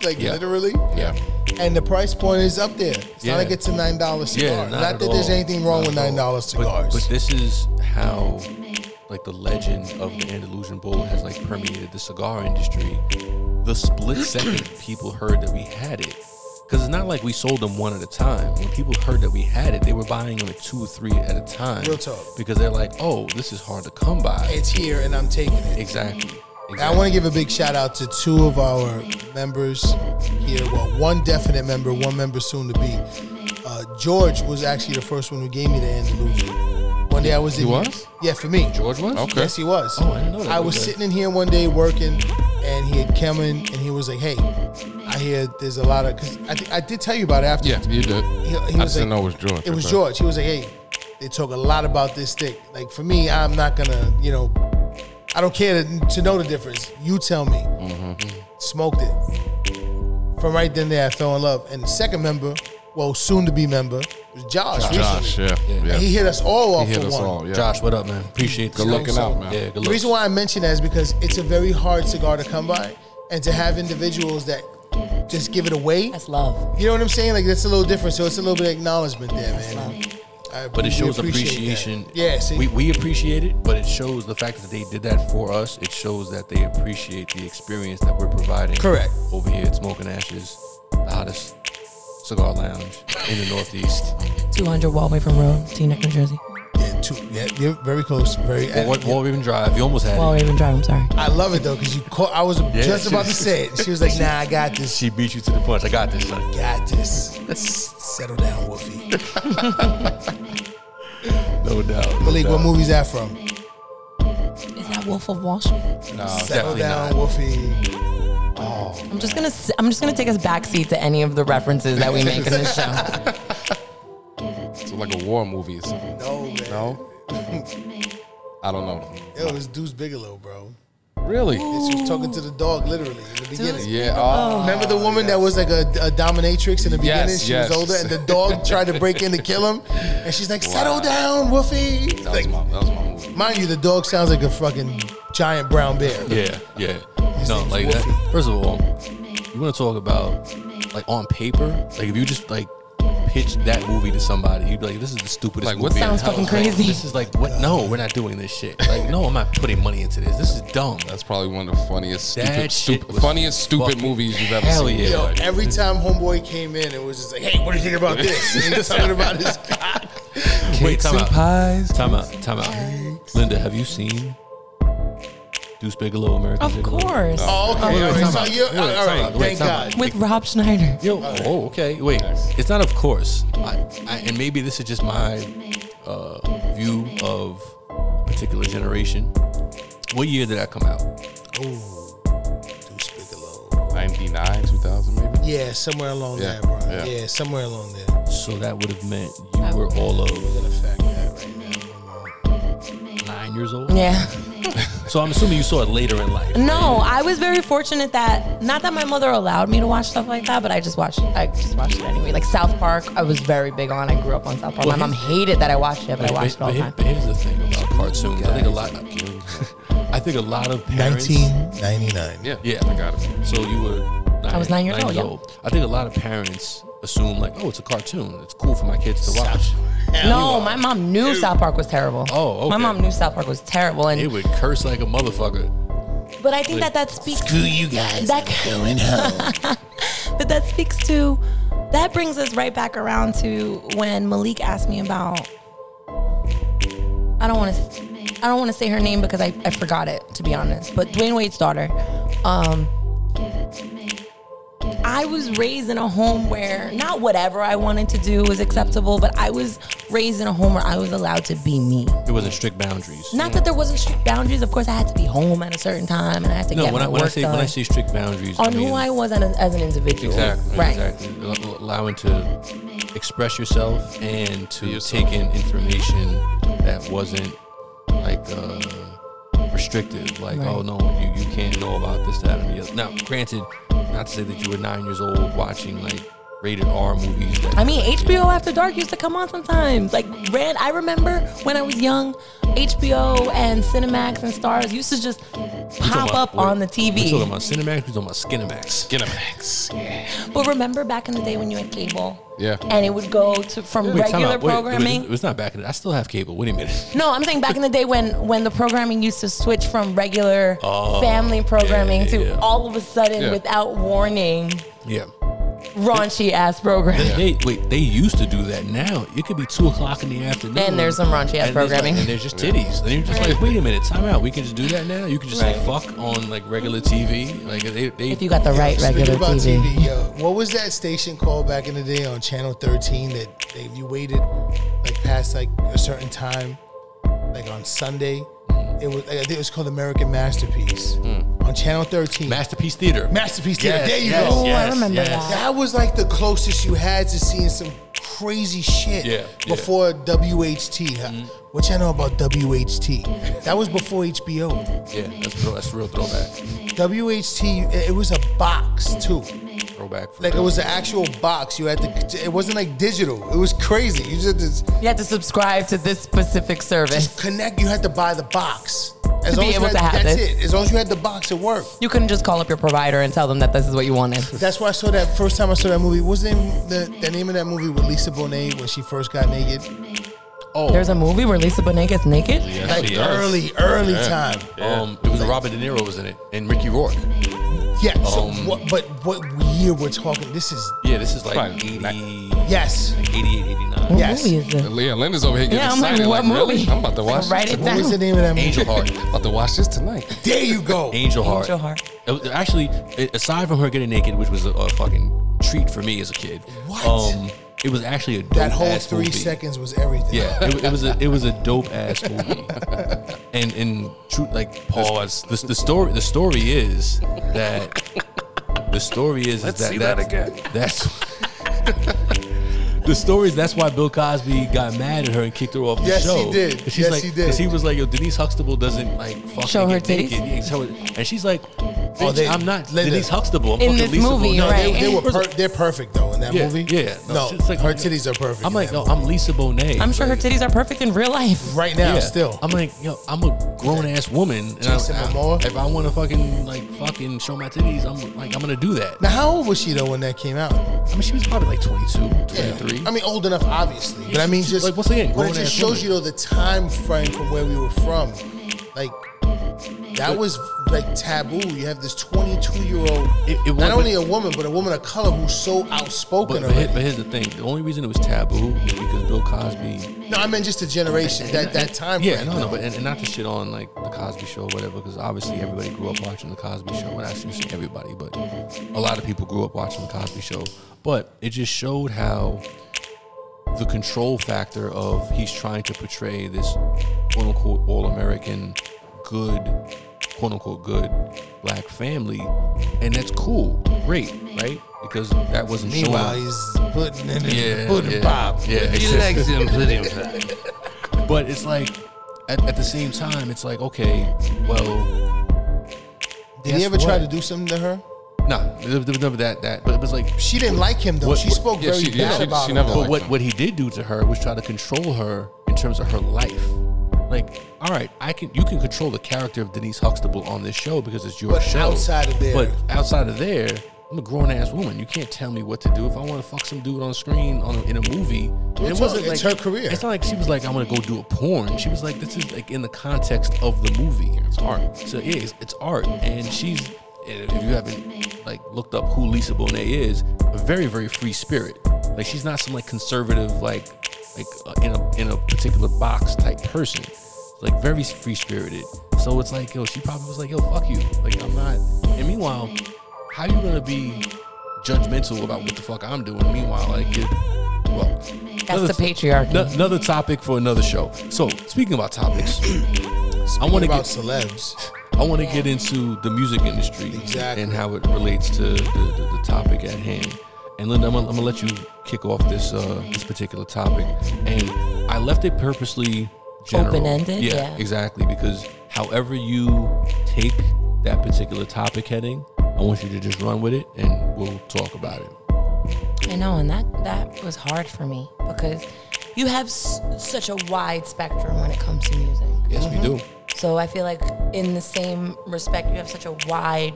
S6: like
S3: Yeah.
S6: literally.
S3: yeah.
S6: And the price point is up there. It's
S3: Yeah.
S6: not like it's a nine dollar cigar.
S3: Yeah,
S6: not
S3: not at
S6: that there's
S3: all.
S6: anything wrong
S3: Not
S6: with
S3: at all.
S6: nine dollar
S3: But-
S6: cigars.
S3: But, this is how, like, the legend of the Andalusian bull has like permeated the cigar industry. The split second people heard that we had it, because it's not like we sold them one at a time. When people heard that we had it, they were buying them at two or three at a time.
S6: Real talk.
S3: Because they're like, oh, this is hard to come by.
S6: it's here and I'm taking it.
S3: Exactly. exactly.
S6: I want to give a big shout out to two of our members here. Well, one definite member, one member soon to be. Uh, George was actually the first one who gave me the Andalusian. One day I was in.
S5: was?
S6: Yeah, for me.
S3: George was
S5: Okay.
S6: Yes, he was.
S3: Oh, I didn't know that.
S6: I was
S3: Okay.
S6: sitting in here one day working, and he had come in and he was like, "Hey, I hear there's a lot of." Cause I, thi- I did tell you about it after.
S5: Yeah, you did.
S6: He, he
S5: I
S6: was
S5: just
S6: like-
S5: didn't know it was George.
S6: It was
S5: Okay.
S6: George. He was like, "Hey, they talk a lot about this stick. Like for me, I'm not gonna, you know, I don't care to, to know the difference. You tell me."
S5: Mm-hmm.
S6: Smoked it. From right then there, I fell in love. And the second member, well, soon to be member, was Josh.
S5: Josh,
S6: recently.
S5: yeah, yeah.
S6: And he hit us all off
S5: He hit
S6: for
S5: us
S6: one.
S5: all. Yeah.
S3: Josh, what up, man? Appreciate the
S5: Good looking out, man.
S3: Yeah, good
S6: The
S3: looks.
S6: reason why I mention that is because it's a very hard cigar to come by, and to have individuals that just give it away.
S4: That's love.
S6: You know what I'm saying? Like that's a little different. So it's a little bit of acknowledgement there, man. I
S3: But
S6: really
S3: it shows
S6: appreciate that.
S3: appreciation.
S6: Yeah, see,
S3: we, we appreciate it, but it shows the fact that they did that for us. It shows that they appreciate the experience that we're providing.
S6: Correct.
S3: Over here at Smoking Ashes, the hottest cigar lounge in the Northeast.
S4: 200 Walway from Road, Teaneck, New Jersey.
S6: yeah, two, yeah, you're very close, very.
S3: Well, what, Wall Raven Drive, you almost had
S4: Walway
S3: it.
S4: even Drive, I'm sorry.
S6: I love it though, cause you. Call, I was just about to say it. She was like, "Nah, I got this.
S3: She beat you to the punch. I got this, son.
S6: Got this. Settle down, Wolfie."
S3: No doubt. no
S6: Malik, what
S3: doubt.
S6: movie's that from?
S4: Is that Wolf of Wall Street?
S3: No,
S6: Settle
S3: Uh, definitely
S6: down,
S3: not.
S6: Wolfie.
S4: I'm just gonna s- I'm just gonna take a backseat to any of the references that we make in this show.
S5: It's like a war movie or something.
S6: No, man.
S5: No, I don't know.
S6: It was Deuce Bigelow, bro.
S5: Really?
S6: And she was talking to the dog literally in the beginning.
S5: Yeah. Oh,
S6: Remember the woman that was like a, a dominatrix in the beginning?
S5: Yes,
S6: she
S5: yes.
S6: was older, and the dog tried to break in to kill him, and she's like, "Settle
S5: Wow.
S6: down, Woofy."
S5: that
S6: Like,
S5: was
S6: oh.
S5: my that was my movie.
S6: mind you, the dog sounds like a fucking giant brown bear.
S3: Yeah, yeah. No,
S6: name's
S3: like
S6: Wolfie.
S3: that. First of all, you want to talk about like on paper, like if you just like pitch that movie to somebody, you'd be like, "This is the stupidest."
S5: Like, what
S3: movie in
S4: sounds
S3: hell."
S4: fucking
S3: Like,
S4: crazy.
S3: this is like, what? No, we're not doing this shit. Like, no, I'm not putting money into this. This is dumb.
S5: That's probably one of the funniest,
S3: That shit
S5: stupid, stupid
S3: was
S5: funniest, stupid
S3: fucking
S5: movies you've ever
S3: hell
S5: seen.
S3: yeah.
S5: in your
S6: Yo,
S5: life.
S6: every time homeboy came in, it was just like, "Hey, what do you think about this?" And he was talking about his cock.
S3: Wait, time
S5: and
S3: out. Time out. Time out. Linda, have you seen Deuce Bigelow, American?
S4: Of
S3: Gigolo?
S4: course.
S6: Oh, okay,
S3: wait,
S6: all right.
S3: time
S6: So
S3: out.
S6: you,
S3: Wait,
S6: all
S3: time
S6: right,
S3: out. Wait,
S6: thank
S3: time
S6: God.
S3: out.
S4: With Rob Schneider.
S3: Yo, oh, okay. Wait, it's not of course. I, I, and maybe this is just my uh, view of a particular generation. What year did that come out?
S6: Deuce Bigelow.
S5: 99, 2000 maybe?
S6: Yeah, somewhere along
S5: Yeah,
S6: that, bro.
S5: yeah.
S6: Yeah. somewhere along there.
S3: So that would have meant you were all of nine years old.
S4: Yeah.
S3: So I'm assuming you saw it later in life.
S4: No, I was very fortunate that not that my mother allowed me to watch stuff like that, but I just watched. I just watched it anyway. Like South Park, I was very big on. I grew up on South Park.
S3: Well,
S4: my mom hated that I watched it, but I
S3: But-
S4: watched it all
S3: but
S4: the
S3: here-
S4: time.
S3: but here's the thing about cartoons. I think a lot. I think a lot of parents.
S6: 1999.
S5: Yeah.
S3: Yeah.
S5: I got it.
S3: So you were. Nine,
S4: was nine years old, yeah.
S3: I think a lot of parents assume like, oh, it's a cartoon. It's cool for my kids to watch.
S4: No, my mom knew South Park was terrible.
S3: Oh, okay.
S4: My mom knew South Park was terrible,
S3: They
S4: and
S3: would curse like a motherfucker.
S4: but I think that that speaks.
S8: Screw you guys.
S4: That-
S8: I'm going home.
S4: But that speaks to, that brings us right back around to when Malik asked me about. I don't want to, I don't want to say her name because I, I forgot it to be honest. But Dwayne Wade's daughter, um, I was raised in a home where not whatever I wanted to do was acceptable, but I was raised in a home where I was allowed to be me.
S3: It wasn't strict boundaries.
S4: Not that there wasn't strict boundaries. Of course, I had to be home at a certain time and I had to
S3: no,
S4: get
S3: when
S4: my
S3: I, when I
S4: work
S3: say
S4: done
S3: when I say strict boundaries,
S4: on
S3: I mean,
S4: who I was as an, as an individual.
S3: Exactly.
S4: Right.
S3: Exactly. Al- Allowing to express yourself and to
S5: yourself.
S3: take in information that wasn't like uh, restrictive. Like, oh no, you, you can't know about this, that, and the other. Now, granted, not to say that you were nine years old watching like rated R movies. That,
S4: I mean, HBO After Dark used to come on sometimes. Like, ran. I remember when I was young, HBO and Cinemax and Stars used to just
S3: We talking
S4: pop
S3: about-
S4: up on the
S3: We talking
S4: TV.
S3: about Cinemax. We talking about Skinemax.
S5: Skinamax.
S4: But remember back in the day when you had cable,
S5: Yeah.
S4: and it would go to from
S3: Wait, time
S4: regular
S3: out. Wait, wait,
S4: programming.
S3: it's not back in. the- I still have cable. Wait a minute.
S4: No, I'm saying back in the day when when the programming used to switch from regular family programming
S3: Oh. yeah,
S4: to
S3: yeah.
S4: all of a sudden,
S5: Yeah.
S4: without warning,
S3: Yeah.
S4: raunchy ass programming.
S3: They wait. They used to do that. Now it could be two o'clock in the afternoon.
S4: And there's some raunchy ass
S3: and there's, like-
S4: programming.
S3: and there's just titties. And you're just like, wait a minute, time out. We can just do that now. You can just say fuck on like regular TV. Like they, they
S4: If you got the right regular
S6: Speaking about
S4: TV.
S6: TV, yo, what was that station called back in the day on Channel 13 that they, you waited like past like a certain time, like on Sunday?
S3: Mm.
S6: It was I think it was called American Masterpiece on Channel 13.
S3: masterpiece theater.
S6: Masterpiece Theater.
S3: Mm. Yes,
S6: there you
S3: yes,
S6: go.
S4: Ooh, Oh, I
S3: yes,
S4: remember
S3: yes.
S4: that.
S6: That was like the closest you had to seeing some crazy shit
S3: Yeah, yeah. Mm-hmm.
S6: before WHT. huh? What y'all know about WHT? That was before HBO.
S3: Yeah, that's real, that's real throwback.
S6: WHT, it- it was a box too.
S3: Throwback. For
S6: Like it
S3: real.
S6: was an actual box. You had to. It wasn't like digital. It was crazy. You just, just
S4: You had to subscribe to this specific service.
S6: connect. You had to buy the box. As
S4: To be
S6: as you
S4: able
S6: had-
S4: to have
S6: that's
S4: this.
S6: it. As long as you had the box, it worked.
S4: You couldn't just call up your provider and tell them that this is what you wanted.
S6: That's why I saw that first time I saw that movie. What's the name? The, the name of that movie with Lisa Bonet when she first got naked.
S3: oh,
S4: There's a movie where Lisa Bonet gets naked.
S6: Like
S3: yes.
S6: early, early time.
S3: um, it was Robert De Niro was in it and Ricky Rourke.
S6: Yeah. So
S3: Um,
S6: what? But what year we're talking? This is
S3: Yeah, this is like
S5: Fine.
S3: 80,
S6: yes.
S3: like 88, 89.
S4: What
S6: Yes.
S4: movie is this?
S5: Leah Linda's over here getting
S4: Yeah, I'm like,
S5: excited.
S4: what
S5: Really?
S4: movie?
S5: I'm about to watch
S4: Write
S5: this.
S4: it
S6: What was the
S4: down.
S6: name of that movie?
S3: Angel Heart.
S5: I'm about to watch this tonight.
S6: There you go.
S3: Angel Heart.
S4: Angel Heart.
S3: It was- Actually, a- aside from her getting naked, which was a, a fucking treat for me as a kid.
S6: What?
S3: Um, it was actually a dope
S6: That whole
S3: ass
S6: three
S3: movie.
S6: seconds was everything.
S3: Yeah, it, it was a it was a dope ass movie, and and true like pause. The, the story the story is that the story is, is
S5: Let's
S3: that
S5: see that
S3: that's-
S5: again.
S3: That's the story is that's why Bill Cosby got mad at her and kicked her off the
S6: Yes, he
S3: show.
S6: did.
S3: 'Cause
S6: Yes,
S3: like,
S6: he did.
S3: 'cause he was like, yo, Denise Huxtable doesn't like fucking
S4: Show her
S3: get
S4: titties?
S3: naked. Yeah, show it. and she's like, "Bitch,
S6: they-
S3: I'm not
S6: Linda.
S3: Denise Huxtable. I'm
S4: In
S3: fucking
S4: this
S3: Lisa
S4: movie,
S3: Bonet."
S6: No, they,
S4: Right.
S6: they were per- they're perfect though in that
S3: Yeah,
S6: movie.
S3: yeah.
S6: No,
S3: it's like-
S6: her titties are perfect.
S3: I'm
S6: in
S3: like,
S6: that
S3: no,
S6: movie.
S3: I'm Lisa Bonet.
S4: I'm sure her titties are perfect in real life.
S6: right now
S3: Yeah.
S6: still.
S3: I'm like, yo, I'm a grown ass woman, and I,
S6: Jason
S3: I-
S6: Momoa.
S3: if I want to fucking like fucking show my titties, I'm like, I'm gonna do that.
S6: now how old was she though when that came out?
S3: I mean, she was probably like 22, 23.
S6: I mean, old enough, obviously. But I mean,
S3: she's
S6: just
S3: like, what's the end?
S6: But it
S3: Grown-ass
S6: just shows
S3: woman.
S6: you though the time frame from where we were from, like. That was like taboo. You have this 22 year old,
S3: It- it
S6: not
S3: wasn't-
S6: only a woman, but a woman of color who's so outspoken.
S3: but, but, here-
S6: already.
S3: but here's the thing: the only reason it was taboo is because Bill Cosby.
S6: no, I meant just a generation that that time.
S3: Yeah,
S6: frame.
S3: no, no, but and, and not to shit on like the Cosby Show, or whatever, because obviously everybody grew up watching the Cosby Show. Well, not say everybody, but a lot of people grew up watching the Cosby Show. But it just showed how the control factor of he's trying to portray this quote unquote all American good, quote unquote good black family. And that's cool, great, right? Because that wasn't
S6: Meanwhile,
S3: shown.
S6: he's putting in
S3: Yeah,
S6: the pudding
S3: yeah,
S6: pop.
S3: Yeah,
S9: You like them pudding
S3: But it's like, at, at the same time, it's like, okay, well,
S7: Did
S3: Guess
S7: he ever try
S3: what?
S7: to do something to her?
S3: nah, there there was never that, that. But it was like,
S7: She didn't like him though.
S3: What-
S7: she
S3: what-
S7: spoke
S5: yeah,
S7: very
S5: she- yeah,
S7: bad
S5: she-
S7: about
S5: she
S7: him.
S5: never
S7: though.
S3: But what, what he did do to her was try to control her in terms of her life. Like, all right, I can you can control the character of Denise Huxtable on this show because it's your
S6: But
S3: show.
S6: outside of there-
S3: but outside of there, I'm a grown ass woman. You can't tell me what to do if I want to fuck some dude on screen on a, in a movie. And it wasn't
S6: it's
S3: like
S6: her career.
S3: It's not like she was like, I'm gonna go do a porn. She was like, this is like in the context of the movie. It's art. So yeah, it's, it's art, and she's. and If you haven't like looked up who Lisa Bonet is, a very very free spirit. Like she's not some like conservative like like uh, in a in a particular box type person. Like very free spirited. So it's like yo, she probably was like yo, fuck you. Like I'm not. And meanwhile, how you gonna be judgmental about what the fuck I'm doing? Meanwhile, like it, well,
S4: That's the patriarchy.
S3: no- another topic for another show. So speaking about topics, I want to
S6: about
S3: get
S6: celebs.
S3: I want to get into the music industry
S6: Exactly.
S3: and how it relates to the, the, the topic at hand. And Linda, I'm gonna, I'm gonna let you kick off this uh, this particular topic. And I left it purposely general.
S4: Open-ended? Yeah.
S3: exactly. Because however you take that particular topic heading, I want you to just run with it, and we'll talk about it.
S4: I know, and that that was hard for me because you have s- such a wide spectrum when it comes to music.
S3: Yes,
S4: Mm-hmm.
S3: we do.
S4: So I feel like in the same respect, you have such a wide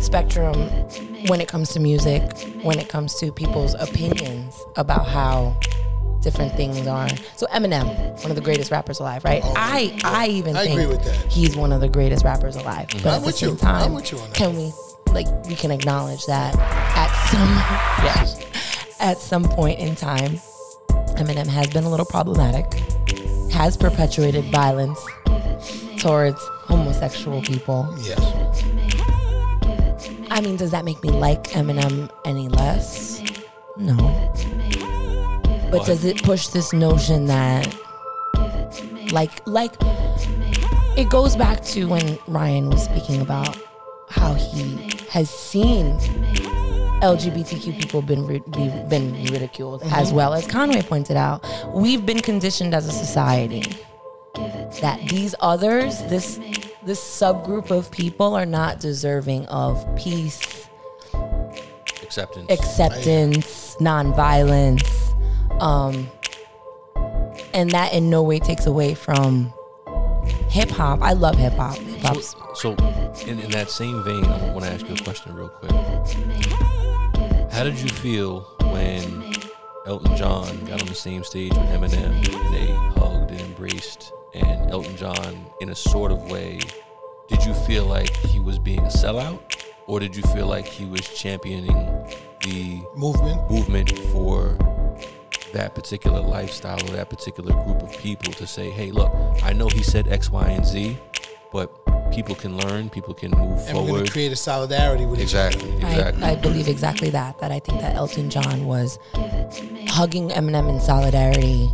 S4: spectrum when it comes to music, when it comes to people's opinions about how different things are. So Eminem, one of the greatest rappers alive, right? I I even
S6: Oh, I
S4: think
S6: agree with that. Mm-hmm.
S4: he's one of the greatest rappers alive. But at
S6: I'm
S4: the
S6: with
S4: same
S6: you.
S4: time,
S6: I'm with you on that.
S4: can we like we can acknowledge that at some yes at some point in time, Eminem has been a little problematic, has perpetuated violence towards homosexual people.
S6: Yes.
S4: I mean, does that make me like Eminem any less? No. But does it push this notion that like like it goes back to when Ryan was speaking about how he has seen LGBTQ people been ri- be, been ridiculed as well as Conway pointed out we've been conditioned as a society that these others this this subgroup of people are not deserving of peace
S3: Acceptance.
S4: acceptance, nonviolence, um, and that in no way takes away from hip hop. I love hip hop. Hip hop's
S3: So, in, in that same vein, I want to ask you a question real quick. How did you feel when Elton John got on the same stage with Eminem and they hugged and embraced? And Elton John, in a sort of way, did you feel like he was being a sellout? Or did you feel like he was championing the
S6: Movement.
S3: movement for that particular lifestyle or that particular group of people to say, hey, look, I know he said X, Y, and Z, but people can learn, people can move
S6: And we're going
S3: forward.
S6: to create a solidarity with each other.
S3: Exactly, exactly.
S4: I, I believe exactly that. That I think that Elton John was hugging Eminem in solidarity,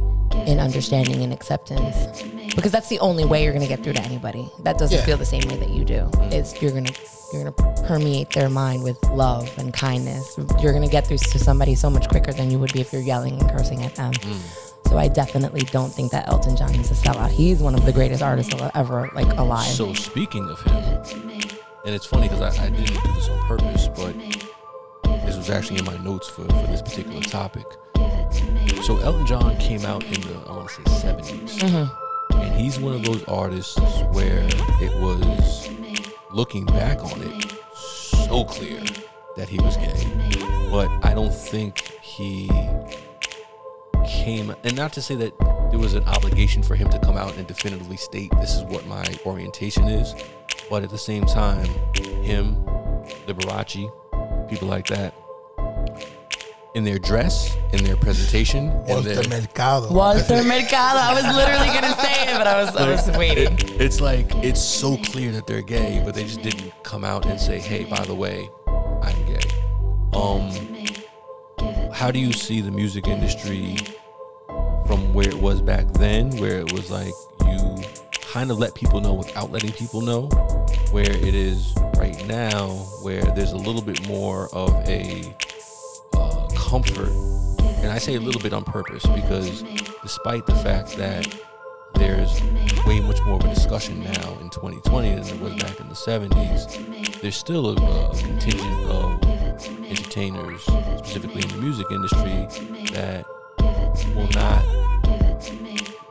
S4: in understanding and acceptance, because that's the only way you're gonna get through to anybody that doesn't
S6: Yeah.
S4: feel the same way that you do. It's you're gonna you're gonna permeate their mind with love and kindness. You're gonna get through to somebody so much quicker than you would be if you're yelling and cursing at them.
S3: Mm.
S4: So I definitely don't think that Elton John is a sellout. He's one of the greatest artists al- ever, like alive.
S3: So speaking of him, and it's funny because I, I didn't do this on purpose, but this was actually in my notes for, for this particular topic. So Elton John came out in the I want to say 70s, and he's one of those artists where it was looking back on it so clear that he was gay, but I don't think he came and not to say that there was an obligation for him to come out and definitively state this is what my orientation is but at the same time him liberace people like that in their dress in their presentation in
S6: Walter
S3: their,
S6: Mercado.
S4: Walter Mercado. I was literally gonna say it, but I was I was waiting.
S3: it- it's like it's so clear that they're gay but they just didn't come out and say hey by the way i'm gay um how do you see the music industry from where it was back then, where it was like you kind of let people know without letting people know, where it is right now, where there's a little bit more of a uh, comfort. And I say a little bit on purpose because despite the fact that there's way much more of a discussion now in 2020 than there was back in the 70s, there's still a, a contingent of entertainers, specifically in the music industry, that will not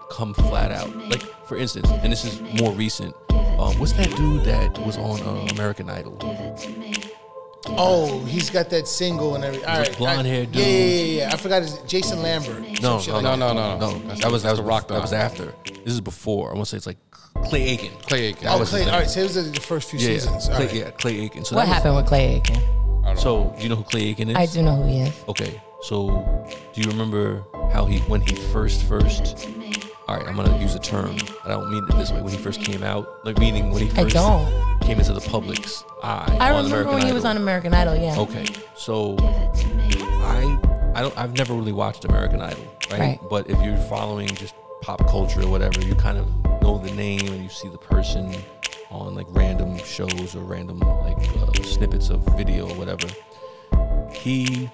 S3: come flat out. Like, for instance, and this is more recent. Um, what's that dude that was on uh, American Idol?
S6: Oh, he's got that single and everything. All
S3: He's a
S6: right,
S3: blonde
S6: I-
S3: haired
S6: Yeah, yeah,
S3: dude.
S6: yeah, yeah. I forgot his Jason Lambert.
S3: No,
S6: Some shit
S3: no,
S6: like
S3: no,
S6: that.
S3: no, no,
S5: no, no. That's-
S3: That was that was
S5: that's the Rock
S3: that was
S5: Dog.
S3: after. This is before. I want to say it's like Clay Aiken.
S5: Clay Aiken.
S3: That
S6: Oh,
S3: was his
S6: Clay.
S3: name.
S6: All right, so those are the first few
S3: Yeah,
S6: seasons. All
S3: Clay,
S6: right.
S3: yeah, Clay Aiken. So
S4: What
S3: that was-
S4: happened with Clay Aiken?
S3: So do you know who Clay Aiken is?
S4: I do know who he is.
S3: Okay, so do you remember how he when he first first? All right, I'm gonna use a term. I don't mean it this way. When he first came out, like meaning when he
S4: I
S3: first
S4: don't.
S3: came into the public's eye.
S4: I
S3: on
S4: remember
S3: American
S4: when he was
S3: Idol.
S4: on
S3: Oh.
S4: American Idol. Yeah.
S3: Okay, so I I don't I've never really watched American Idol, right?
S4: Right.
S3: But if you're following just pop culture or whatever, you kind of know the name and you see the person on like random shows or random like uh, snippets of video or whatever. He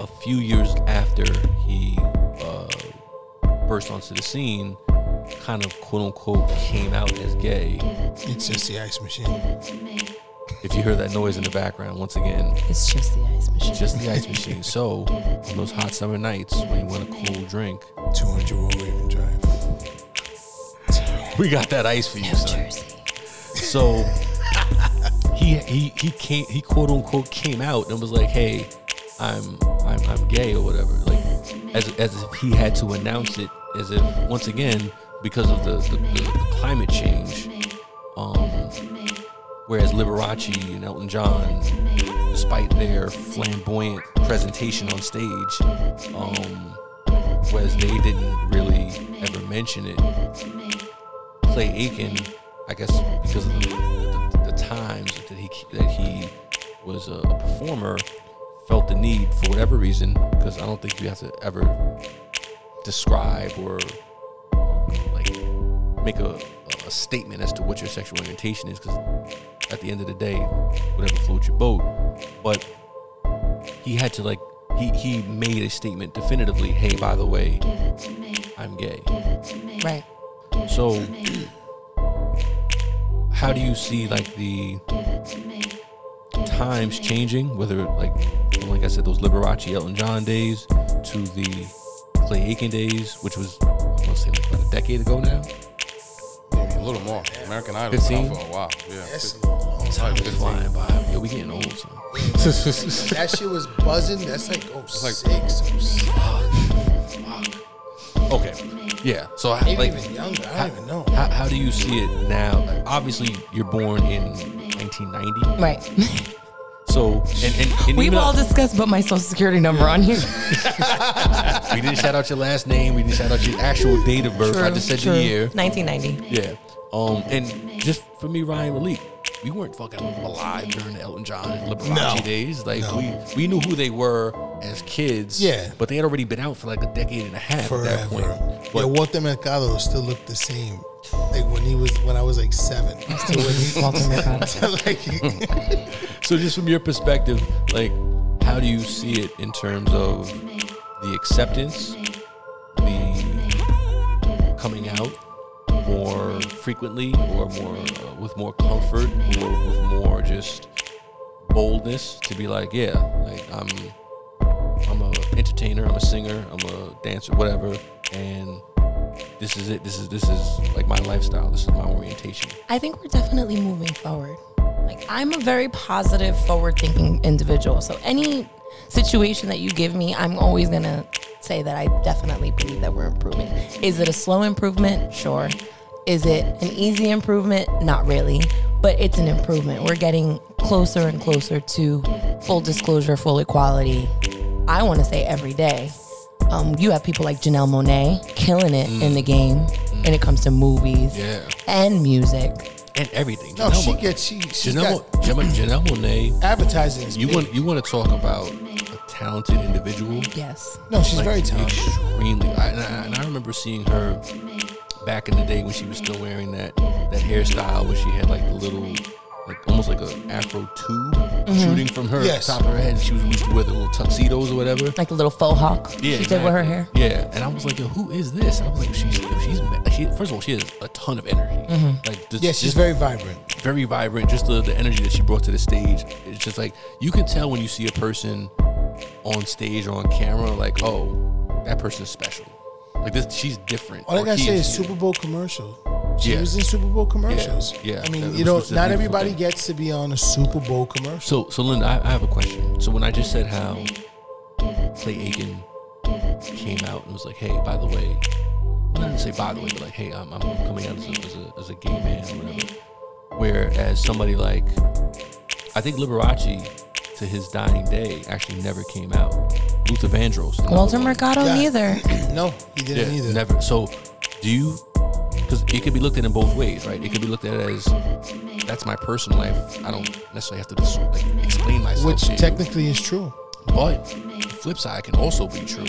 S3: a few years after he uh, burst onto the scene, kind of quote unquote came out as gay.
S6: It's just the ice machine.
S3: If you hear that noise in the background, once again,
S4: It's just the ice machine.
S3: just the ice machine. So on those hot summer nights when you want a cool drink,
S6: 200 Roll Raven Drive.
S3: we got that ice for you, son.
S4: Jersey.
S3: So he he he came he quote unquote came out and was like, hey, I'm I'm I'm gay or whatever. Like as as if he had to announce it, as if once again because of the the, the, the climate change. Um, whereas Liberace and Elton John, despite their flamboyant presentation on stage, um, whereas they didn't really ever mention it, Clay Aiken, I guess because of the, the, the times that he that he was a, a performer, felt the need for whatever reason. Because I don't think you have to ever describe or like make a, a statement as to what your sexual orientation is. Because at the end of the day, whatever floats your boat. But he had to like he he made a statement definitively. Hey, by the way, I'm gay.
S4: Right.
S3: So, how do you see like the times changing? Whether like, like I said, those Liberace, Elton John days to the Clay Aiken days, which was I want to say like about a decade ago now.
S5: A little more. American Idol was
S3: 15?
S5: out for a while. Yeah.
S6: That's a long time.
S3: Time is flying by. Yo, we getting old. Son.
S6: that shit was buzzing. That's like oh
S5: like-
S6: six, oh seven,
S3: Okay, yeah. So I,
S6: maybe
S3: like,
S6: even younger. I don't even know.
S3: how, how do you see it now? Like, obviously, you're born in 1990.
S4: Right.
S3: So and and, and
S4: We've
S3: even
S4: all
S3: though-
S4: discussed but my social security number on here.
S3: we didn't shout out your last name. We didn't shout out your actual date of birth. I just said your year.
S4: 1990.
S3: Yeah. Um, and just for me, Ryan Malik, we weren't fucking alive during the Elton John and Liberace
S6: No.
S3: days. Like
S6: No.
S3: we we knew who they were as kids.
S6: Yeah.
S3: But they had already been out for like a decade and a half at that point.
S6: Forever.
S3: But
S6: yeah, Walter Mercado still looked the same. Like when he was when I was like seven. To when he-
S4: Walter Mercado.
S6: like
S3: so just from your perspective, like how do you see it in terms of the acceptance, the coming out more frequently or more uh, with more comfort or with more just boldness to be like, yeah, like I'm I'm a entertainer, I'm a singer, I'm a dancer, whatever, and this is it. This is this is like my lifestyle. This is my orientation.
S4: I think we're definitely moving forward. Like I'm a very positive, forward-thinking individual. So any situation that you give me, I'm always going to say that I definitely believe that we're improving. Is it a slow improvement? Sure. Is it an easy improvement? Not really, but it's an improvement. We're getting closer and closer to full disclosure, full equality. I want to say every day. Um, you have people like Janelle Monet killing it in the game when it comes to movies
S3: Yeah.
S4: and music.
S3: And everything.
S6: no,
S3: Janelle
S6: she
S3: Monáe.
S6: gets she she's
S3: Janelle,
S6: got
S3: Janelle, Janelle Monae
S6: advertising.
S3: You want you want to talk about a talented individual.
S4: Yes.
S6: No, she's
S3: Like,
S6: very talented.
S3: Extremely. I, and, I, and I remember seeing her back in the day when she was still wearing that that hairstyle where she had like the little, like almost like a afro tube shooting from her
S6: Mm-hmm. Yes.
S3: top of her head. She was used to wear the little tuxedos or whatever.
S4: Like a little faux hawk
S3: Yeah,
S4: she did with her
S3: exactly.
S4: hair.
S3: Yeah, and I was like, yo, who is this? I was like, she's she's ma- she, first of all, she has a ton of energy. Like, just,
S6: Mm-hmm. Yeah, she's
S3: just
S6: very vibrant.
S3: very vibrant. Just the, the energy that she brought to the stage. It's just like you can tell when you see a person on stage or on camera, like, oh, that person's special. Like this, she's different.
S6: All I
S3: or
S6: gotta
S3: he
S6: say is
S3: different.
S6: Super Bowl commercial. She
S3: Yeah.
S6: was in Super Bowl commercials.
S3: Yeah, yeah.
S6: I mean,
S3: That
S6: you
S3: was
S6: know,
S3: just a
S6: not
S3: beautiful
S6: everybody
S3: thing.
S6: gets to be on a Super Bowl commercial.
S3: So, so Linda, I, I have a question. So when I just said how Clay Aiken came out and was like, "Hey, by the way," well, I didn't say by the way, but like, "Hey, I'm, I'm coming out as a, as, a, as a gay man or whatever." Whereas somebody like, I think Liberace, to his dying day, actually never came out. Luther Vandross, another
S4: Walter
S3: one.
S4: Mercado
S6: Yeah.
S4: neither.
S6: No, he didn't either.
S3: never. So, do you? Because it could be looked at in both ways, right? It could be looked at as that's my personal life. I don't necessarily have to dis- like, explain myself.
S6: Which
S3: to you.
S6: technically is true.
S3: But the flip side can also be true.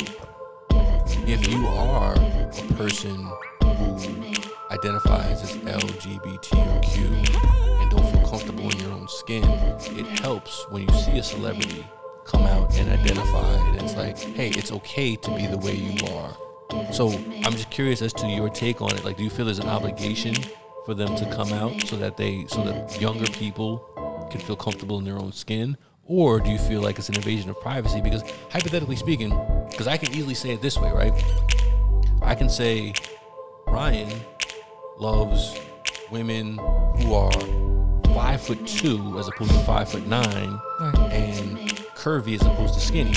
S3: If you are a person who identifies as LGBTQ and don't feel comfortable in your own skin, it helps when you see a celebrity come out and identify. And it's like, hey, it's okay to be the way you are. So I'm just curious as to your take on it. Like, do you feel there's an obligation for them to come out so that they, so that younger people can feel comfortable in their own skin? Or do you feel like it's an invasion of privacy? Because hypothetically speaking, because I can easily say it this way, right? I can say Ryan loves women who are five foot two as opposed to five foot nine
S4: Right.
S3: and curvy as opposed to skinny.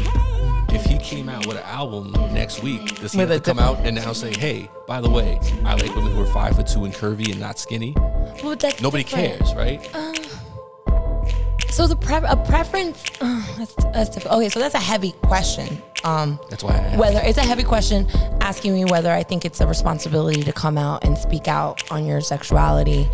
S3: If he came out with an album next week, does he
S4: With
S3: have
S4: a
S3: to come out and now say, "Hey, by the way, I like women who are five foot two and curvy and not skinny"?
S4: Well, that's
S3: Nobody
S4: different.
S3: cares, right?
S4: So the pre- a preference uh, that's, that's different. Okay, so that's a heavy question. Um,
S3: That's why I asked.
S4: whether it's a heavy question asking me whether I think it's a responsibility to come out and speak out on your sexuality.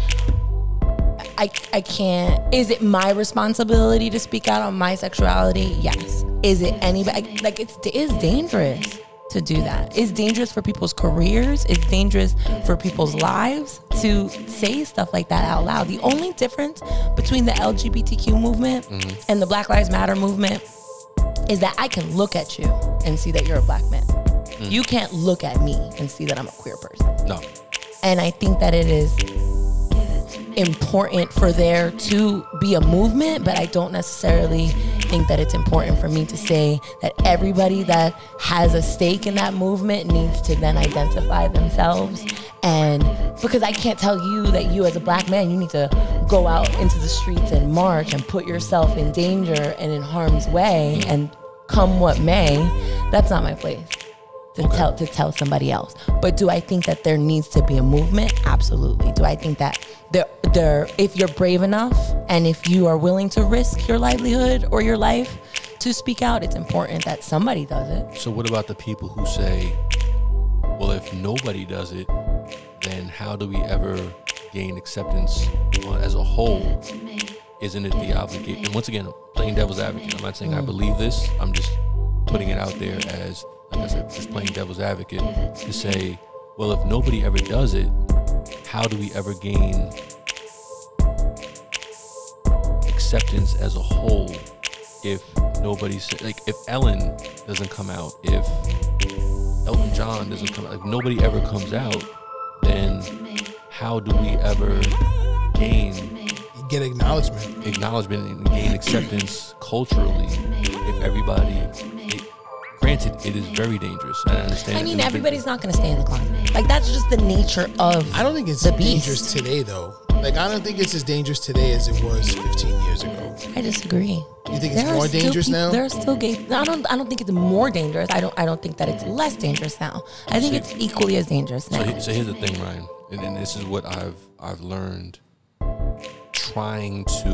S4: I, I can't. Is it my responsibility to speak out on my sexuality? Yes. Is it anybody? Like, it's, it is dangerous to do that. It's dangerous for people's careers. It's dangerous for people's lives to say stuff like that out loud. The only difference between the LGBTQ movement and the Black Lives Matter movement is that I can look at you and see that you're a black man. You can't look at me and see that I'm a queer person.
S3: no.
S4: And I think that it is important for there to be a movement, but I don't necessarily think that it's important for me to say that everybody that has a stake in that movement needs to then identify themselves. And because I can't tell you that you, as a black man, you need to go out into the streets and march and put yourself in danger and in harm's way and come what may, that's not my place to tell to tell somebody else. But do I think that there needs to be a movement? Absolutely. Do I think that there there if you're brave enough and if you are willing to risk your livelihood or your life to speak out, it's important that somebody does it.
S3: So what about the people who say, "Well, if nobody does it, then how do we ever gain acceptance uh, as a whole?" Isn't it the obligation? And once again, I'm playing devil's advocate. I'm not saying I believe this. I'm just putting it out there as, like I said, just playing devil's advocate to say, "Well, if nobody ever does it, how do we ever gain acceptance as a whole if nobody sa- like if Ellen doesn't come out, if Elton John doesn't come out, like nobody ever comes out, then how do we ever gain
S6: You get acknowledgement.
S3: acknowledgement and gain acceptance culturally if everybody? It, granted, it is very dangerous. and I understand.
S4: I
S3: it
S4: mean,
S3: is-
S4: everybody's not going to stay in the closet. Like that's just the nature of
S6: I don't think it's
S4: the beast.
S6: dangerous today though. Like I don't think it's as dangerous today as it was 15 years ago.
S4: I disagree.
S6: You think it's
S4: are
S6: more
S4: still
S6: dangerous
S4: peop-
S6: now?
S4: There are still gay. no, I don't. I don't think it's more dangerous. I don't. I don't think that it's less dangerous now. I think it's equally as dangerous now.
S3: So, he- so here's the thing, Ryan, and, and this is what I've I've learned trying to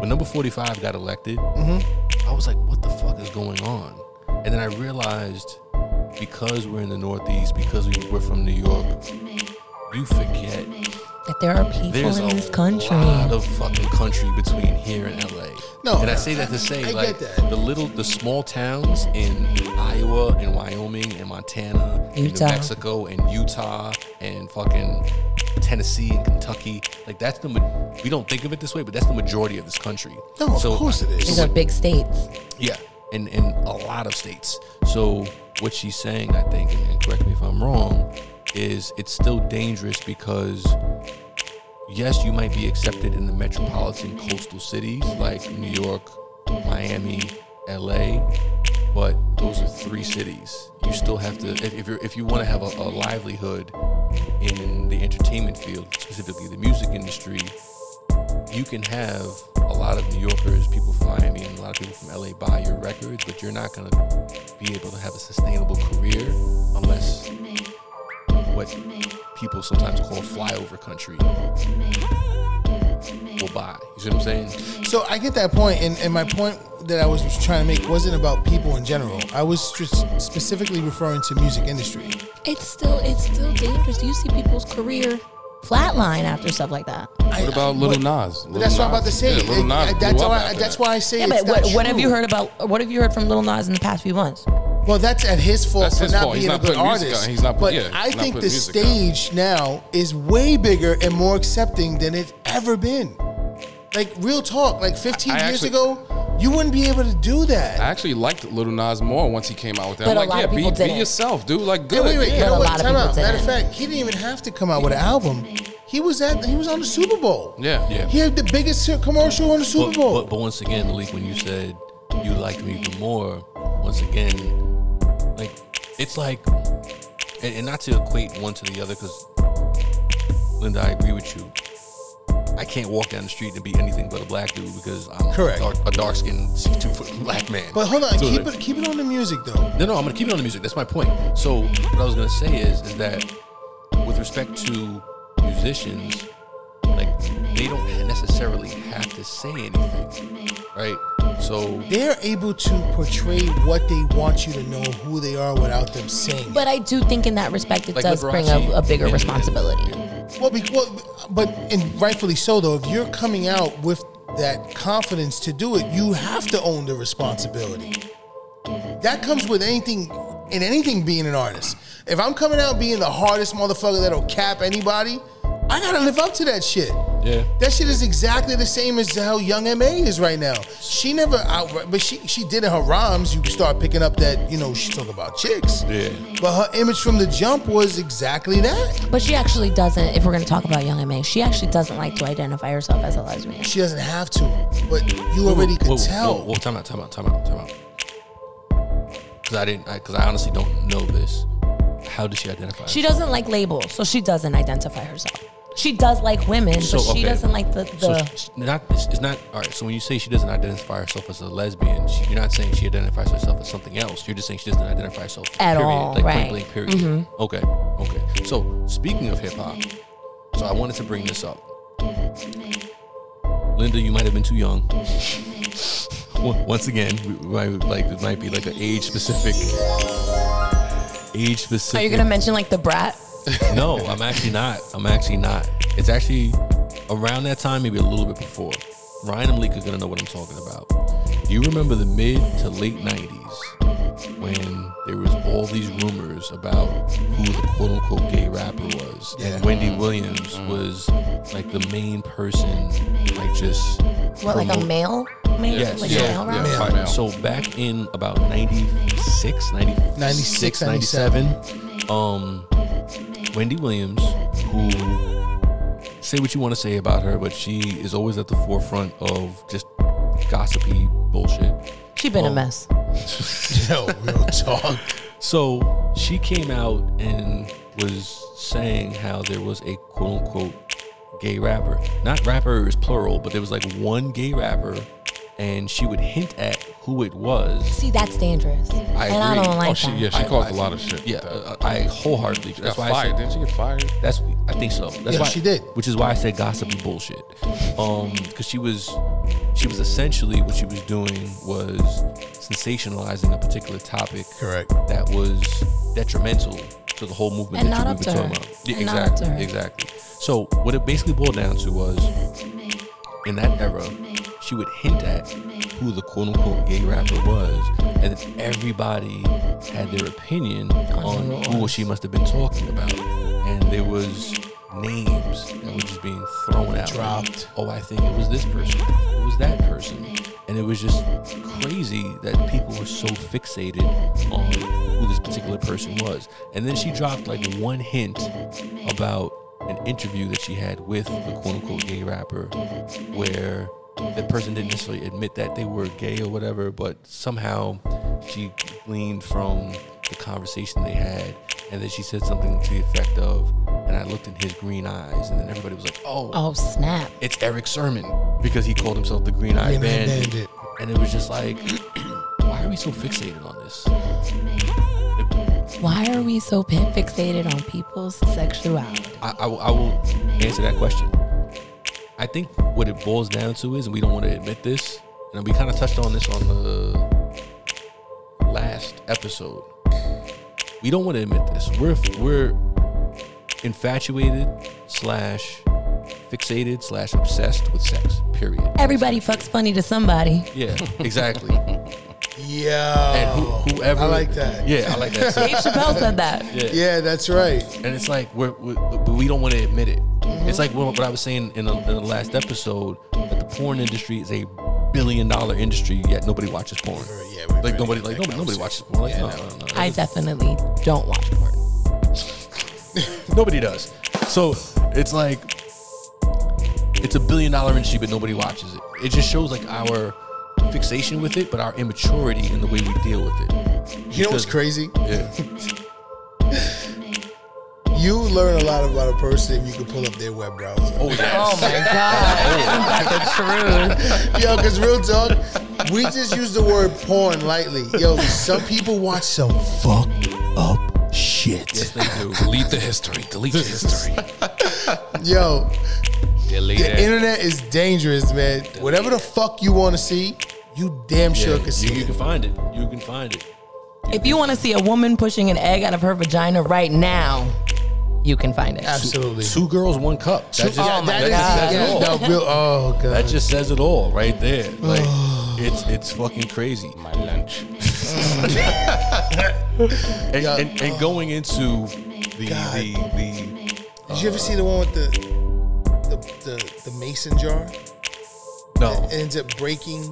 S3: when number 45 got elected, I was like, what the fuck is going on? And then I realized because we're in the Northeast, because we, we're from New York, you forget
S4: that there are people
S3: there's
S4: in
S3: a
S4: this country.
S3: lot of fucking country between here and LA.
S6: No,
S3: and I say that to say,
S6: I
S3: like
S6: get that.
S3: the little, the small towns in Iowa and Wyoming and Montana and New
S4: Utah.
S3: Mexico and Utah and fucking Tennessee and Kentucky, like that's the ma- we don't think of it this way, but that's the majority of this country.
S6: No, of course it is.
S4: These are big states.
S3: Yeah, in in a lot of states. So what she's saying, I think, and, and correct me if I'm wrong, is it's still dangerous because yes, you might be accepted in the metropolitan coastal cities like New York, Miami, LA, but those are three cities. You still have to if, if you're if you want to have a, a livelihood in the entertainment field, specifically the music industry, you can have a lot of New Yorkers, people from Miami, and a lot of people from LA buy your records, but you're not going to be able to have a sustainable career unless what people sometimes call flyover country will buy. You see what I'm saying?
S6: So I get that point, and, and my point that I was trying to make wasn't about people in general. I was just specifically referring to music industry.
S4: It's still it's still dangerous. You see people's career flatline after stuff like that.
S5: What about Little Nas? Lil
S6: But that's what I'm
S5: Nas-
S6: about to say.
S5: Yeah, Lil
S6: It-
S5: Nas
S6: it-
S5: blew
S6: that's,
S5: up
S6: why,
S5: after
S6: that's
S5: that.
S6: why I say
S4: Yeah,
S6: it's
S4: but
S6: not
S4: what, what have
S6: true.
S4: you heard about? What have you heard from Lil Nas in the past few months?
S6: Well, that's at his fault
S5: That's
S6: for
S5: his
S6: not
S5: fault. He's
S6: being
S5: not
S6: a good
S5: putting music
S6: artist.
S5: out. He's not put-
S6: but
S5: yeah, he's
S6: I
S5: not putting
S6: think the
S5: music out.
S6: stage now is way bigger and more accepting than it's ever been. Like real talk, like 15
S5: I- I
S6: years
S5: actually-
S6: ago, you wouldn't be able to do that.
S5: I actually liked Little Nas more once he came out with that.
S4: But
S5: I'm
S4: a
S5: like,
S4: lot
S5: yeah,
S4: of people
S5: be, be
S4: didn't.
S5: yourself, dude. Like,
S6: Hey,
S5: good.
S6: wait, wait,
S5: yeah.
S6: you know
S4: But a
S6: what?
S4: lot of
S6: Time
S4: people
S6: out. Matter of
S4: didn't.
S6: fact, he didn't even have to come out with an album. He was at he was on the Super Bowl.
S5: Yeah.
S3: Yeah.
S6: He had the biggest commercial on the Super
S3: But,
S6: Bowl.
S3: but, but once again, Malik, when you said you liked me even more, once again, like, it's like, and, and not to equate one to the other, because, Linda, I agree with you. I can't walk down the street and be anything but a black dude because I'm
S6: Correct.
S3: A, dark, a dark-skinned, two-foot black man.
S6: But hold on,
S3: So,
S6: keep
S3: like-
S6: it keep it on the music though.
S3: no, no, I'm gonna keep it on the music. That's my point. So what I was gonna say is, is that with respect to musicians, like they don't necessarily have to say anything, right? So
S6: They're able to portray what they want you to know who they are without them saying.
S4: But I do think in that respect, it
S3: like
S4: does bring a,
S3: Liberace
S4: a bigger
S3: and-
S4: responsibility.
S3: and-
S6: Well, be, well, but and rightfully so though. If you're coming out with that confidence to do it, you have to own the responsibility. That comes with anything in anything being an artist. If I'm coming out being the hardest motherfucker that'll cap anybody, I gotta live up to that shit.
S3: yeah.
S6: That shit is exactly the same as how Young Ma is right now. She never outright, but she she did in her rhymes. You start picking up that you know she talking about chicks.
S3: Yeah.
S6: But her image from the jump was exactly that.
S4: But she actually doesn't. If we're going to talk about Young MA, she actually doesn't like to identify herself as a lesbian.
S6: She doesn't have to, but you already could
S3: Whoa, whoa,
S6: tell.
S3: Whoa, whoa, time out, time out, time out, time out. Because I didn't, because I, honestly don't know this. How does she identify?
S4: She
S3: herself?
S4: doesn't like labels, so she doesn't identify herself. She does like women,
S3: So,
S4: but she
S3: okay.
S4: doesn't like the.
S3: So
S4: the
S3: it's not it's, it's not all right. So when you say she doesn't identify herself as a lesbian, she, you're not saying she identifies herself as something else. You're just saying she doesn't identify herself
S4: At
S3: period,
S4: all,
S3: like
S4: right. Mm-hmm.
S3: Point blank, period. Okay, okay. So speaking of hip hop, so I wanted to bring this up. Linda, you might have been too young. Once once again, we- we might, like it might be like an age specific. Age specific.
S4: are you going to mention like the brat?
S3: No, I'm actually not. I'm actually not. It's actually around that time, maybe a little bit before. Ryan and Malik are gonna know what I'm talking about. Do you remember the mid to late '90s when there was all these rumors about who the quote-unquote gay rapper was, and Wendy Williams was like the main person, like just
S4: What, like a
S3: promote-
S4: male? male
S3: Yes,
S4: like
S3: yeah,
S4: a male rapper?
S5: yeah.
S6: Male.
S5: Male.
S3: so back in about 96, 96,
S6: 96,
S3: 97, um, Wendy Williams, who say what you want to say about her, but she is always at the forefront of just gossipy bullshit.
S4: She been a mess.
S6: Yo, real talk.
S3: So she came out and was saying how there was a quote unquote gay rapper. Not rapper is plural, but there was like one gay rapper, and she would hint at who it was.
S4: See, that's dangerous.
S3: I
S4: and I
S3: agree.
S4: don't like
S5: Oh, she,
S4: that.
S5: yeah, she caused
S3: a
S5: a lot of shit.
S3: Yeah,
S5: That-
S3: uh, I wholeheartedly.
S5: She
S3: That's
S5: got
S3: why I
S5: fired.
S3: said,
S5: Didn't she get fired?
S3: that's I think so. That's
S6: Yeah,
S3: why
S6: she did.
S3: Which is why I said gossipy bullshit. Um, because she was, she was essentially what she was doing was sensationalizing a particular topic.
S6: Correct.
S3: That was detrimental to the whole movement
S4: And
S3: that you
S4: not up
S3: we've
S4: to
S3: been talking
S4: her.
S3: about. Yeah,
S4: And not
S3: exactly.
S4: up to her.
S3: Exactly. So what it basically boiled down to was, in that era, she would hint at who the quote unquote gay rapper was, and then everybody had their opinion on who she must have been talking about, and there was names that were just being thrown out.
S6: Dropped.
S3: Oh, I think it was this person. It was that person. And it was just crazy that people were so fixated on who this particular person was. And then she dropped like one hint about an interview that she had with the quote unquote gay rapper where that person didn't necessarily admit that they were gay or whatever, but somehow she gleaned from the conversation they had. And then she said something to the effect of, and I looked in his green eyes, and then everybody was like, oh,
S4: Oh snap!
S3: it's Eric Sermon because he called himself the Green Eye
S6: Green Eye
S3: Bandit.
S6: Bandit.
S3: And it was just like, why are we so fixated on this?
S4: Why are we so pin fixated on people's sexuality?
S3: I, I, will- I will answer that question. I think what it boils down to is, and we don't want to admit this, and we kind of touched on this on the last episode. We don't want to admit this. We're we're infatuated slash fixated slash obsessed with sex. Period.
S4: Everybody fucks funny to somebody.
S3: Yeah, exactly.
S6: Yo.
S3: and who, whoever
S6: Oh, I like that.
S3: Yeah, I like that. too.
S4: Dave Chappelle said that.
S6: Yeah, that's right.
S3: and it's like we're, we but we don't want to admit it. It's like what what I was saying in the, in the last episode that the porn industry is a billion dollar industry, yet nobody watches porn.
S6: yeah, we've
S3: like nobody,
S6: already had
S3: like
S6: that
S3: nobody, nobody watches porn. Like, no, no, no,
S4: I definitely don't watch porn.
S3: nobody does. So it's like it's a billion dollar industry, but nobody watches it. It just shows like our fixation with it, but our immaturity in the way we deal with it.
S6: You know what's crazy?
S3: Yeah.
S6: You learn a lot about a person if you can pull up their web browser.
S3: Oh yes.
S4: my god! the truth.
S6: Yo, because real talk, we just use the word porn lightly. Yo, some people watch some fuck up
S3: Yes,
S6: shit.
S3: they do.
S5: Delete the history. Delete the history.
S6: Yo,
S5: Delete
S6: the
S5: it.
S6: internet is dangerous, man. Whatever the fuck you want to see, you damn sure
S3: Yeah,
S6: can see
S3: you, you
S6: it.
S3: can find it. You can find it.
S4: If you want to see a woman pushing an egg out of her vagina right now, you can find it.
S6: Absolutely.
S3: Two girls, one cup. That just,
S4: oh my God.
S3: that, Just says it all.
S6: no, real, oh god.
S3: that just says it all right there. Like it's it's fucking crazy.
S5: My lunch.
S3: And, and, and going into the
S6: God.
S3: the,
S6: Did you ever see the one with the the the, the mason jar?
S3: the no
S6: It ends up breaking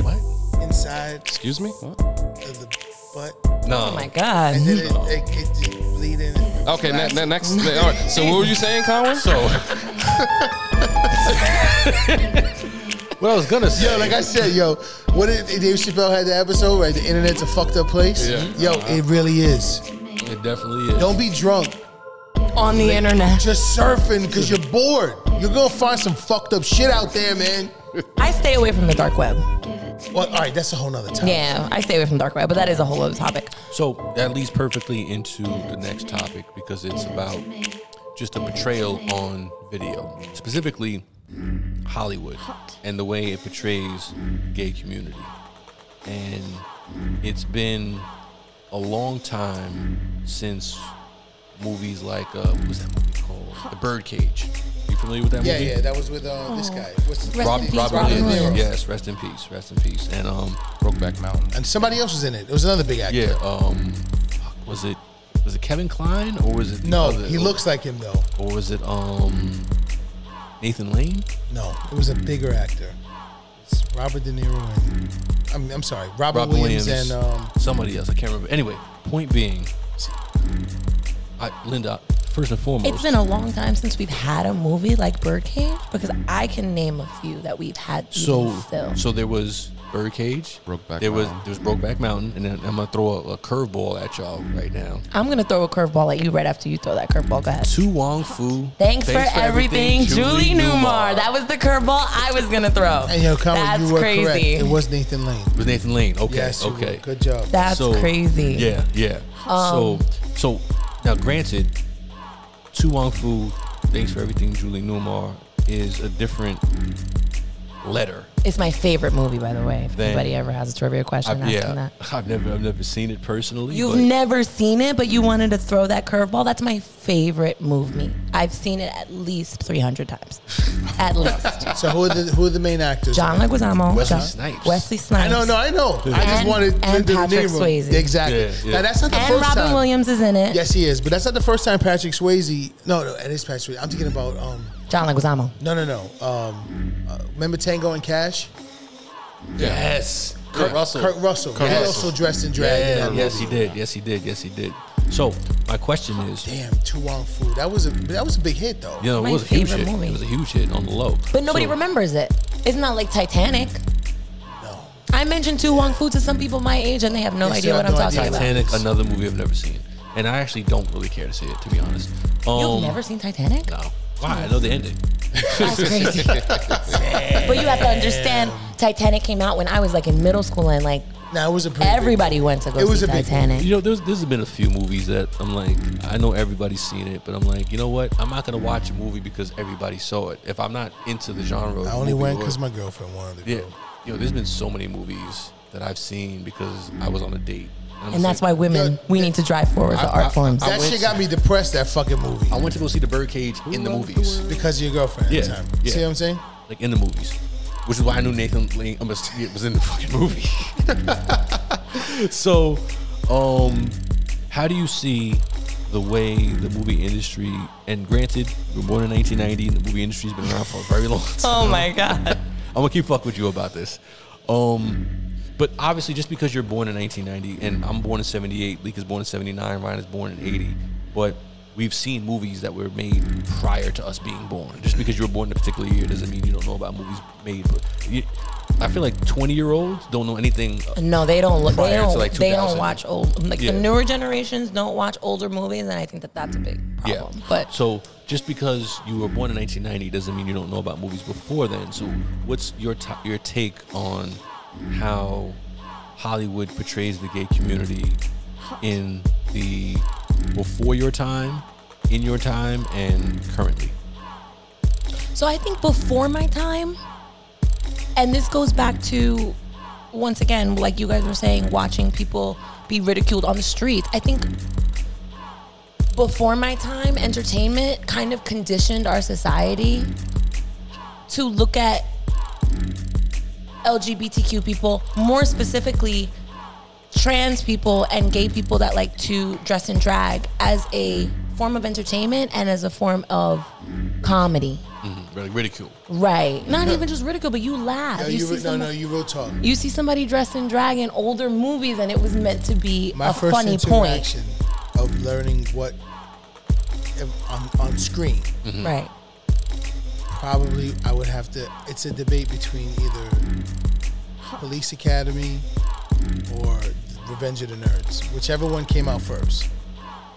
S3: what
S6: inside
S5: Excuse me? What?
S6: of the butt,
S3: no
S4: Oh my god!
S6: and then it, it, it just bleeding.
S5: Okay, ne- ne- next. ne- all right. So what were you saying, Conway?
S3: so. what I was gonna say,
S6: Yo, like I said, yo, what did Dave Chappelle had the episode right? The internet's a fucked up place.
S5: Yeah.
S6: Yo,
S3: Uh-huh.
S6: it really is.
S3: it definitely is.
S6: Don't be drunk.
S4: On the internet,
S6: Just surfing because you're bored. You're gonna find some fucked up shit out there, man.
S4: I stay away from the dark web.
S6: Well, all right, that's a whole nother topic.
S4: Yeah, I stay away from the dark web, but that is a whole other topic.
S3: So that leads perfectly into the next topic because it's about just a portrayal on video, specifically Hollywood and the way it portrays the gay community. And it's been a long time since movies like uh, what was that movie called? The Birdcage. You familiar with that
S6: Yeah,
S3: movie?
S6: yeah, that was with uh, this guy. What's his
S3: Rob,
S6: name?
S4: peace,
S3: Robert
S4: Robin
S3: De Niro.
S4: Williams.
S3: Yes, rest in peace. Rest in peace. And um,
S5: Brokeback Mountain.
S6: And somebody else was in it. It was another big actor.
S3: yeah, um, fuck, was it was it Kevin Klein or was it the
S6: No,
S3: other-
S6: he looks like him though.
S3: or was it um Nathan Lane?
S6: No, it was a bigger actor. It's Robert De Niro and I'm, I'm sorry, Robert
S3: Rob
S6: Williams,
S3: Williams,
S6: and um,
S3: somebody else. I can't remember. Anyway, point being, I, Linda, first and foremost,
S4: It's been a long time since we've had a movie like Birdcage because I can name a few that we've had
S3: so
S4: even still.
S3: so there was Birdcage,
S5: Brokeback
S3: there was
S5: Mountain.
S3: there was Brokeback Mountain, and then I'm gonna throw a, a curveball at y'all right now.
S4: I'm gonna throw a curveball at you right after you throw that curveball. Go ahead.
S3: To Wong Fu.
S4: Thanks, for, everything, Julie, Newmar. That
S3: That
S4: was the curveball I was gonna throw.
S6: and yo, Conway,
S4: That's
S6: you were correct.
S4: crazy.
S6: It was Nathan Lane.
S3: was Nathan Lane. Okay,
S6: Yes, you were.
S3: okay.
S6: Good job.
S4: That's
S3: So,
S4: crazy. Um,
S3: Yeah, yeah. so, so now, granted, Tu Wong Fu, thanks for everything, Julie Newmar, is a different letter
S4: It's my favorite movie, by the way. If
S3: Thank-
S4: anybody ever has a trivia question,
S3: I-
S4: asking
S3: yeah,
S4: that.
S3: I've never, I've never seen it personally.
S4: You've
S3: but
S4: never seen it, but you wanted to throw that curveball. That's my favorite movie. I've seen it at least 300 times. At least.
S7: So who are the who are the main actors?
S4: John Leguizamo.
S3: Wesley
S4: John-
S3: Snipes.
S4: Wesley Snipes.
S7: I know, no, I know. I just
S4: And-
S7: wanted
S4: and
S7: the, the
S4: Patrick
S7: name.
S4: Swayze.
S7: Exactly.
S3: Yeah, yeah.
S7: Now that's not the
S4: And
S7: first
S4: Robin
S7: time.
S4: Williams is in it.
S7: Yes, he is, but that's not the first time Patrick Swayze. No, no, it is Patrick. Swayze. I'm thinking about um,
S4: John Leguizamo.
S7: no, no, no. Um, uh, remember Tango and Cash?
S3: Yes, Kurt
S7: Kurt-
S3: Russell.
S7: Kurt Russell. Kurt
S3: Russell.
S7: Russell dressed in drag. in
S3: Yeah,
S7: that
S3: yes, he
S7: movie.
S3: did. Yes, he did. Yes, he did. So my question is,
S7: Damn, Tu Wong Fu. That was a that was a big hit though.
S3: you know,
S4: My
S3: it was a huge
S4: favorite
S3: hit.
S4: movie.
S3: It was a huge hit on the low.
S4: But nobody
S3: So-
S4: remembers it. It's not like Titanic.
S7: No.
S4: I mentioned Tu Wong Fu to some people my age, and they have no
S7: They
S4: idea
S7: still
S4: what
S7: have
S4: I'm
S7: no
S4: talking
S7: idea.
S4: about.
S3: Titanic, another movie I've never seen, and I actually don't really care to see it, to be honest. Um,
S4: You've never seen Titanic?
S3: No. Why? I know the ending.
S4: That's crazy. but you have to understand, Titanic came out when I was like in middle school, and like
S7: Now it was a pretty big-
S4: everybody went to go
S7: It was
S4: see
S7: a big-
S4: Titanic.
S3: You know, there's there's been a few movies that I'm like, I know everybody's seen it, but I'm like, you know what? I'm not gonna watch a movie because everybody saw it. If I'm not into the genre, of
S7: I
S3: the
S7: only
S3: movie
S7: went
S3: or-
S7: because my girlfriend wanted to
S3: yeah.
S7: go.
S3: You know, there's been so many movies that I've seen because I was on a date, I'm
S4: and that's why
S3: like-
S4: women,
S7: Yeah.
S4: we need to drive forward the
S3: I-
S4: art forms.
S3: I
S7: That
S3: went
S7: shit got me depressed. That fucking movie
S3: I went to go see the Birdcage in the movies.
S7: because of your girlfriend.
S3: Yeah,
S7: At the time.
S3: yeah.
S7: See what I'm saying?
S3: like in the movies, which is why I knew Nathan Lane um, was was in the fucking movie. so, um, how do you see the way the movie industry? And granted, we were born in 1990, and the movie industry's been around for a very long time.
S4: oh my God.
S3: I'm gonna keep fuck with you about this. Um, but obviously, just because you're born in 1990 and I'm born in 78, Leek is born in 79, Ryan is born in 80, but we've seen movies that were made prior to us being born. Just because you were born in a particular year doesn't mean you don't know about movies made. But you, I feel like 20 year olds don't know anything.
S4: No, they don't look. They
S3: Prior to,
S4: don't.
S3: like,
S4: they
S3: 2000.
S4: don't watch old. Like
S3: Yeah.
S4: the newer generations don't watch older movies, and I think that that's a big problem. But
S3: so just because you were born in 1990 doesn't mean you don't know about movies before then. So what's your t- your take on how Hollywood portrays the gay community in the before your time, in your time, and currently?
S4: So I think before my time, and this goes back to once again, like you guys were saying, watching people be ridiculed on the streets. I think before my time, entertainment kind of conditioned our society to look at LGBTQ people, more specifically trans people and gay people that like to dress in drag as a form of entertainment and as a form of comedy.
S3: Really ridicule.
S4: Right. Not even just ridicule, but you laugh.
S7: No,
S4: you,
S7: you,
S4: see
S7: re- no,
S4: somebody,
S7: no, you real talk.
S4: you see somebody dressed in drag in older movies, and it was meant to be
S7: My
S4: a
S7: first
S4: funny point.
S7: interaction of learning what if- on, on screen.
S4: Right.
S7: Probably, I would have to. It's a debate between either Police Academy or Revenge of the Nerds, whichever one came out first.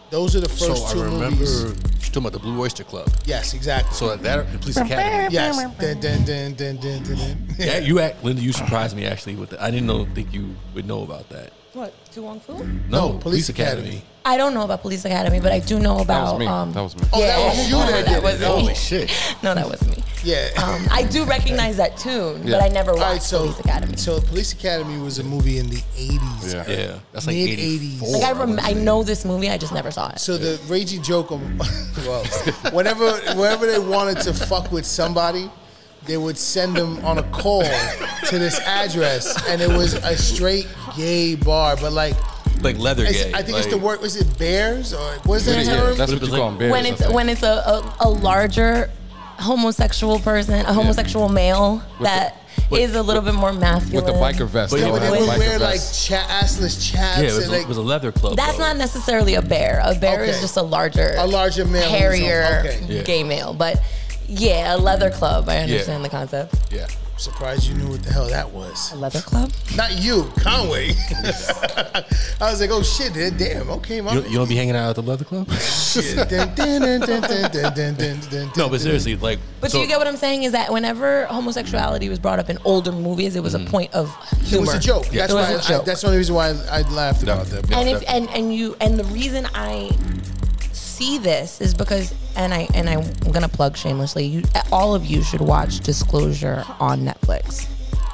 S7: Those are the
S3: So
S7: first
S3: I
S7: two
S3: remember
S7: movies.
S3: you're talking about the Blue Oyster Club.
S7: Yes, exactly.
S3: So that that- the Police Academy.
S7: yes. Dun, dun, dun, dun, dun, dun, dun.
S3: Yeah, you act, Linda. You surprised me actually with that. I didn't know think you would know about that.
S4: What? Tu Wong Fu?
S3: No,
S7: No, Police Academy.
S4: I don't know about Police Academy, but I do know
S5: That was
S4: about.
S5: me.
S4: Um,
S5: that was me.
S7: Oh, that was you that did it.
S4: wasn't
S7: Oh,
S4: me.
S3: Holy shit!
S4: No, that wasn't me.
S7: Yeah.
S4: Um, I do recognize that tune,
S5: Yeah.
S4: but I never watched
S7: All right, so
S4: Police Academy.
S7: So Police Academy was a movie in the eighties.
S5: Yeah.
S3: Yeah, that's like
S7: Mid-eighties.
S3: eighty four.
S4: like I, rem- I know this movie, I just never saw it.
S7: So the raging joke on well, whenever whenever they wanted to fuck with somebody, they would send them on a call to this address, and it was a straight gay bar. But like,
S3: like leather
S7: it's,
S3: gay.
S7: I think it's
S3: like-
S7: the word. Was it bears or was that
S5: Yeah,
S7: term?
S5: that's
S3: But it
S5: what
S3: was
S5: you
S3: like-
S5: call them.
S4: when it's when it's a, a, a larger homosexual person, a homosexual male
S5: With
S4: that is
S5: with-
S4: a little bit more masculine.
S5: with the biker vest.
S3: But
S5: they
S3: yeah,
S5: don't
S7: But
S5: have
S7: they
S5: the
S7: would
S5: biker
S7: wear like
S5: vest.
S7: cha- assless chaps
S3: Yeah, it was,
S7: and
S3: a,
S7: like
S3: it was a leather club.
S4: That's
S3: though.
S4: not necessarily a bear. A bear
S7: Okay.
S4: is just a larger,
S7: A larger male who's-
S4: hairier
S7: okay.
S3: Yeah.
S4: gay male. But yeah, a leather club. I understand the concept.
S3: Yeah.
S7: surprised you knew what the hell that was.
S4: A leather club.
S7: Not you, Conway. I was like, oh shit, da- damn, okay, my
S3: You, you don't be hanging out at the leather club?
S7: shit. Dun, dun, dun, dun, dun, dun, dun, dun, dun,
S3: no, but
S7: dun.
S3: seriously, like.
S4: But do you get what I'm saying? Is that whenever homosexuality was brought up in older movies, it was a point of
S7: It
S4: humor.
S7: was a joke.
S3: Mm. Yeah.
S7: That's
S4: It was
S7: why.
S4: a joke.
S7: I, that's the only reason why I, I laughed about that.
S3: Yeah,
S4: and if
S3: definitely.
S4: and and you and the reason I see this is because and I and I'm gonna plug shamelessly. You all of you should watch Disclosure on Netflix.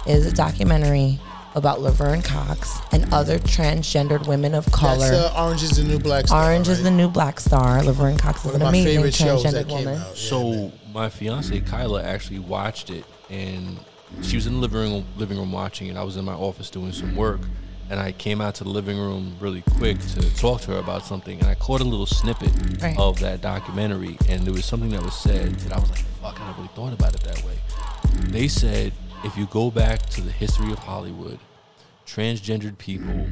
S4: is a documentary about Laverne Cox and other transgendered women of color.
S6: That's uh, Orange is the New Black Star.
S4: Orange is
S6: right?
S4: the New Black Star. Laverne Cox is
S6: One
S4: an
S6: of my
S4: amazing
S6: favorite shows
S4: transgendered
S6: that came
S4: woman.
S6: out. yeah.
S3: So my fiance Kyla actually watched it, and she was in the living room, living room watching it. I was in my office doing some work, and I came out to the living room really quick to talk to her about something, and I caught a little snippet
S4: Right.
S3: of that documentary, and there was something that was said that I was like, "Fuck, I never really thought about it that way." They said if you go back to the history of Hollywood, transgendered people,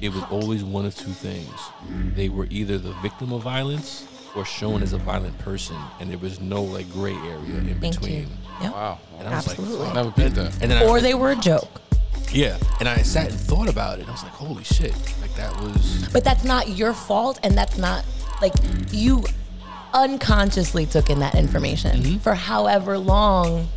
S3: it was always one of two things. They were either the victim of violence or shown as a violent person, and there was no like gray area in
S4: Thank you.
S3: between.
S4: Yep.
S5: Wow.
S3: And I was
S4: Absolutely.
S3: like,
S5: Never beat that.
S3: and then
S4: Or
S3: I,
S4: they were a joke.
S3: yeah, and I sat and thought about it. and I was like, holy shit, like that was
S4: But that's not your fault, and that's not like you unconsciously took in that information
S3: Mm-hmm.
S4: for however long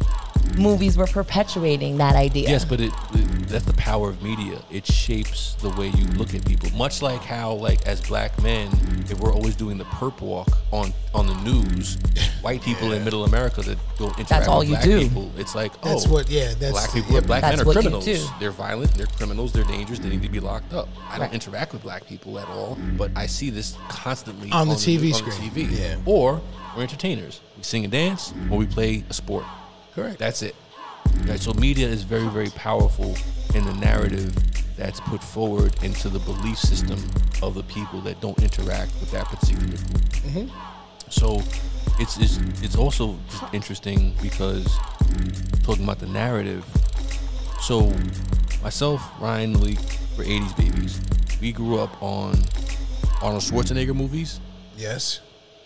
S4: movies were perpetuating that idea.
S3: Yes, but it, it- that's the power of media. It shapes the way you look at people. Much like how, like as black men, if we're always doing the perp walk on on the news, white people in Middle America that go interact
S4: That's all
S3: with
S4: you
S3: black
S4: do.
S3: people, it's like oh,
S6: That's what- yeah, that's-
S3: black people, are
S6: yep.
S3: black
S4: That's
S3: men are
S4: what you
S3: criminals.
S4: do.
S3: They're violent. They're criminals. They're dangerous. They need to be locked up. I
S4: Right.
S3: don't interact with black people at all, but I see this constantly
S6: On the TV
S3: on
S6: screen.
S3: TV.
S6: Yeah.
S3: Or we're entertainers. We sing and dance, or we play a sport.
S6: Correct.
S3: That's it. Right, so media is very, very powerful in the narrative that's put forward into the belief system of the people that don't interact with that particular group.
S6: Mm-hmm.
S3: So it's, it's it's also just interesting because talking about the narrative. So myself, Ryan, Malik, we're '80s babies. We grew up on Arnold Schwarzenegger movies,
S6: yes.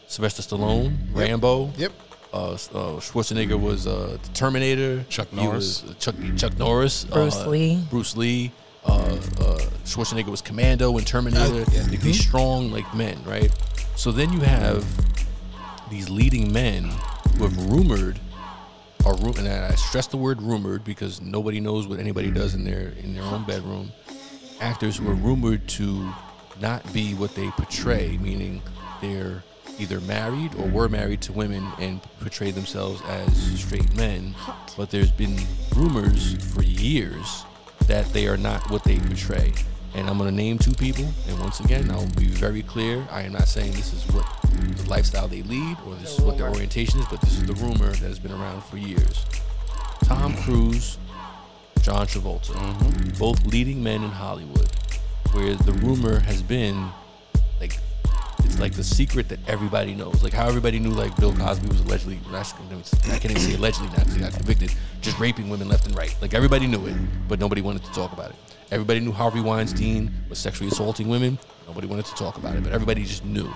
S3: Sylvester Stallone, Rambo.
S6: Yep.
S3: Uh, s- uh, Schwarzenegger was uh, the Terminator.
S5: Chuck
S3: He
S5: Norris.
S3: was uh, Chuck, Chuck Norris.
S4: Bruce
S3: uh,
S4: Lee.
S3: Bruce Lee. Uh, uh, Schwarzenegger was Commando and Terminator.
S6: Uh, yeah.
S3: Like, These
S4: Mm-hmm.
S3: strong like men, right? So then you have these leading men who have rumored are ru- and I stress the word rumored because nobody knows what anybody does in their in their own bedroom. Actors who are rumored to not be what they portray, meaning they're either married or were married to women and portray themselves as straight men. But there's been rumors for years that they are not what they portray. And I'm gonna name two people, and once again, I'll be very clear. I am not saying this is what the lifestyle they lead or this is what their orientation is, but this is the rumor that has been around for years. Tom Cruise, John Travolta, both leading men in Hollywood, where the rumor has been like it's like the secret that everybody knows. Like how everybody knew like Bill Cosby was allegedly I can't even say allegedly now because he got convicted, just raping women left and right. Like everybody knew it, but nobody wanted to talk about it. Everybody knew Harvey Weinstein was sexually assaulting women. Nobody wanted to talk about it, but everybody just knew,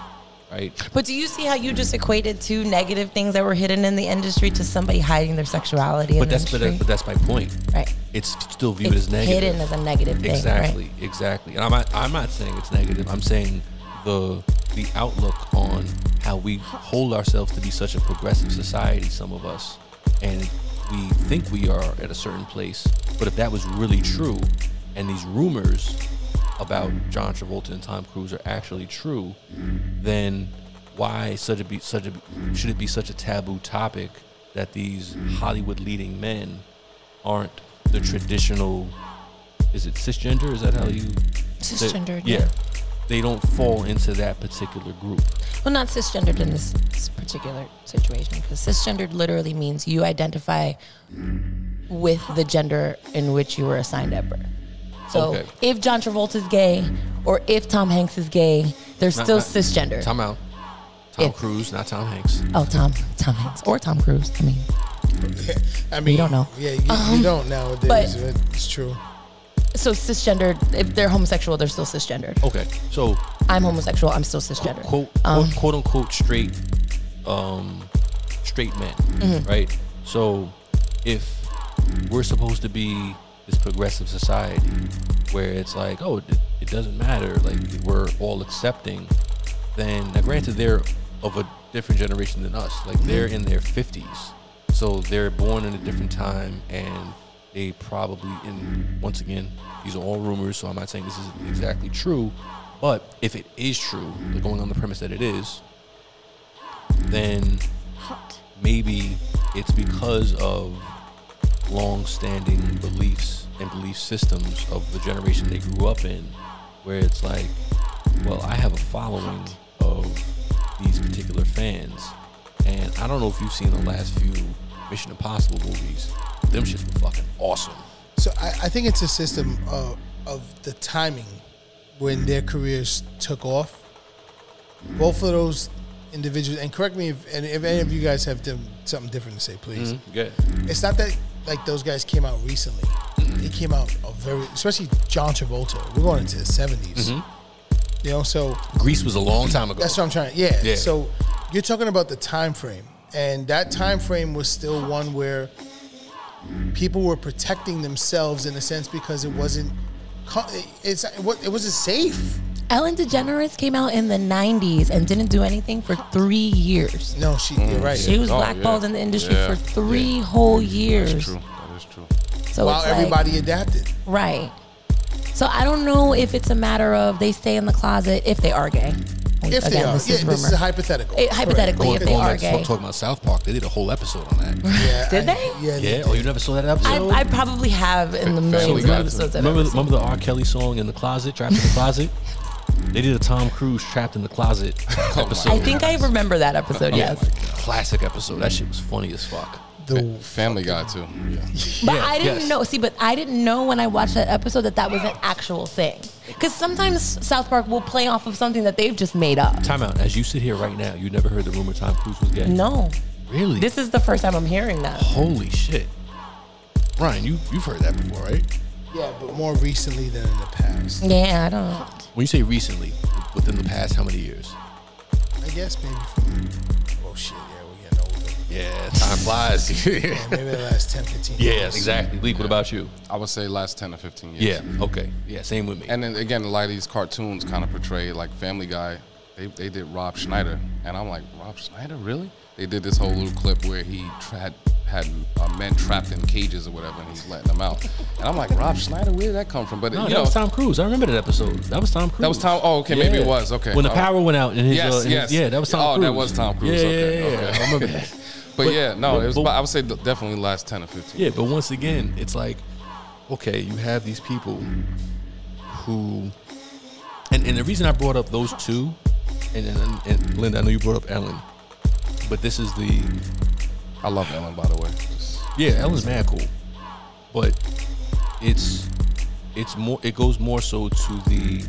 S3: right?
S4: But do you see how you just equated two negative things that were hidden in the industry to somebody hiding their sexuality? in
S3: But
S4: the
S3: that's but,
S4: industry?
S3: that, but that's my point.
S4: right.
S3: It's still viewed
S4: It's
S3: as negative.
S4: hidden as a negative thing.
S3: Exactly,
S4: Right?
S3: exactly. And I'm not, I'm not saying it's negative. I'm saying the the outlook on how we hold ourselves to be such a progressive society. Some of us, and we think we are at a certain place. But if that was really true, and these rumors about John Travolta and Tom Cruise are actually true, then why such a be such a should it be such a taboo topic that these Hollywood leading men aren't the traditional is it cisgender? Is that how you say-
S4: Cisgendered,
S3: yeah.
S4: yeah.
S3: They don't fall into that particular group.
S4: Well, not cisgendered in this, this particular situation because cisgendered literally means you identify with the gender in which you were assigned at birth. So
S3: Okay.
S4: if John Travolta's gay or if Tom Hanks is gay, they're
S3: Not-
S4: still
S3: not-
S4: cisgendered.
S3: Time out. Tom
S4: If-
S3: Cruise, not Tom Hanks.
S4: oh, Tom, Tom Hanks or Tom Cruise. I mean,
S6: I mean,
S4: don't know. Um,
S6: Yeah, you, you don't nowadays.
S4: but-
S6: but it's true.
S4: so cisgendered. If they're homosexual, they're still cisgendered.
S3: Okay, so
S4: I'm homosexual. I'm still cisgendered.
S3: quote quote, quote unquote straight, um, straight men, right? So if we're supposed to be this progressive society where it's like, oh, it, it doesn't matter, like we're all accepting, then now granted they're of a different generation than us, like they're in their fifties, so they're born in a different time and they probably in once again these are all rumors so i'm not saying this is exactly true but if it is true like going on the premise that it is then maybe it's because of long-standing beliefs and belief systems of the generation they grew up in, where it's like, well, I have a following of these particular fans, and I don't know if you've seen the last few Mission Impossible movies. Them shits were fucking awesome.
S7: So I, I think it's a system of, of the timing when their careers took off. Both of those individuals, and correct me if, and if any of you guys have done something different to say, please.
S3: Good.
S7: It's not that like those guys came out recently. They came out a very, especially John Travolta. We're going into the 70s You know, so
S3: Mm-hmm. Greece was a long time ago.
S7: that's what I'm trying. Yeah.
S3: Yeah.
S7: So you're talking about the time frame, and that time frame was still one where people were protecting themselves in a sense because it wasn't. co- It's it wa- it wasn't safe.
S4: Ellen DeGeneres came out in the 90s and didn't do anything for three years.
S7: No, she. You're
S3: Mm.
S7: right.
S4: She was
S5: Oh,
S4: blackballed
S5: yeah.
S4: in the industry
S5: Yeah.
S4: for three whole years.
S5: That's true. That is true.
S4: So
S7: While
S4: it's like-
S7: everybody adapted,
S4: right. So I don't know if it's a matter of they stay in the closet if they are gay.
S7: if they
S4: Again,
S7: are,
S4: this
S7: yeah,
S4: is rumor.
S7: this is a hypothetical.
S4: Eh, hypothetically,
S7: Correct.
S4: if they
S3: Going
S4: are
S3: back to
S4: gay.
S3: Talking about South Park, they did a whole episode on that.
S7: Yeah,
S4: Did
S7: I-
S4: they?
S7: Yeah,
S3: yeah. Oh, you never saw that
S4: I,
S3: episode?
S4: I probably have in the millions of
S5: Guy.
S4: episodes that I've
S3: Remember,
S4: ever seen.
S3: remember the R. Kelly song in the closet, trapped in the closet. They did a Tom Cruise trapped in the closet episode.
S4: I think I remember that episode,
S3: Yeah,
S4: yes.
S3: classic episode. That shit was funny as fuck.
S7: The,
S5: Family Guy too. Yeah.
S4: But
S3: Yeah,
S4: I didn't
S3: yes.
S4: know. See, but I didn't know when I watched that episode that that was an actual thing. Because sometimes South Park will play off of something that they've just made up.
S3: Time out. As you sit here right now, you never heard the rumor Tom Cruise was gay.
S4: No,
S3: Really?
S4: this is the first time I'm hearing that.
S3: Holy shit. Ryan, you you've heard that before, right?
S7: yeah, but more recently than in the past.
S4: Yeah, I don't.
S3: When you say recently, within the past how many years?
S7: I guess maybe from. Oh shit! Yeah, we're getting older.
S3: Yeah, time flies. yeah,
S7: Maybe the last 10, 15 years.
S3: exactly. Leap, what about you?
S5: I would say last ten or fifteen years.
S3: Yeah, okay. Yeah, same with me.
S5: And then again, a lot of these cartoons kind of portray like Family Guy. They, they did Rob Schneider, and I'm like, Rob Schneider, really? They did this whole little clip where he tra- had uh, men trapped in cages or whatever, and he's letting them out. And I'm like, Rob Schneider, where did that come from? But
S3: No,
S5: you
S3: that
S5: know,
S3: was Tom Cruise. I remember that episode. That was Tom Cruise.
S5: was Tom- oh, okay, maybe it was, okay.
S3: When the
S5: All
S3: power went out in his,
S5: Yes,
S3: uh, in his-
S5: yes.
S3: yeah, that was Tom
S5: Oh,
S3: Cruise.
S5: that was Tom Cruise.
S3: Yeah,
S5: Okay,
S3: yeah, yeah,
S5: okay.
S3: I remember that.
S5: but, yeah, no,
S3: but-
S5: it was.
S3: but-
S5: about- I would say definitely last ten or fifteen.
S3: Yeah, but once again, it's like, okay, you have these people who, and, and the reason I brought up those two, and, and, and Linda, I know you brought up Ellen, but this is the,
S5: I love Ellen, by the way. Just-
S3: yeah, Ellen's mad cool, but it's, it's more, it goes more so to the,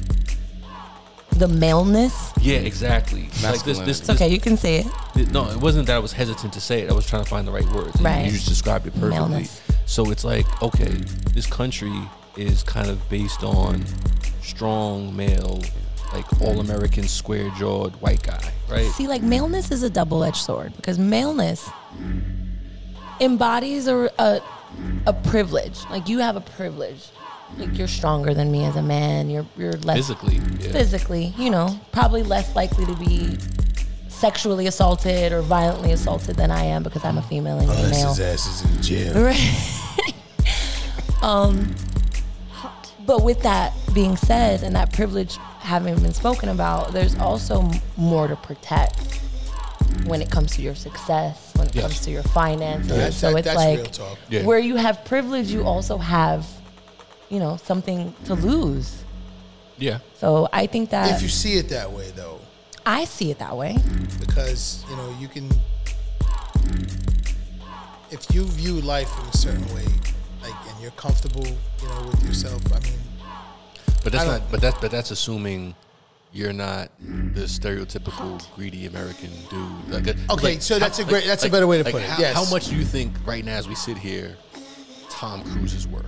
S4: The maleness.
S3: yeah, exactly. Like this, this,
S5: Masculinity.
S4: It's okay. You can say it.
S3: Th- no, it wasn't that I was hesitant to say it. I was trying to find the right words. and
S4: Right.
S3: You just described it perfectly.
S4: Maleness.
S3: So it's like, okay, this country is kind of based on strong male, like all American square jawed white guy, right?
S4: See, like maleness is a double-edged sword because maleness embodies a, a a privilege. Like you have a privilege. Like you're stronger than me as a man. You're you're less
S3: Physically. Yeah.
S4: physically, you know, probably less likely to be sexually assaulted or violently assaulted than I am because I'm a female and you're a
S7: Unless
S4: male.
S7: his ass is in jail.
S4: But with that being said, and that privilege having been spoken about, there's also m- more to protect when it comes to your success, when it
S3: Yes.
S4: comes to your finances.
S7: That's-
S4: so
S7: that-
S4: it's
S7: that's
S4: like
S7: real talk.
S3: Yeah.
S4: where you have privilege, you also have, you know, something to lose.
S3: Yeah.
S4: So I think that
S7: If you see it that way, though,
S4: I see it that way.
S7: because you know you can. If you view life in a certain way, like, and you're comfortable, you know, with yourself. I mean,
S3: But that's
S7: I don't-
S3: not but that but that's assuming you're not the stereotypical greedy American dude. Like, uh,
S7: Okay, so that's a great- that's a better way to put it,
S3: How,
S7: yes.
S3: how much do you think right now, as we sit here, Tom Cruise is worth?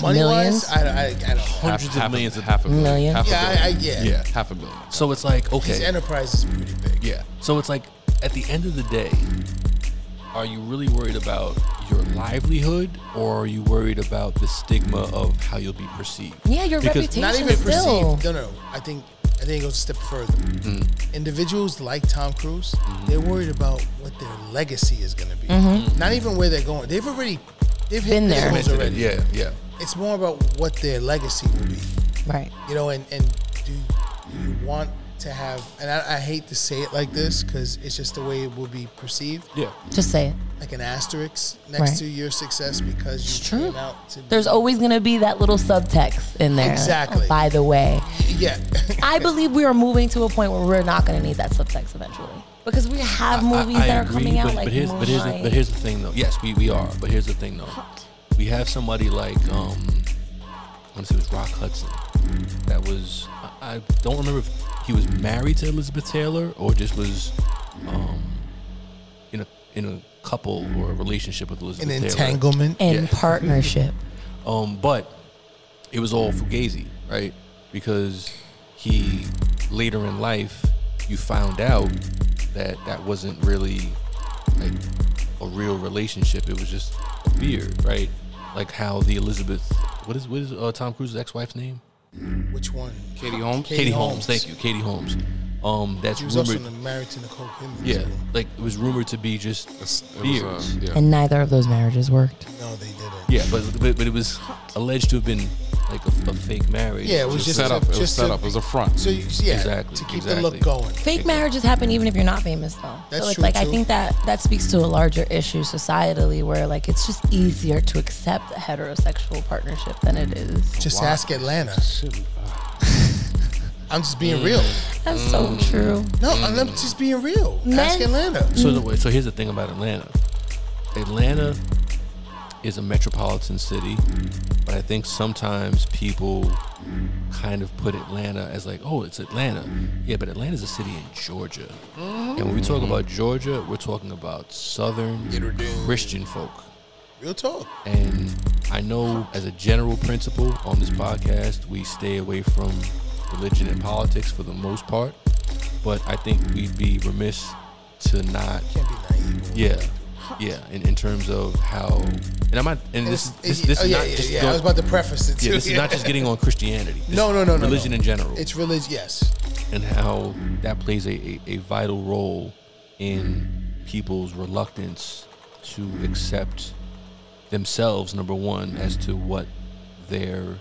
S7: money
S4: Millions?
S7: wise, I, I, I don't. Know.
S3: Hundreds of millions of
S5: half a billion,
S4: Million.
S5: half a
S7: Yeah, I, I,
S5: billion.
S7: yeah,
S3: Yeah.
S5: half a billion.
S3: So it's like
S7: His
S3: okay,
S7: enterprise is pretty big.
S3: yeah. So it's like at the end of the day, are you really worried about your livelihood, or are you worried about the stigma of how you'll be perceived?
S4: Yeah, your
S3: Because-
S4: reputation
S7: Not even
S4: still. Mm-hmm.
S7: perceived. No, no. I think I think it goes a step further. Individuals like Tom Cruise, they're worried about what their legacy is going to be. Not even where they're going. They've already they've
S4: Mm-hmm. Been
S7: hit their
S4: there.
S7: goals already.
S3: Yeah, yeah.
S7: It's more about what their legacy will be.
S4: Right.
S7: You know, and and do you want to have, and I, I hate to say it like this because it's just the way it will be perceived,
S3: Yeah.
S4: Just say it.
S7: like an asterisk next
S4: Right.
S7: to your success because you
S4: It's true.
S7: came out to
S4: There's always going to be that little subtext in there.
S7: Exactly.
S4: By the way,
S7: yeah.
S4: I believe we are moving to a point where we're not going to need that subtext eventually because we have movies that are coming out
S3: but,
S4: like
S3: but here's but here's, the,
S4: Moonlight.
S3: but here's the thing though. Yes, we, we are. But here's the thing though. We have somebody like um, I want to say it was Rock Hudson. That was I, I don't remember if he was married to Elizabeth Taylor or just was um, in a in a couple or a relationship with Elizabeth
S7: an
S3: Taylor.
S7: entanglement.
S4: in partnership.
S3: Um, but it was all fugazi, right? Because he later in life, you found out that that wasn't really like a real relationship. It was just a beard, right? Like how the Elizabeth, what is what is uh, Tom Cruise's ex-wife's name?
S7: Which one?
S5: Katie Holmes.
S7: Katie
S3: Katie, Holmes.
S7: Holmes.
S3: Thank you, Katie Holmes. Um, that's
S7: She was also
S3: rumored.
S7: in the married to Nicole Kidman.
S3: yeah, like it was rumored to be just
S5: It's- it was,
S3: beards.
S5: uh, yeah.
S4: And neither of those marriages worked.
S7: No, they didn't.
S3: Yeah, but, but but it was alleged to have been like a, a fake marriage.
S7: Yeah, it
S5: It
S7: was
S5: was
S7: just
S5: set
S7: a-
S5: up. It was
S7: just
S5: set
S7: a-
S5: up. It was a front.
S7: So you, yeah,
S3: Exactly,
S7: to keep the
S3: exactly.
S7: look going.
S4: Fake marriages happen even if you're not famous, though.
S7: That's
S4: so it's
S7: true,
S4: like I
S7: too.
S4: think that that speaks to a larger issue societally, where like it's just easier to accept a heterosexual partnership than it is.
S7: Just ask Atlanta. I'm just being real.
S4: That's so
S3: Mm.
S4: true.
S7: No, I'm just being real. Ask
S4: Men-
S7: Atlanta.
S3: So, the, so here's the thing about Atlanta. Atlanta is a metropolitan city, but I think sometimes people kind of put Atlanta as like, oh, it's Atlanta. Yeah, but Atlanta's a city in Georgia. And when we talk about Georgia, we're talking about Southern Christian folk.
S7: Real talk.
S3: And I know as a general principle on this podcast, we stay away from religion and politics for the most part, but I think we'd be remiss to not
S7: Can't be naive.
S3: yeah, yeah. In, in terms of how, and I'm not, and this
S7: It's-
S3: this this
S7: oh,
S3: is
S7: yeah,
S3: not
S7: yeah,
S3: just
S7: yeah,
S3: going-
S7: I was about to preface it. Too.
S3: yeah, this is not just getting on Christianity. This
S7: No,
S3: is
S7: no, no, no,
S3: Religion
S7: no.
S3: in general,
S7: It's religion. Yes.
S3: and how that plays a, a, a vital role in people's reluctance to accept themselves. Number one, as to what their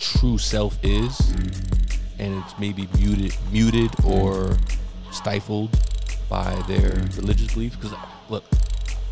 S3: true self is, and it's maybe muted, muted or stifled by their religious beliefs. Because look,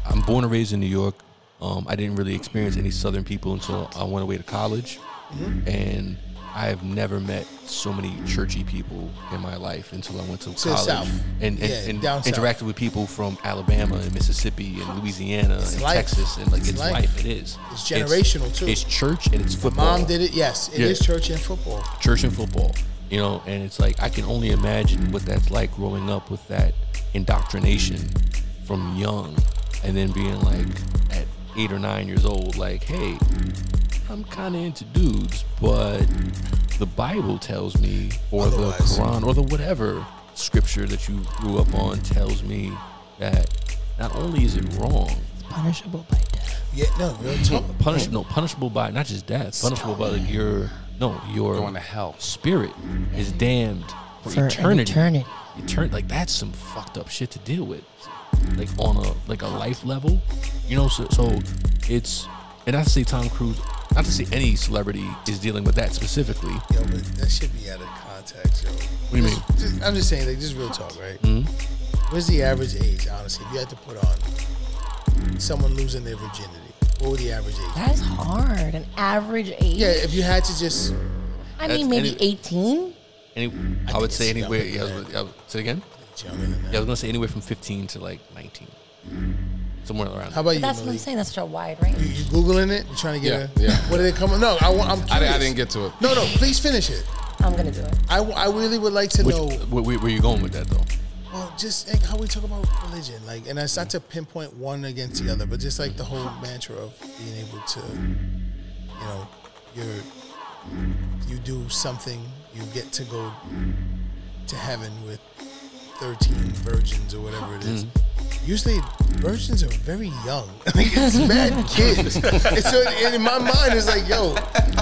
S3: I'm born and raised in New York. Um, I didn't really experience any Southern people until I went away to college,
S7: Mm-hmm.
S3: and I have never met so many churchy people in my life until I went to
S7: the
S3: college
S7: South.
S3: and and,
S7: Yeah,
S3: and
S7: down south.
S3: interacted with people from Alabama and Mississippi and Louisiana and
S7: life.
S3: Texas and like
S7: It's
S3: it's,
S7: life.
S3: life. It is.
S7: It's generational, too.
S3: It's church and it's football
S7: Mom did it. Yes. It is
S3: Yeah.
S7: church and football.
S3: church and football you know and it's like i can only imagine what that's like growing up with that indoctrination from young and then being like at eight or nine years old like hey i'm kind of into dudes but the bible tells me or the
S7: Otherwise.
S3: quran or the whatever scripture that you grew up on tells me that not only is it wrong
S4: Punishable by death.
S7: Yeah. No. Real talk.
S3: punish no punishable by not just death punishable by like your no your
S5: Going to hell.
S3: spirit is damned for,
S4: For an
S3: eternity.
S4: eternity.
S3: Etern- like that's some fucked up shit to deal with. Like on a like a life level, you know. So, so it's and I say Tom Cruise. Not to say any celebrity is dealing with that specifically.
S7: Yo, but that should be out of context, yo. What
S3: do you mean?
S7: I'm just saying, like, this is real talk, right? Where's the average age, honestly? If you had to put on someone losing their virginity, what would the average age?
S4: That is hard. An average age.
S7: Yeah, if you had to just
S4: I mean,
S3: that's
S4: maybe
S3: any-
S4: 18.
S3: Any, I,
S7: think
S3: would
S7: it's
S3: say
S7: younger
S3: anywhere.
S7: than
S3: Yeah, I
S7: that.
S3: was, I was- say it again.
S7: it's younger than that.
S3: Yeah, I was gonna say anywhere from 15 to like 19, somewhere around.
S7: How
S3: there.
S7: about you,
S4: That's what I'm
S7: Malik?
S4: saying. That's such a wide range.
S7: You googling it? You trying to get
S5: Yeah,
S7: a?
S5: yeah.
S7: What did it come? No, I, wa- I'm. Curious.
S5: I, di- I didn't get to it.
S7: No, no. Please finish it.
S4: I'm gonna do it.
S7: I, w- I really would like to
S3: Which,
S7: know.
S3: where, where, where you going with that though?
S7: Well, just like, how we talk about religion, like, and it's not to pinpoint one against the other, but just like the whole mantra of being able to, you know, you're you do something, you get to go to heaven with thirteen virgins or whatever it is. Usually, virgins are very young. Like it's mad kids. and so, and in my mind, it's like, yo,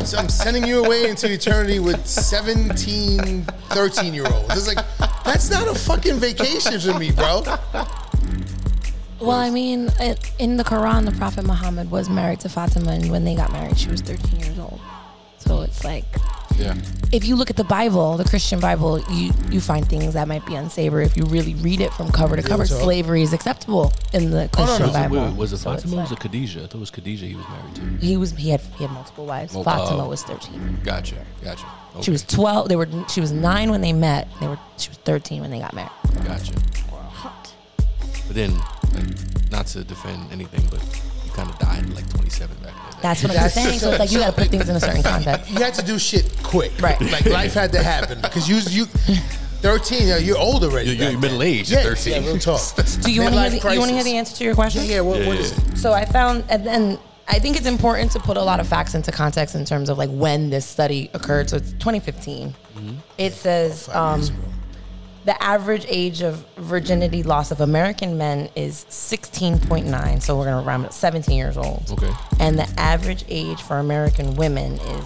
S7: so I'm sending you away into eternity with 17, 13 year olds. It's like, that's not a fucking vacation for me, bro.
S4: Well, I mean, i- in the Quran, the Prophet Muhammad was married to Fatima, and when they got married, she was 13 years old. So it's like,
S5: Yeah.
S4: if you look at the Bible, the Christian Bible, you, you find things that might be unsavory if you really read it from cover to cover.
S6: so-
S4: Slavery is acceptable in the Christian
S3: Was it,
S4: Bible.
S3: wait, was it
S4: So it's
S3: Fatima? was
S4: like-
S3: it Khadijah? I thought it was Khadijah he was married to.
S4: he was he had he had multiple wives.
S3: Mul-
S4: Fatima
S3: oh.
S4: was thirteen.
S3: Gotcha. Gotcha. Okay.
S4: She was twelve. They were she was nine when they met. They were she was thirteen when they got married.
S3: Gotcha. Wow. But then, like, not to defend anything, but you kind of died at like 27 back then.
S4: That's what I'm saying. So it's like you got to put things in a certain context.
S7: You had to do shit quick.
S4: Right.
S7: Like life had to happen because you you 13, you're- you're old already.
S3: you're,
S7: back
S3: you're
S7: then.
S3: middle aged.
S7: Yeah,
S3: 13.
S7: yeah, real talk.
S4: Do you want to
S7: Midlife
S4: hear the, you want to hear
S7: crisis.
S4: the answer to your question?
S7: Yeah, what, what
S3: Yeah,
S7: is
S3: yeah.
S7: it?
S4: So I found, and then I think it's important to put a lot of facts into context in terms of like when this study occurred. So it's 2015.
S7: Mm-hmm.
S4: It says um, the average age of virginity loss of American men is 16.9. So we're going to round it 17 years old.
S3: Okay.
S4: And the average age for American women is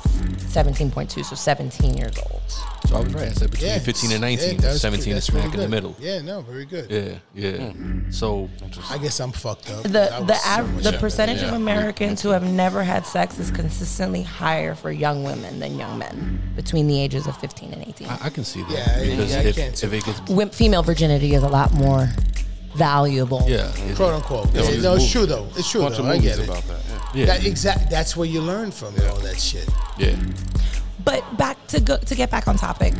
S4: 17.2. So 17 years old.
S3: So I was right. I said between
S7: Yeah,
S3: 15 and
S7: yeah,
S3: 19.
S7: that's pretty-
S3: 17 is
S7: that's
S3: smack
S7: pretty
S3: in the
S7: good.
S3: middle.
S7: Yeah, Hmm. no, very good.
S3: Yeah. Yeah. So
S7: I guess I'm fucked up. I
S4: The
S7: was
S4: the
S7: so
S4: av-
S7: much
S4: the
S7: younger.
S4: percentage
S3: yeah.
S4: of Americans who have never had sex is consistently higher for young women than young men between the ages of 15 and 18.
S3: I, I can see that.
S7: Yeah, yeah,
S3: because
S7: yeah, I
S3: if,
S7: can't see
S3: if it gets.
S4: Wim- female virginity is a lot more valuable.
S3: Yeah. it-
S7: Quote unquote. Yeah,
S5: there's
S7: no, it's
S5: movies.
S7: true though. It's true
S5: Bunch
S7: though.
S5: of
S7: I
S5: movies
S7: get it.
S5: about that. Yeah.
S3: yeah.
S7: That exact. That's where you learn from all that shit.
S3: yeah.
S4: But back to go, to get back on topic,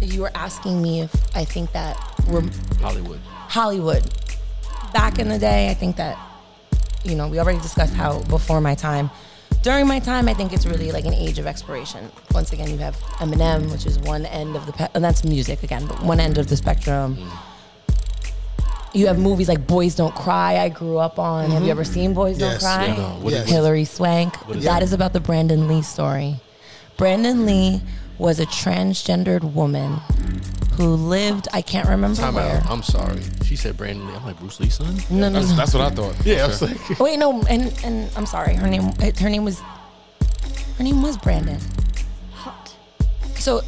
S4: you were asking me if I think that we're
S3: Hollywood.
S4: Hollywood. Back in the day, I think that you know we already discussed how before my time. During my time, I think it's really like an age of exploration. Once again, you have Eminem, which is one end of the pe- and that's music again, but one end of the spectrum. You have movies like Boys Don't Cry. I grew up on. Have you ever seen Boys Don't
S7: Yes.
S4: Cry?
S3: Mm-hmm. Yeah, no, what is-
S7: Yes.
S4: Hillary Swank.
S3: is
S4: That is about the Brandon Lee story. Brandon Lee was a transgendered woman who lived. I can't remember
S3: Time
S4: where.
S3: out. I'm sorry. She said Brandon Lee. I'm like Bruce Lee, son?
S4: No, no,
S5: That's,
S4: no.
S5: that's what I thought.
S3: Yeah. I was like,
S4: Wait, no, and and I'm sorry. Her name it- her name was her name was Brandon.
S2: Hot.
S4: So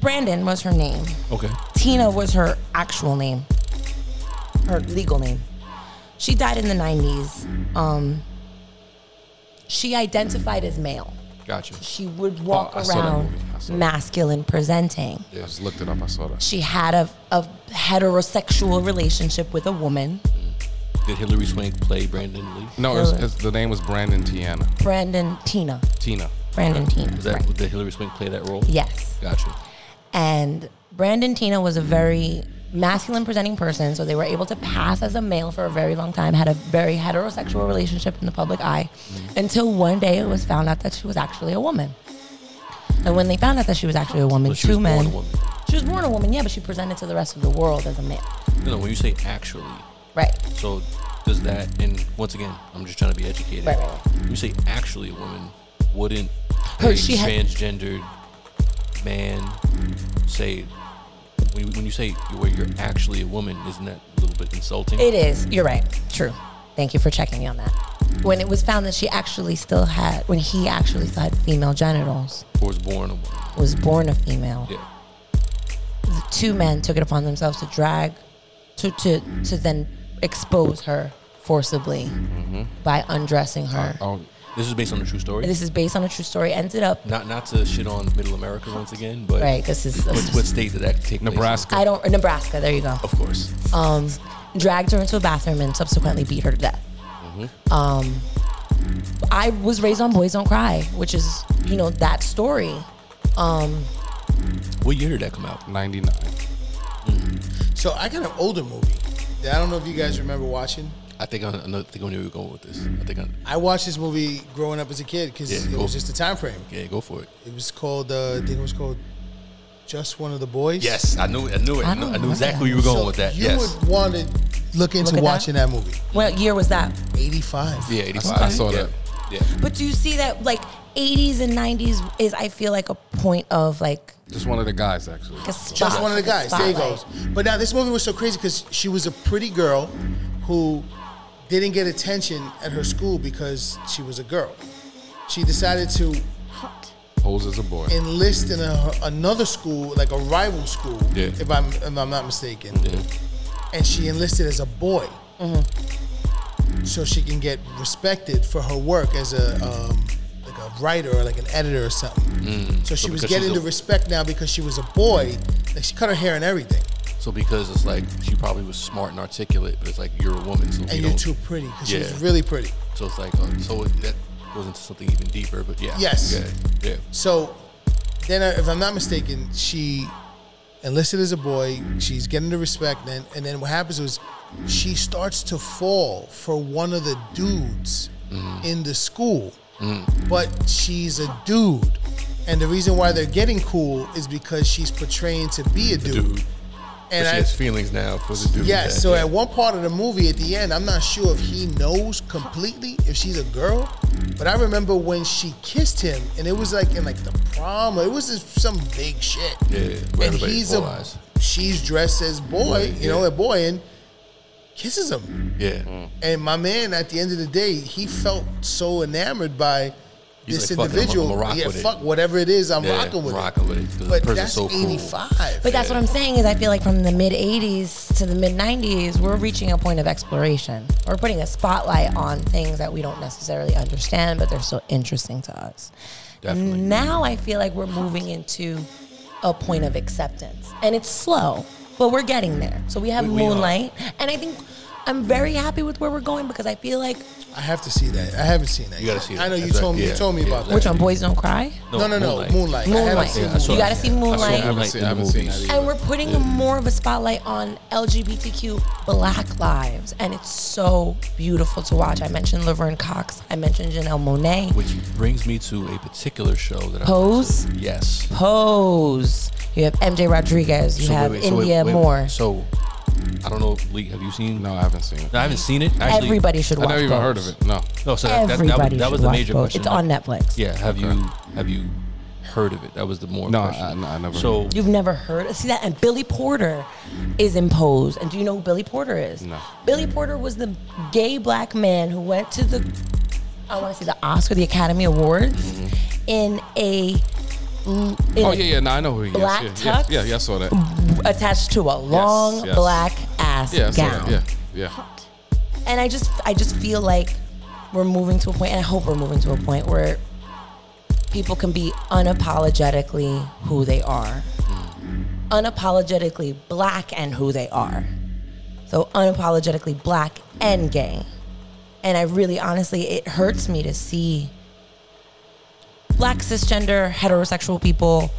S4: Brandon was her name.
S3: okay.
S4: Tina was her actual name, her legal name. She died in the 90s. Um, she identified as male.
S3: Gotcha.
S4: She would walk
S5: Oh, I saw that
S4: around
S5: movie. I saw that.
S4: masculine presenting.
S5: I just looked it up. I saw that.
S4: She had a, a heterosexual relationship with a woman.
S3: Did Hillary Swank play Brandon Lee?
S5: No, it's, it's, the name was Brandon Tiana.
S4: Brandon Tina.
S5: Tina.
S4: Brandon Tina.
S3: Was that
S4: right.
S3: did Hillary Swank play that role?
S4: Yes.
S3: Gotcha.
S4: and Brandon Tina was a very masculine presenting person, so they were able to pass as a male for a very long time, had a very heterosexual relationship in the public eye, until one day it was found out that she was actually a woman. And when they found out that she was actually a woman,
S3: Well, she
S4: two
S3: was born
S4: men.
S3: a woman.
S4: She was born a woman, yeah, but she presented to the rest of the world as a man.
S3: No, no, when you say actually,
S4: Right.
S3: so does that and once again, I'm just trying to be educated.
S4: Right, right,
S3: You say actually a woman wouldn't
S4: Her-
S3: a
S4: she had-
S3: transgendered man say when you, when you say where you're actually a woman, isn't that a little bit insulting?
S4: It is. You're right. True. Thank you for checking me on that. When it was found that she actually still had, when he actually still had female genitals,
S3: or was born a woman.
S4: was born a female.
S3: Yeah.
S4: the two men took it upon themselves to drag to to to then expose her forcibly by undressing her
S5: Oh,
S3: This is based on a true story.
S4: this is based on a true story ended up
S3: not not to shit on Middle America once again, but
S4: right this is
S3: what, what state did that take place in?
S5: Nebraska.
S4: i don't nebraska there you go
S3: Of course.
S4: um dragged her into a bathroom and subsequently beat her to death um i was raised on boys don't cry which is you know that story um
S3: What year did that come out?
S5: 99.
S7: So I got an older movie that I don't know if you guys remember watching.
S3: I think I, I know, I think I knew where you were going with this. I think I,
S7: I watched this movie growing up as a kid because
S3: Yeah,
S7: it
S3: cool.
S7: was just the time frame.
S3: yeah, go for it.
S7: It was called. Uh, I think it was called Just One of the Boys.
S3: Yes, I knew, I knew it.
S4: I
S3: I, knew,
S4: don't
S3: I knew
S4: know
S3: exactly
S4: that.
S3: where you were going
S7: So
S3: with that.
S7: You
S3: yes.
S7: would want to look into
S4: at that.
S7: watching that. movie.
S4: what year was that
S7: 85.
S3: yeah, 85.
S5: I saw
S3: yeah.
S5: that.
S3: Yeah.
S4: But do you see that like 80s and 90s is I feel like a point of like
S5: Just one of the guys, actually.
S4: a
S7: Just
S4: spot-
S7: one of the guys. There he
S4: spotlight.
S7: goes. But now this movie was so crazy because she was a pretty girl who didn't get attention at her school because she was a girl. She decided to
S2: Hot.
S5: Pose as a boy.
S7: enlist in a, another school, like a rival school,
S3: Yeah.
S7: if I'm if I'm not mistaken.
S3: Yeah.
S7: And she enlisted as a boy,
S3: Mm-hmm.
S7: so she can get respected for her work as a um, like a a writer or like an editor or something. So she
S3: Mm. because
S7: was
S3: she's
S7: getting the
S3: a-
S7: respect now because she was a boy. Like she cut her hair and everything.
S3: So because it's like she probably was smart and articulate, but it's like you're a woman, so we
S7: And you're
S3: don't-
S7: too pretty because she was
S3: Yeah.
S7: really pretty.
S3: So it's like uh, so it, that goes into something even deeper. But yeah,
S7: Yes.
S3: yeah, yeah.
S7: So then, uh, if I'm not mistaken, she enlisted as a boy. She's getting the respect, then, and then what happens was she starts to fall for one of the dudes
S3: Mm.
S7: in the school, but she's a dude. And the reason why they're getting cool is because she's portraying to be a dude.
S3: dude.
S7: And
S3: she
S7: I,
S3: has feelings now for the dude.
S7: Yes.
S3: that-
S7: so
S3: yeah.
S7: at one part of the movie, at the end, I'm not sure if he knows completely if she's a girl, but I remember when she kissed him, and it was like in like the prom. or It was just some big shit.
S3: Yeah, where
S7: and
S3: everybody
S7: he's
S3: realized.
S7: a she's dressed as boy,
S3: Right,
S7: you know,
S3: yeah.
S7: a boy, and kisses him.
S3: yeah,
S4: Mm.
S7: And my man, at the end of the day, he felt so enamored by.
S3: He's
S7: this
S3: like, fuck it, I'm-
S7: individual,
S3: I'ma rock
S7: yeah,
S3: with it.
S7: fuck whatever it is, I'm
S3: Yeah,
S7: rocking with
S3: rocking
S7: it.
S3: with it, 'cause the
S7: But
S3: person's
S7: that's
S3: so cool.
S7: 85.
S4: But that's what I'm saying is I feel like from the mid 80s to the mid 90s, we're reaching a point of exploration. We're putting a spotlight on things that we don't necessarily understand, but they're so interesting to us.
S3: Definitely.
S4: Now I feel like we're moving into a point of acceptance. And it's slow, but we're getting there. So we have
S3: We- we are.
S4: Moonlight. and I think I'm very happy with where we're going because I feel like,
S7: I have to see that. I haven't seen that.
S3: You gotta see
S7: I know
S3: that.
S7: you
S3: That's
S7: told
S3: right.
S7: me.
S3: Yeah,
S7: You told me
S3: yeah,
S7: about
S3: exactly.
S7: that.
S4: which on Boys Don't Cry?
S7: No, no, no, Moonlight. I haven't
S4: Moonlight.
S7: seen
S3: Yeah, I saw
S4: you got to
S3: that.
S4: see
S3: I saw
S5: I
S4: Moonlight.
S5: haven't
S3: Moonlight
S5: seen,
S3: in
S5: I
S3: the
S5: haven't seen
S3: movies.
S5: that
S4: And
S5: either.
S4: we're putting more of a spotlight on LGBTQ black lives. And it's so beautiful to watch. I mentioned Laverne Cox. I mentioned Janelle Monet.
S3: Which brings me to a particular show that I
S4: Pose?
S3: went to. Yes.
S4: Pose. You have MJ Rodriguez. You
S3: So wait,
S4: have
S3: wait, so wait,
S4: India
S3: wait,
S4: Moore.
S3: So I don't know, Lee. Have you seen?
S5: No, I haven't seen it.
S3: No, I haven't seen it. Actually,
S4: Everybody should
S5: I
S4: watch
S5: never even
S4: Pose.
S5: heard of it. No.
S3: No, so that, that, that,
S4: Everybody
S3: that was
S4: should
S3: the
S4: watch
S3: major
S4: Pose.
S3: question.
S4: It's on Netflix.
S3: Yeah. Have you have you heard of it? That was the more.
S5: No,
S3: question.
S5: I- no, I never
S3: So
S4: You've never heard see that and Billy Porter is in Pose. And do you know who Billy Porter is?
S5: No.
S4: Billy Porter was the gay black man who went to the I want to say the Oscar, the Academy Awards in a in
S5: Mm-hmm. Oh
S4: a-
S5: yeah, yeah. No, I know who he
S4: Black
S5: is. Yeah,
S4: tux? Oh
S5: yeah, yeah, yeah, I saw that.
S4: attached to a long
S5: yes.
S4: black ass
S5: Yeah, I saw
S4: gown.
S5: that. Yeah, yeah.
S4: And I just I just feel like we're moving to a point and I hope we're moving to a point where people can be unapologetically who they are. Unapologetically black and who they are. So unapologetically black and gay. And I really honestly it hurts me to see black cisgender heterosexual people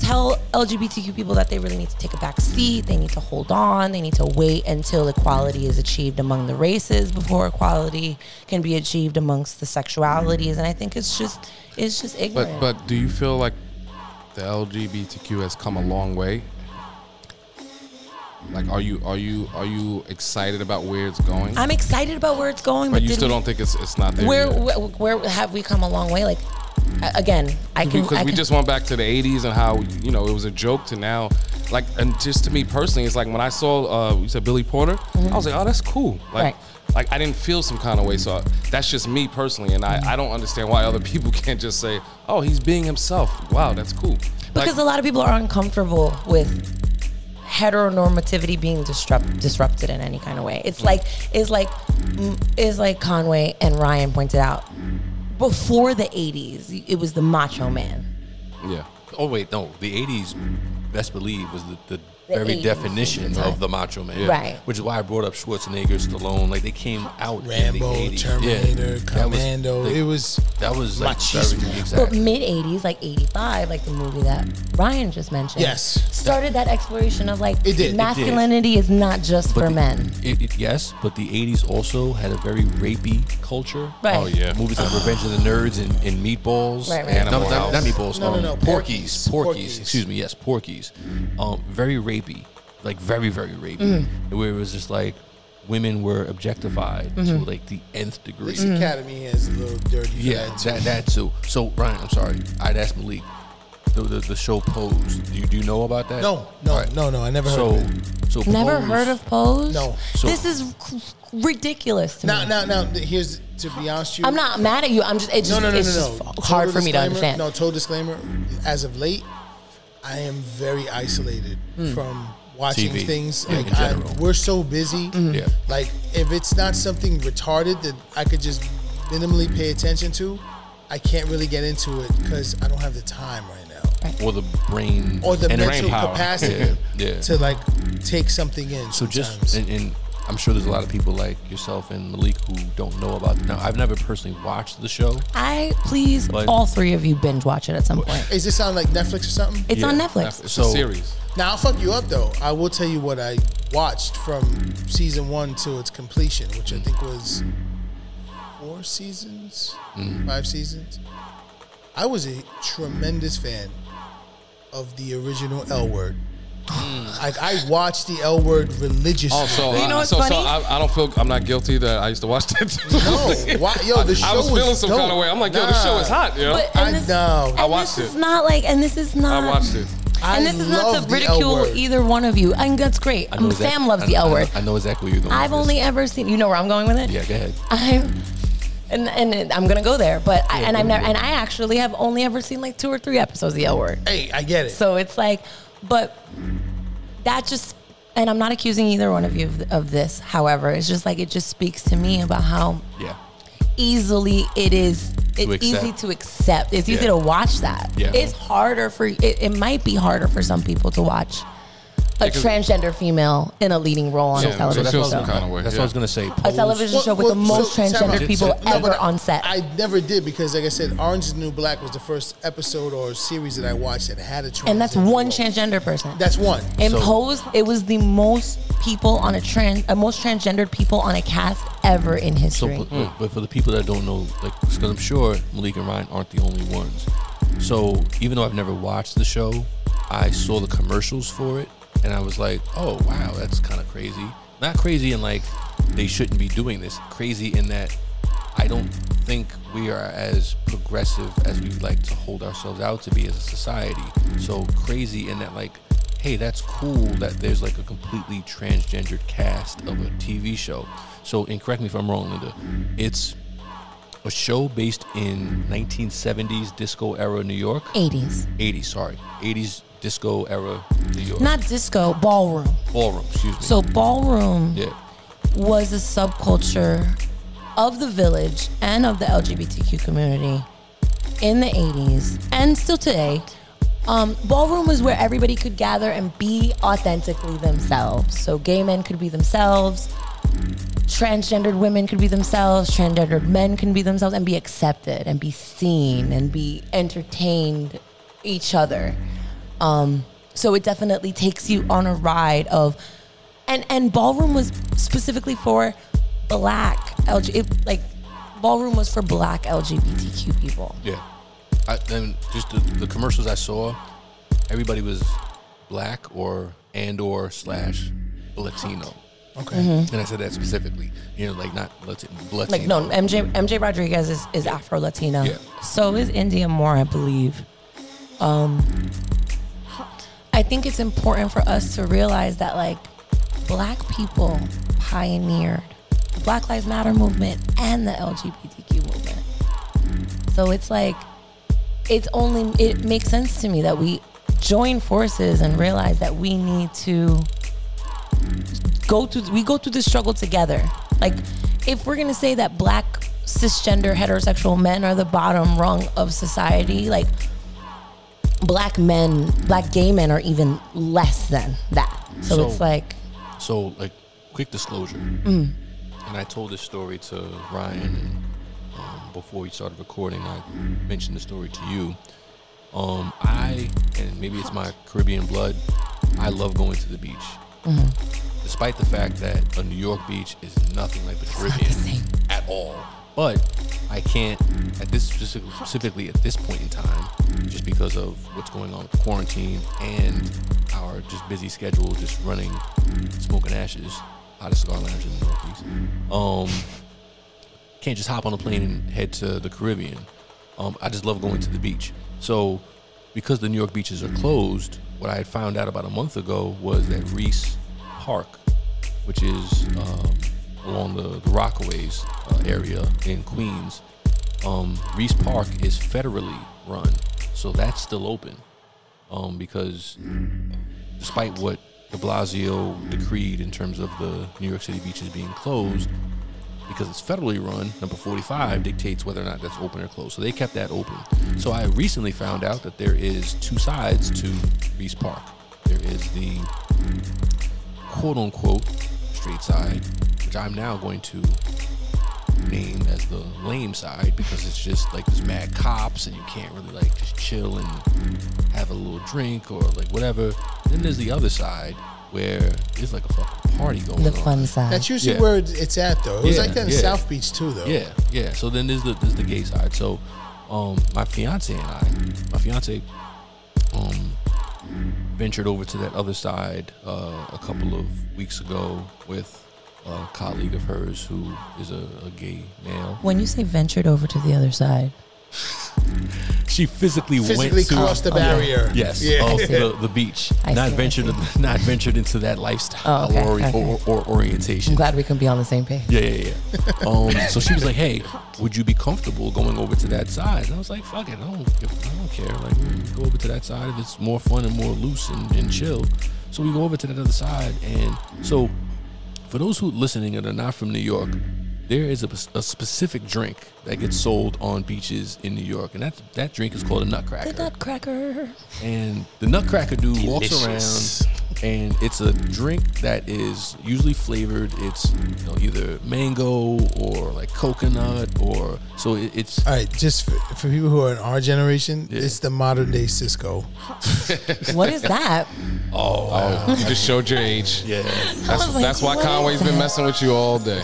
S4: tell LGBTQ people that they really need to take a back seat. They need to hold on. They need to wait until equality is achieved among the races before equality can be achieved amongst the sexualities. And I think it's just it's just
S5: But
S4: ignorant.
S5: but do you feel like the LGBTQ has come a long way? Like, are you are you are you excited about where it's going?
S4: I'm excited about where it's going.
S5: but you
S4: did
S5: still
S4: we-
S5: don't think it's it's not there.
S4: Where,
S5: yet?
S4: where where have we come a long way? Like a- again, I can
S5: because
S4: I
S5: Mm-hmm. we
S4: can-
S5: just went back to the 80s and how you know it was a joke to now like and just to me personally it's like when i saw uh you said billy porter i was like oh that's cool like
S4: Mm-hmm. Right.
S5: like i didn't feel some kind of way so that's just me personally and i i don't understand why other people can't just say oh he's being himself wow that's cool Like,
S4: because a lot of people are uncomfortable with heteronormativity being disrupt, disrupted in any kind of way. It's like it's like mm, it's like Conway and Ryan pointed out before the 80s, it was the macho man.
S5: yeah
S3: Oh wait, no. The '80s, best believe, was the, the,
S4: The
S3: very
S4: 80s
S3: definition
S4: was the time.
S3: of the macho man,
S4: Right.
S3: Which is why I brought up Schwarzenegger, Stallone. Like they came out
S7: Rambo,
S3: in the 80s.
S7: Terminator,
S3: That was
S7: Commando.
S3: the-
S7: it was
S3: that was like
S7: machismo.
S3: very
S4: But
S3: exactly.
S4: mid 80s, like 85, like the movie that Ryan just mentioned.
S7: Yes.
S4: Started that exploration of like
S7: It did, it did.
S4: masculinity is not just for
S3: the-
S4: men.
S3: It, it, yes, but the '80s also had a very rapey culture.
S4: Right.
S5: oh yeah
S3: Movies like Revenge of the Nerds and, and Meatballs.
S4: Right, right.
S3: and-
S5: Animal
S3: no, not,
S5: House.
S3: not Meatballs.
S7: No, no,
S3: um,
S7: no,
S3: Porkies.
S7: Porky's.
S3: Porkies.
S7: Porky's.
S3: Excuse me. Yes, Porkies. Um, very rapey. Like very, very rapey.
S7: Mm-hmm.
S3: Where it was just like women were objectified to like the nth degree.
S4: Mm-hmm.
S7: this academy is a little dirty.
S3: Yeah,
S7: for that
S3: that, that too. So Ryan, I'm sorry. I'd ask Malik. The, the, the show Pose. Do you, do you know about that?
S7: No, no,
S3: All right.
S7: no, no. I never
S3: So,
S7: heard of it.
S3: so
S4: Never
S3: Pose-
S4: heard of Pose?
S7: No.
S3: So-
S4: this is cr- ridiculous to
S7: Now,
S4: me.
S7: now, now. th- Here's to be honest, with you.
S4: I'm not mad at you. I'm just it's
S7: No,
S4: just,
S7: no, no,
S4: it's
S7: no,
S4: just
S7: no.
S4: hard
S7: Total
S4: for me to
S7: disclaimer-
S4: understand.
S7: No, total disclaimer. As of late, I am very isolated
S4: Hmm.
S7: from watching
S3: TV,
S7: things.
S3: yeah,
S7: like
S3: in
S7: I,
S3: general.
S7: we're so busy.
S4: Mm-hmm.
S3: Yeah.
S7: Like if it's not something retarded that I could just minimally pay attention to,
S6: I can't really get into it because I don't have the time right now.
S3: or the brain
S6: Or the
S3: energy.
S6: mental
S5: power.
S6: capacity
S3: Yeah, yeah.
S6: to like take something in.
S3: So just
S6: sometimes.
S3: and, and I'm sure there's a lot of people like yourself and Malik who don't know about. Now I've never personally watched the show.
S4: I please
S3: Like-
S4: all three of you binge watch it at some point.
S6: is this on like Netflix or something?
S4: It's on
S3: Yeah.
S4: Netflix.
S5: It's
S3: So-
S5: a series.
S6: Now I'll fuck you up though. I will tell you what I watched from season one to its completion, which I think was four seasons, five seasons. I was a tremendous fan of the original L Word. Like I watched the L Word religiously.
S5: Oh, so
S4: You know
S6: uh,
S5: I-
S4: what's
S5: so, so
S4: funny?
S5: I, I don't feel I'm not guilty that I used to watch that.
S6: No, why- yo, the
S5: I
S6: show
S5: was feeling
S6: was
S5: some
S6: dope.
S5: kind of way. I'm like, yo, the
S6: Nah.
S5: show is hot, yo.
S4: But
S6: I
S4: and this,
S6: know.
S4: and
S6: I
S5: watched
S4: this is
S5: it.
S4: not like, and this is not.
S5: I watched it.
S4: And this is not
S6: love
S4: to
S6: the L
S4: ridicule
S6: Word.
S4: either one of you. I think that's great.
S3: I
S4: Um,
S3: know exact-
S4: Sam loves
S3: I-
S4: the
S3: I-
S4: L word.
S3: I know exactly where you're going.
S4: I've
S3: with
S4: only
S3: this.
S4: ever seen. You know where I'm going with it.
S3: Yeah, go ahead.
S4: I'm, and and I'm gonna go there, but I, and I've never and I actually have only ever seen like two or three episodes of L Word.
S6: hey, I get it.
S4: So it's like, but that just, and I'm not accusing either one of you of, of this. However, it's just like it just speaks to me about how
S3: Yeah,
S4: easily it is. It's
S3: accept.
S4: easy to accept. It's easy
S3: Yeah.
S4: to watch that.
S3: Yeah.
S4: It's harder for it, it. might be harder for some people to watch a
S5: Yeah, 'cause-
S4: transgender female in a leading role on
S5: Yeah,
S4: a
S5: so
S4: television
S5: that's what
S4: show.
S5: I'm kinda Kind of way,
S3: that's
S5: yeah.
S3: what I was gonna say.
S4: a television
S6: Well,
S4: show with
S6: well,
S4: the most
S6: so, Sarah,
S4: transgender people
S6: no,
S4: ever
S6: but
S4: on set.
S6: I never did because, like I said, Orange is the New Black was the first episode or series that I watched that had a trans.
S4: and that's one transgender person.
S6: That's one.
S4: Imposed. it was the most people on a trans, uh, most transgendered people on a cast ever in
S3: So,
S4: history.
S3: but, but- but for the people that don't know, like, because I'm sure Malik and Ryan aren't the only ones. So even though I've never watched the show, I saw the commercials for it, and I was like, oh wow, that's kind of crazy. Not crazy in like they shouldn't be doing this. Crazy in that I don't think we are as progressive as we like to hold ourselves out to be as a society. So crazy in that like. Hey, that's cool that there's like a completely transgendered cast of a TV show. So, and correct me if I'm wrong, Linda, it's a show based in 1970s disco era New York.
S4: 80s,
S3: 80s, sorry. 80s disco era New York.
S4: not disco, ballroom.
S3: ballroom, excuse me.
S4: So ballroom
S3: yeah.
S4: was a subculture of the village and of the LGBTQ community in the 80s and still today. Um, ballroom was where everybody could gather and be authentically themselves. So gay men could be themselves, transgendered women could be themselves, transgendered men can be themselves and be accepted and be seen and be entertained each other. Um, so it definitely takes you on a ride of, and and ballroom was specifically for black LG, it, like ballroom was for black LGBTQ people.
S3: Yeah. I, and just the, the commercials I saw, everybody was black or and or slash Latino.
S6: Okay.
S3: And I said that specifically. You know, like not Latino. Latino.
S4: Mm-hmm. Like no, MJ MJ Rodriguez is, is Afro Latino.
S3: Yeah.
S4: So is India Moore, I believe. Um, I think it's important for us to realize that like black people pioneered the Black Lives Matter movement and the LGBTQ movement. So it's like it's only it makes sense to me that we join forces and realize that we need to go through we go through the struggle together. Like if we're gonna say that black cisgender heterosexual men are the bottom rung of society, like black men, black gay men are even less than that. So,
S3: So-
S4: it's like
S3: So, like, quick disclosure. And I told this story to Ryan, and um, before we started recording, I mentioned the story to you. Um, I, and maybe it's my Caribbean blood, I love going to the beach. Despite the fact that a New York beach is nothing like the Caribbean
S4: same.
S3: at all. But I can't, at this specific, specifically at this point in time, just because of what's going on with quarantine and our just busy schedule, just running, smoking ashes, hottest cigar lounge in the Northeast. Um, can't just hop on a plane and head to the Caribbean. Um, I just love going to the beach. So, because the New York beaches are closed, what I had found out about a month ago was that Reese Park, which is um, along the, the Rockaways uh, area in Queens, um, Reese Park is federally run. So, that's still open um, because despite what de Blasio decreed in terms of the New York City beaches being closed, because it's federally run, number 45 dictates whether or not that's open or closed. So they kept that open. So I recently found out that there is two sides to Reese Park. There is the quote unquote straight side, which I'm now going to name as the lame side because it's just like there's mad cops and you can't really like just chill and have a little drink or like whatever. Then there's the other side where there's like a fucking party going
S4: The
S3: on.
S4: fun side.
S7: That's usually
S3: Yeah.
S7: where it's at, though. It was
S3: Yeah,
S7: like that in
S3: yeah.
S7: South Beach too, though.
S3: Yeah, yeah. So then there's the there's the gay side. So um my fiance and I, my fiance um ventured over to that other side uh, a couple of weeks ago with a colleague of hers who is a, a gay male.
S4: when you say ventured over to the other side,
S3: She physically,
S7: Physically
S3: went to
S7: crossed
S5: Oh,
S7: the barrier.
S3: Yes,
S7: Yeah.
S3: of the, the beach.
S4: I
S3: not
S4: see, I
S3: ventured, not ventured into that lifestyle
S4: Oh, okay,
S3: or,
S4: okay.
S3: Or, or orientation.
S4: I'm glad we can be on the same page.
S3: Yeah, yeah, yeah. um, so she was like, "Hey, would you be comfortable going over to that side?" And I was like, "Fuck it, I don't, give- I don't care. Like, we go over to that side if it's more fun and more loose and, and chill." So we go over to that other side, and so for those who listening and are not from New York, there is a, a specific drink that gets sold on beaches in New York, and that that drink is called a Nutcracker.
S4: The nutcracker.
S3: and the Nutcracker dude
S10: Delicious.
S3: walks around. And it's a drink that is usually flavored. It's you know, either mango or like coconut or so it, it's
S7: All right, just for, for people who are in our generation, it's the modern day Cisco.
S4: What is that?
S5: Oh, you just showed your age. Yeah. That's,
S4: I was like,
S5: that's why
S4: what is
S5: Conway's been
S4: that?
S5: messing with you all day.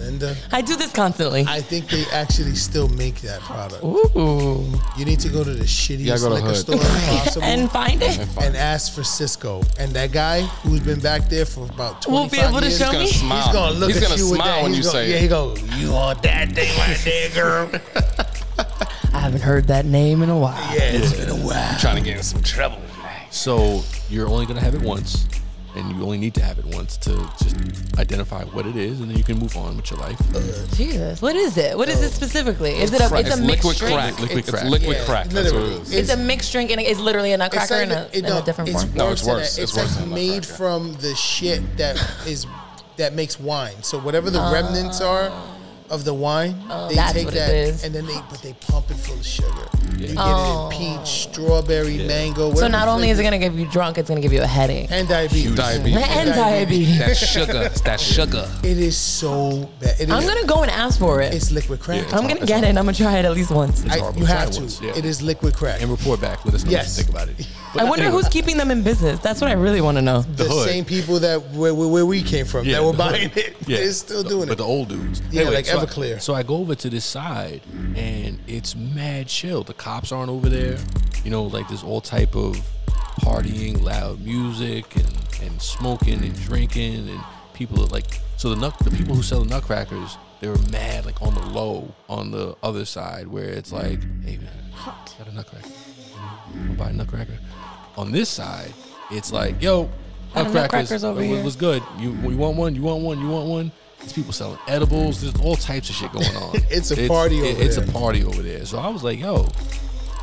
S7: Linda,
S4: I do this constantly.
S7: I think they actually still make that product.
S4: Ooh.
S7: You need to go to the
S5: gotta
S7: shittiest
S5: go to
S7: liquor
S5: Hood.
S7: store possible
S4: And
S7: and,
S4: find it.
S7: ask for Cisco. And that guy who's been back there for about 25
S4: Won't be able to
S7: years,
S4: show
S5: He's
S4: me.
S5: gonna smile.
S7: He's gonna look
S5: He's
S7: at
S5: gonna
S7: you with
S5: smile
S7: that.
S5: when
S7: he's
S5: you
S7: gonna-
S5: say
S7: Yeah,
S5: it.
S7: he go. You want that thing right there, girl?
S4: I haven't heard that name in a while.
S7: Yeah, it's been a while.
S5: Trying to get in some trouble.
S3: so you're only gonna have it once, and you only need to have it once to just identify what it is, and then you can move on with your life.
S4: Jesus. What is it? What is it specifically? Is it a,
S5: Crack.
S4: it's a mixed
S5: liquid
S4: drink?
S5: crack.
S3: Liquid
S5: it's
S3: crack.
S5: liquid
S7: Yeah,
S5: crack. That's what
S7: literally.
S5: it is.
S4: It's a mixed drink and it's literally a nutcracker in, a,
S7: not even-
S4: in
S7: no,
S4: a different
S7: it's
S4: form.
S5: No, it's
S7: than that.
S5: worse.
S7: It's,
S5: It's
S7: like
S5: worse than that,
S7: made
S5: yeah.
S7: from the shit that is that makes wine. So whatever the remnants are of the wine, they
S4: Ah. Oh, that's
S7: take
S4: what it
S7: that
S4: is.
S7: and then they but they pump it full of sugar. You get
S4: Oh.
S7: it in peach, strawberry,
S4: So
S7: mango. whatever
S4: not only is it
S7: flavor.
S4: going to give you drunk, it's going to give you a headache.
S7: and diabetes.
S5: Diabetes.
S4: And diabetes.
S7: diabetes.
S5: That sugar. It's that sugar.
S7: It is so bad. It is,
S4: I'm going to go and ask for it.
S7: It's liquid crack.
S3: Yeah.
S4: I'm going to get it and I'm going to try it at least once.
S7: I-
S3: horrible.
S7: you
S3: Try
S7: have to.
S3: once, yeah.
S7: It is liquid crack.
S3: And report back. Let us know what
S7: Yes.
S3: you think about it. But
S4: I wonder
S3: anyway,
S4: who's keeping them in business. That's what I really want to know.
S7: the
S3: hood.
S7: same people that where, where, where we came from
S3: Yeah,
S7: that were
S3: the
S7: buying
S3: hood.
S7: it,
S3: Yeah,
S7: they're still
S3: the-
S7: doing
S3: But
S7: it.
S3: the old dudes.
S7: Yeah, like
S3: so I-
S7: Everclear.
S3: so I go over to this side, and it's mad chill. The cops aren't over there. You know, like there's all type of partying, loud music, and and smoking and drinking, and people are like. So the nut, the people who sell the nutcrackers, they were mad, like on the low, on the other side, where it's like, hey man, got a nutcracker. I'll buy a nutcracker. On this side, it's like, yo,
S4: Got a
S3: nutcrackers,
S4: Nutcrackers over
S3: what-
S4: here.
S3: what's good? You, you want one? You want one? You want one? There's people selling edibles. There's all types of shit going on.
S7: It's a party over
S3: It's a
S7: there.
S3: party over there. So I was like, yo,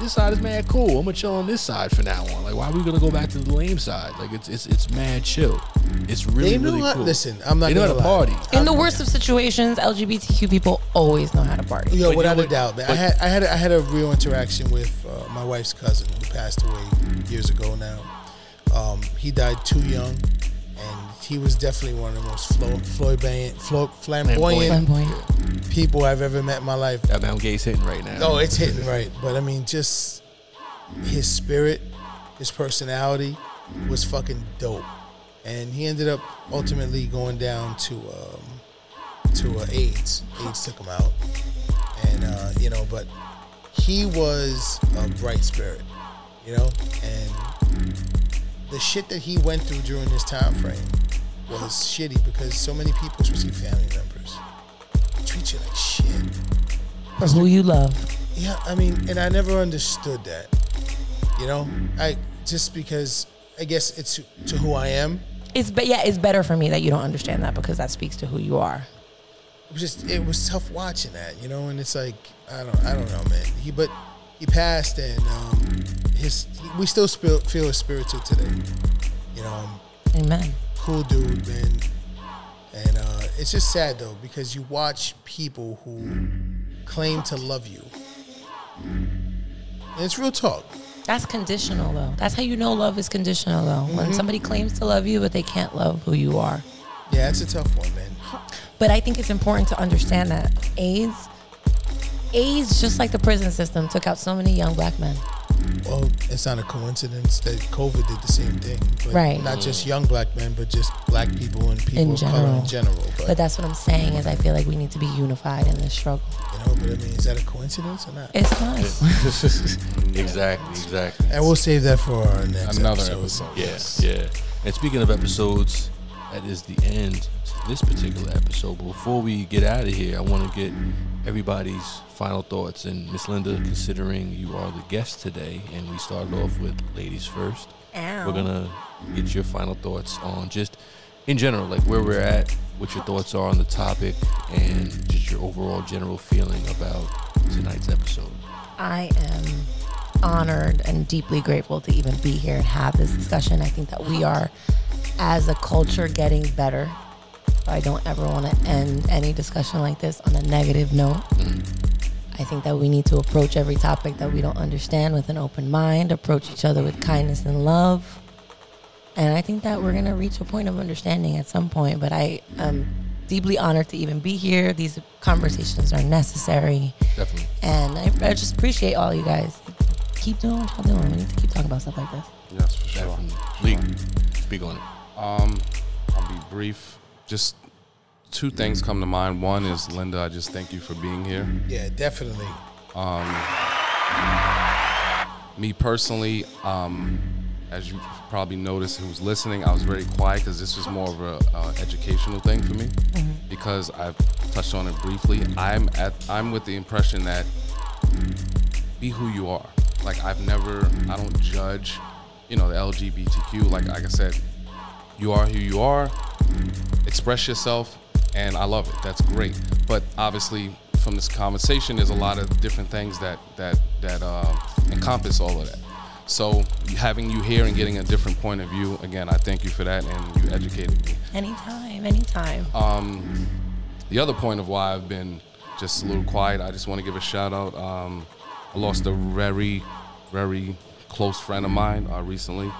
S3: this side is mad cool. I'm gonna chill on this side for now on. Like, why are we gonna go back to the lame side? Like, it's it's it's mad chill. It's really
S7: They know
S3: really
S7: how-
S3: cool.
S7: listen, I'm not
S3: They know how
S7: gonna
S3: to
S7: lie.
S3: party.
S4: In the worst of situations, LGBTQ people always know how to party.
S7: Yo,
S3: But you
S7: without
S3: know
S7: a
S3: what-
S7: doubt, man. I
S3: but-
S7: had I had a, I had a real interaction with uh, my wife's cousin who passed away years ago now. Um, he died too young, and he was definitely one of the most flo- flamboyant, flo- flamboyant
S4: Flamboyant.
S7: people I've ever met in my life.
S3: That Mount Gay's hitting right now.
S7: No, it's hitting right, but I mean, just his spirit, his personality was fucking dope, and he ended up ultimately going down to um, to uh, AIDS. AIDS took him out, and uh, you know, but he was a bright spirit, you know, and the shit that he went through during this time frame was shitty because so many people, especially family members, treat you like shit.
S4: For who you love.
S7: Yeah, I mean, and I never understood that. You know, I just because I guess it's to who I am.
S4: It's but yeah, it's better for me that you don't understand that because that speaks to who you are.
S7: It was just it was tough watching that, you know. And it's like I don't, I don't know, man. He but he passed, and um, his we still feel feel his spiritual today. You know, um,
S4: Amen.
S7: cool dude, man. And uh, it's just sad though because you watch people who claim to love you. And it's real talk.
S4: That's conditional though. That's how you know love is conditional though. When somebody claims to love you but they can't love who you are.
S7: Yeah, it's a tough one, man.
S4: But I think it's important to understand that AIDS AIDS just like the prison system took out so many young black men.
S7: Well, it's not a coincidence that COVID did the same thing. But
S4: Right.
S7: Not just young black men, but just black people and people
S4: In
S7: of color
S4: general.
S7: in general. But,
S4: But that's what I'm saying is I feel like we need to be unified in this struggle.
S7: you know, but I mean, is that a coincidence or not?
S4: It's not.
S3: Exactly, exactly.
S7: And we'll save that for our next
S5: Another
S7: episode.
S5: episode.
S3: Yeah, yeah. And speaking of episodes, that is the end to this particular episode. But before we get out of here, I want to get everybody's final thoughts. And Miss Linda, considering you are the guest today, and we started off with ladies first,
S4: Ow.
S3: we're gonna get your final thoughts on just in general, like where we're at, what your thoughts are on the topic, and just your overall general feeling about tonight's episode.
S4: I am honored and deeply grateful to even be here and have this discussion. I think that we are, as a culture, getting better. So I don't ever want to end any discussion like this on a negative note. I think that we need to approach every topic that we don't understand with an open mind, approach each other with kindness and love. And I think that we're going to reach a point of understanding at some point. But I am deeply honored to even be here. These conversations are necessary.
S3: Definitely.
S4: And I, I just appreciate all you guys. Keep doing what y'all doing. We need to keep talking about stuff like this.
S5: Yes, for sure.
S3: Definitely. Lee, speak on it.
S5: I'll be brief. Just two things come to mind. One is Linda. I just thank you for being here.
S7: Yeah, definitely.
S5: Me personally, um, as you probably noticed, who's listening, I was very quiet because this was more of a uh, educational thing for me because I've touched on it briefly. I'm at I'm with the impression that be who you are. Like I've never I don't judge, you know, the LGBTQ. Like like I said, you are who you are. Express yourself, and I love it. That's great. But obviously, from this conversation, there's a lot of different things that that that uh, encompass all of that. So having you here and getting a different point of view, again, I thank you for that, and you educated me.
S4: Anytime, anytime.
S5: The other point of why I've been just a little quiet, I just want to give a shout out. Um, I lost a very, very close friend of mine uh, recently.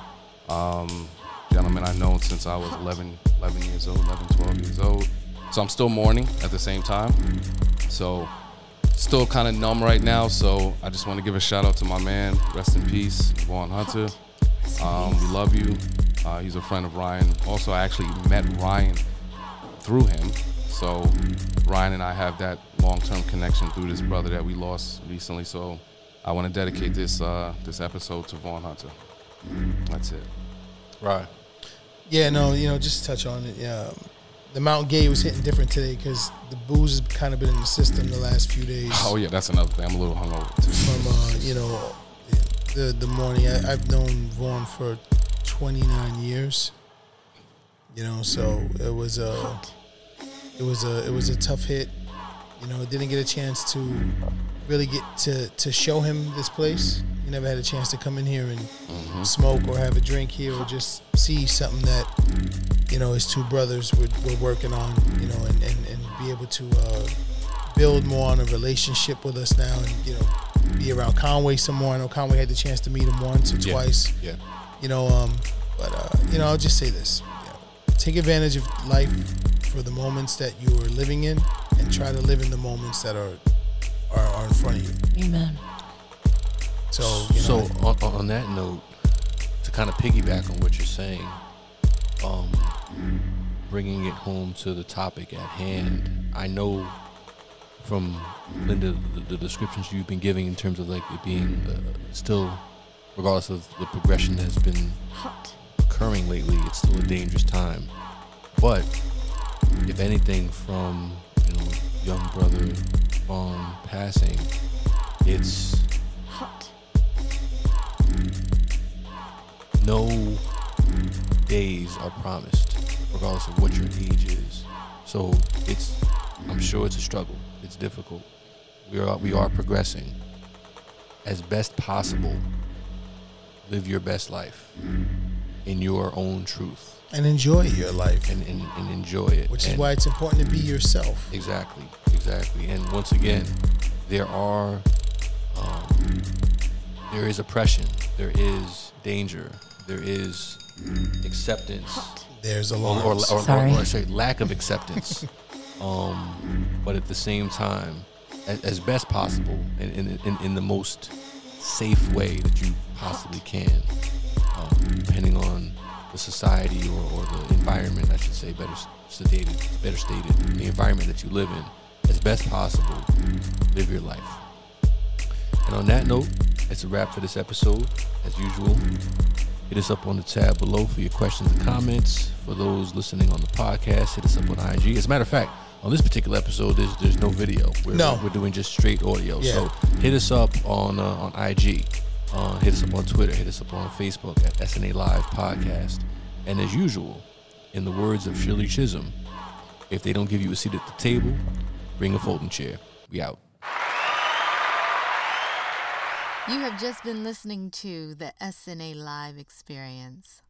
S5: Um, gentleman I known since I was 11, 11 years old, 11, 12 years old. So I'm still mourning at the same time. So still kind of numb right now. So I just want to give a shout out to my man. Rest in peace, Vaughn Hunter. Um, we love you. Uh, he's a friend of Ryan. Also, I actually met Ryan through him. So Ryan and I have that long-term connection through this brother that we lost recently. So I want to dedicate this uh, this episode to Vaughn Hunter. That's it.
S3: Right.
S7: Yeah, no, you know, just to touch on it. Yeah, um, the Mount Gay was hitting different today because the booze has kind of been in the system the last few days.
S5: Oh yeah, that's another thing. I'm a little hungover. Too.
S7: from uh, you know the the morning. I, I've known Vaughn for 29 years. You know, so it was a it was a it was a tough hit. You know, didn't get a chance to really get to to show him this place. He never had a chance to come in here and smoke or have a drink here or just see something that you know his two brothers were, were working on. You know, and and, and be able to. Uh, build more on a relationship with us now and you know be around Conway some more. I know Conway had the chance to meet him once or
S3: Yeah.
S7: twice.
S3: Yeah.
S7: You know, um, but uh, you know, I'll just say this: you know, take advantage of life for the moments that you are living in, and try to live in the moments that are are, are in front of you.
S4: Amen.
S7: So, you know,
S3: so on, on on that note, to kind of piggyback on what you're saying, um, bringing it home to the topic at hand, I know from Linda the, the descriptions you've been giving in terms of like it being uh, still, regardless of the progression that's been occurring lately, it's still a dangerous time. But if anything, from you know, young brother Vaughn passing, it's no days are promised, regardless of what your age is. So it's, I'm sure it's a struggle. It's difficult. We are we are progressing. As best possible, live your best life in your own truth.
S6: and enjoy your life,
S3: and, and, and enjoy it.
S6: which is
S3: And-
S6: why it's important to be yourself.
S3: Exactly, exactly. And once again, there are, um, there is oppression, there is danger, there is acceptance,
S6: There's
S3: or, or, or,
S6: alarms.
S3: or,
S4: Sorry.
S3: or I say lack of acceptance. um, but at the same time, as, as best possible, and in, in, in the most safe way that you possibly can, um, depending on the society or, or the environment, I should say, better stated, better stated, the environment that you live in, as best possible, live your life. And on that note, that's a wrap for this episode. As usual, hit us up on the tab below for your questions and comments. For those listening on the podcast, hit us up on IG. As a matter of fact, on this particular episode, there's there's no video. We're,
S6: No.
S3: we're doing just straight audio.
S6: Yeah.
S3: So hit us up on uh, on IG, uh, hit us up on Twitter, hit us up on Facebook at SNA Live Podcast. And as usual, in the words of Shirley Chisholm, if they don't give you a seat at the table, bring a folding chair. We out.
S1: You have just been listening to the SNA Live Experience.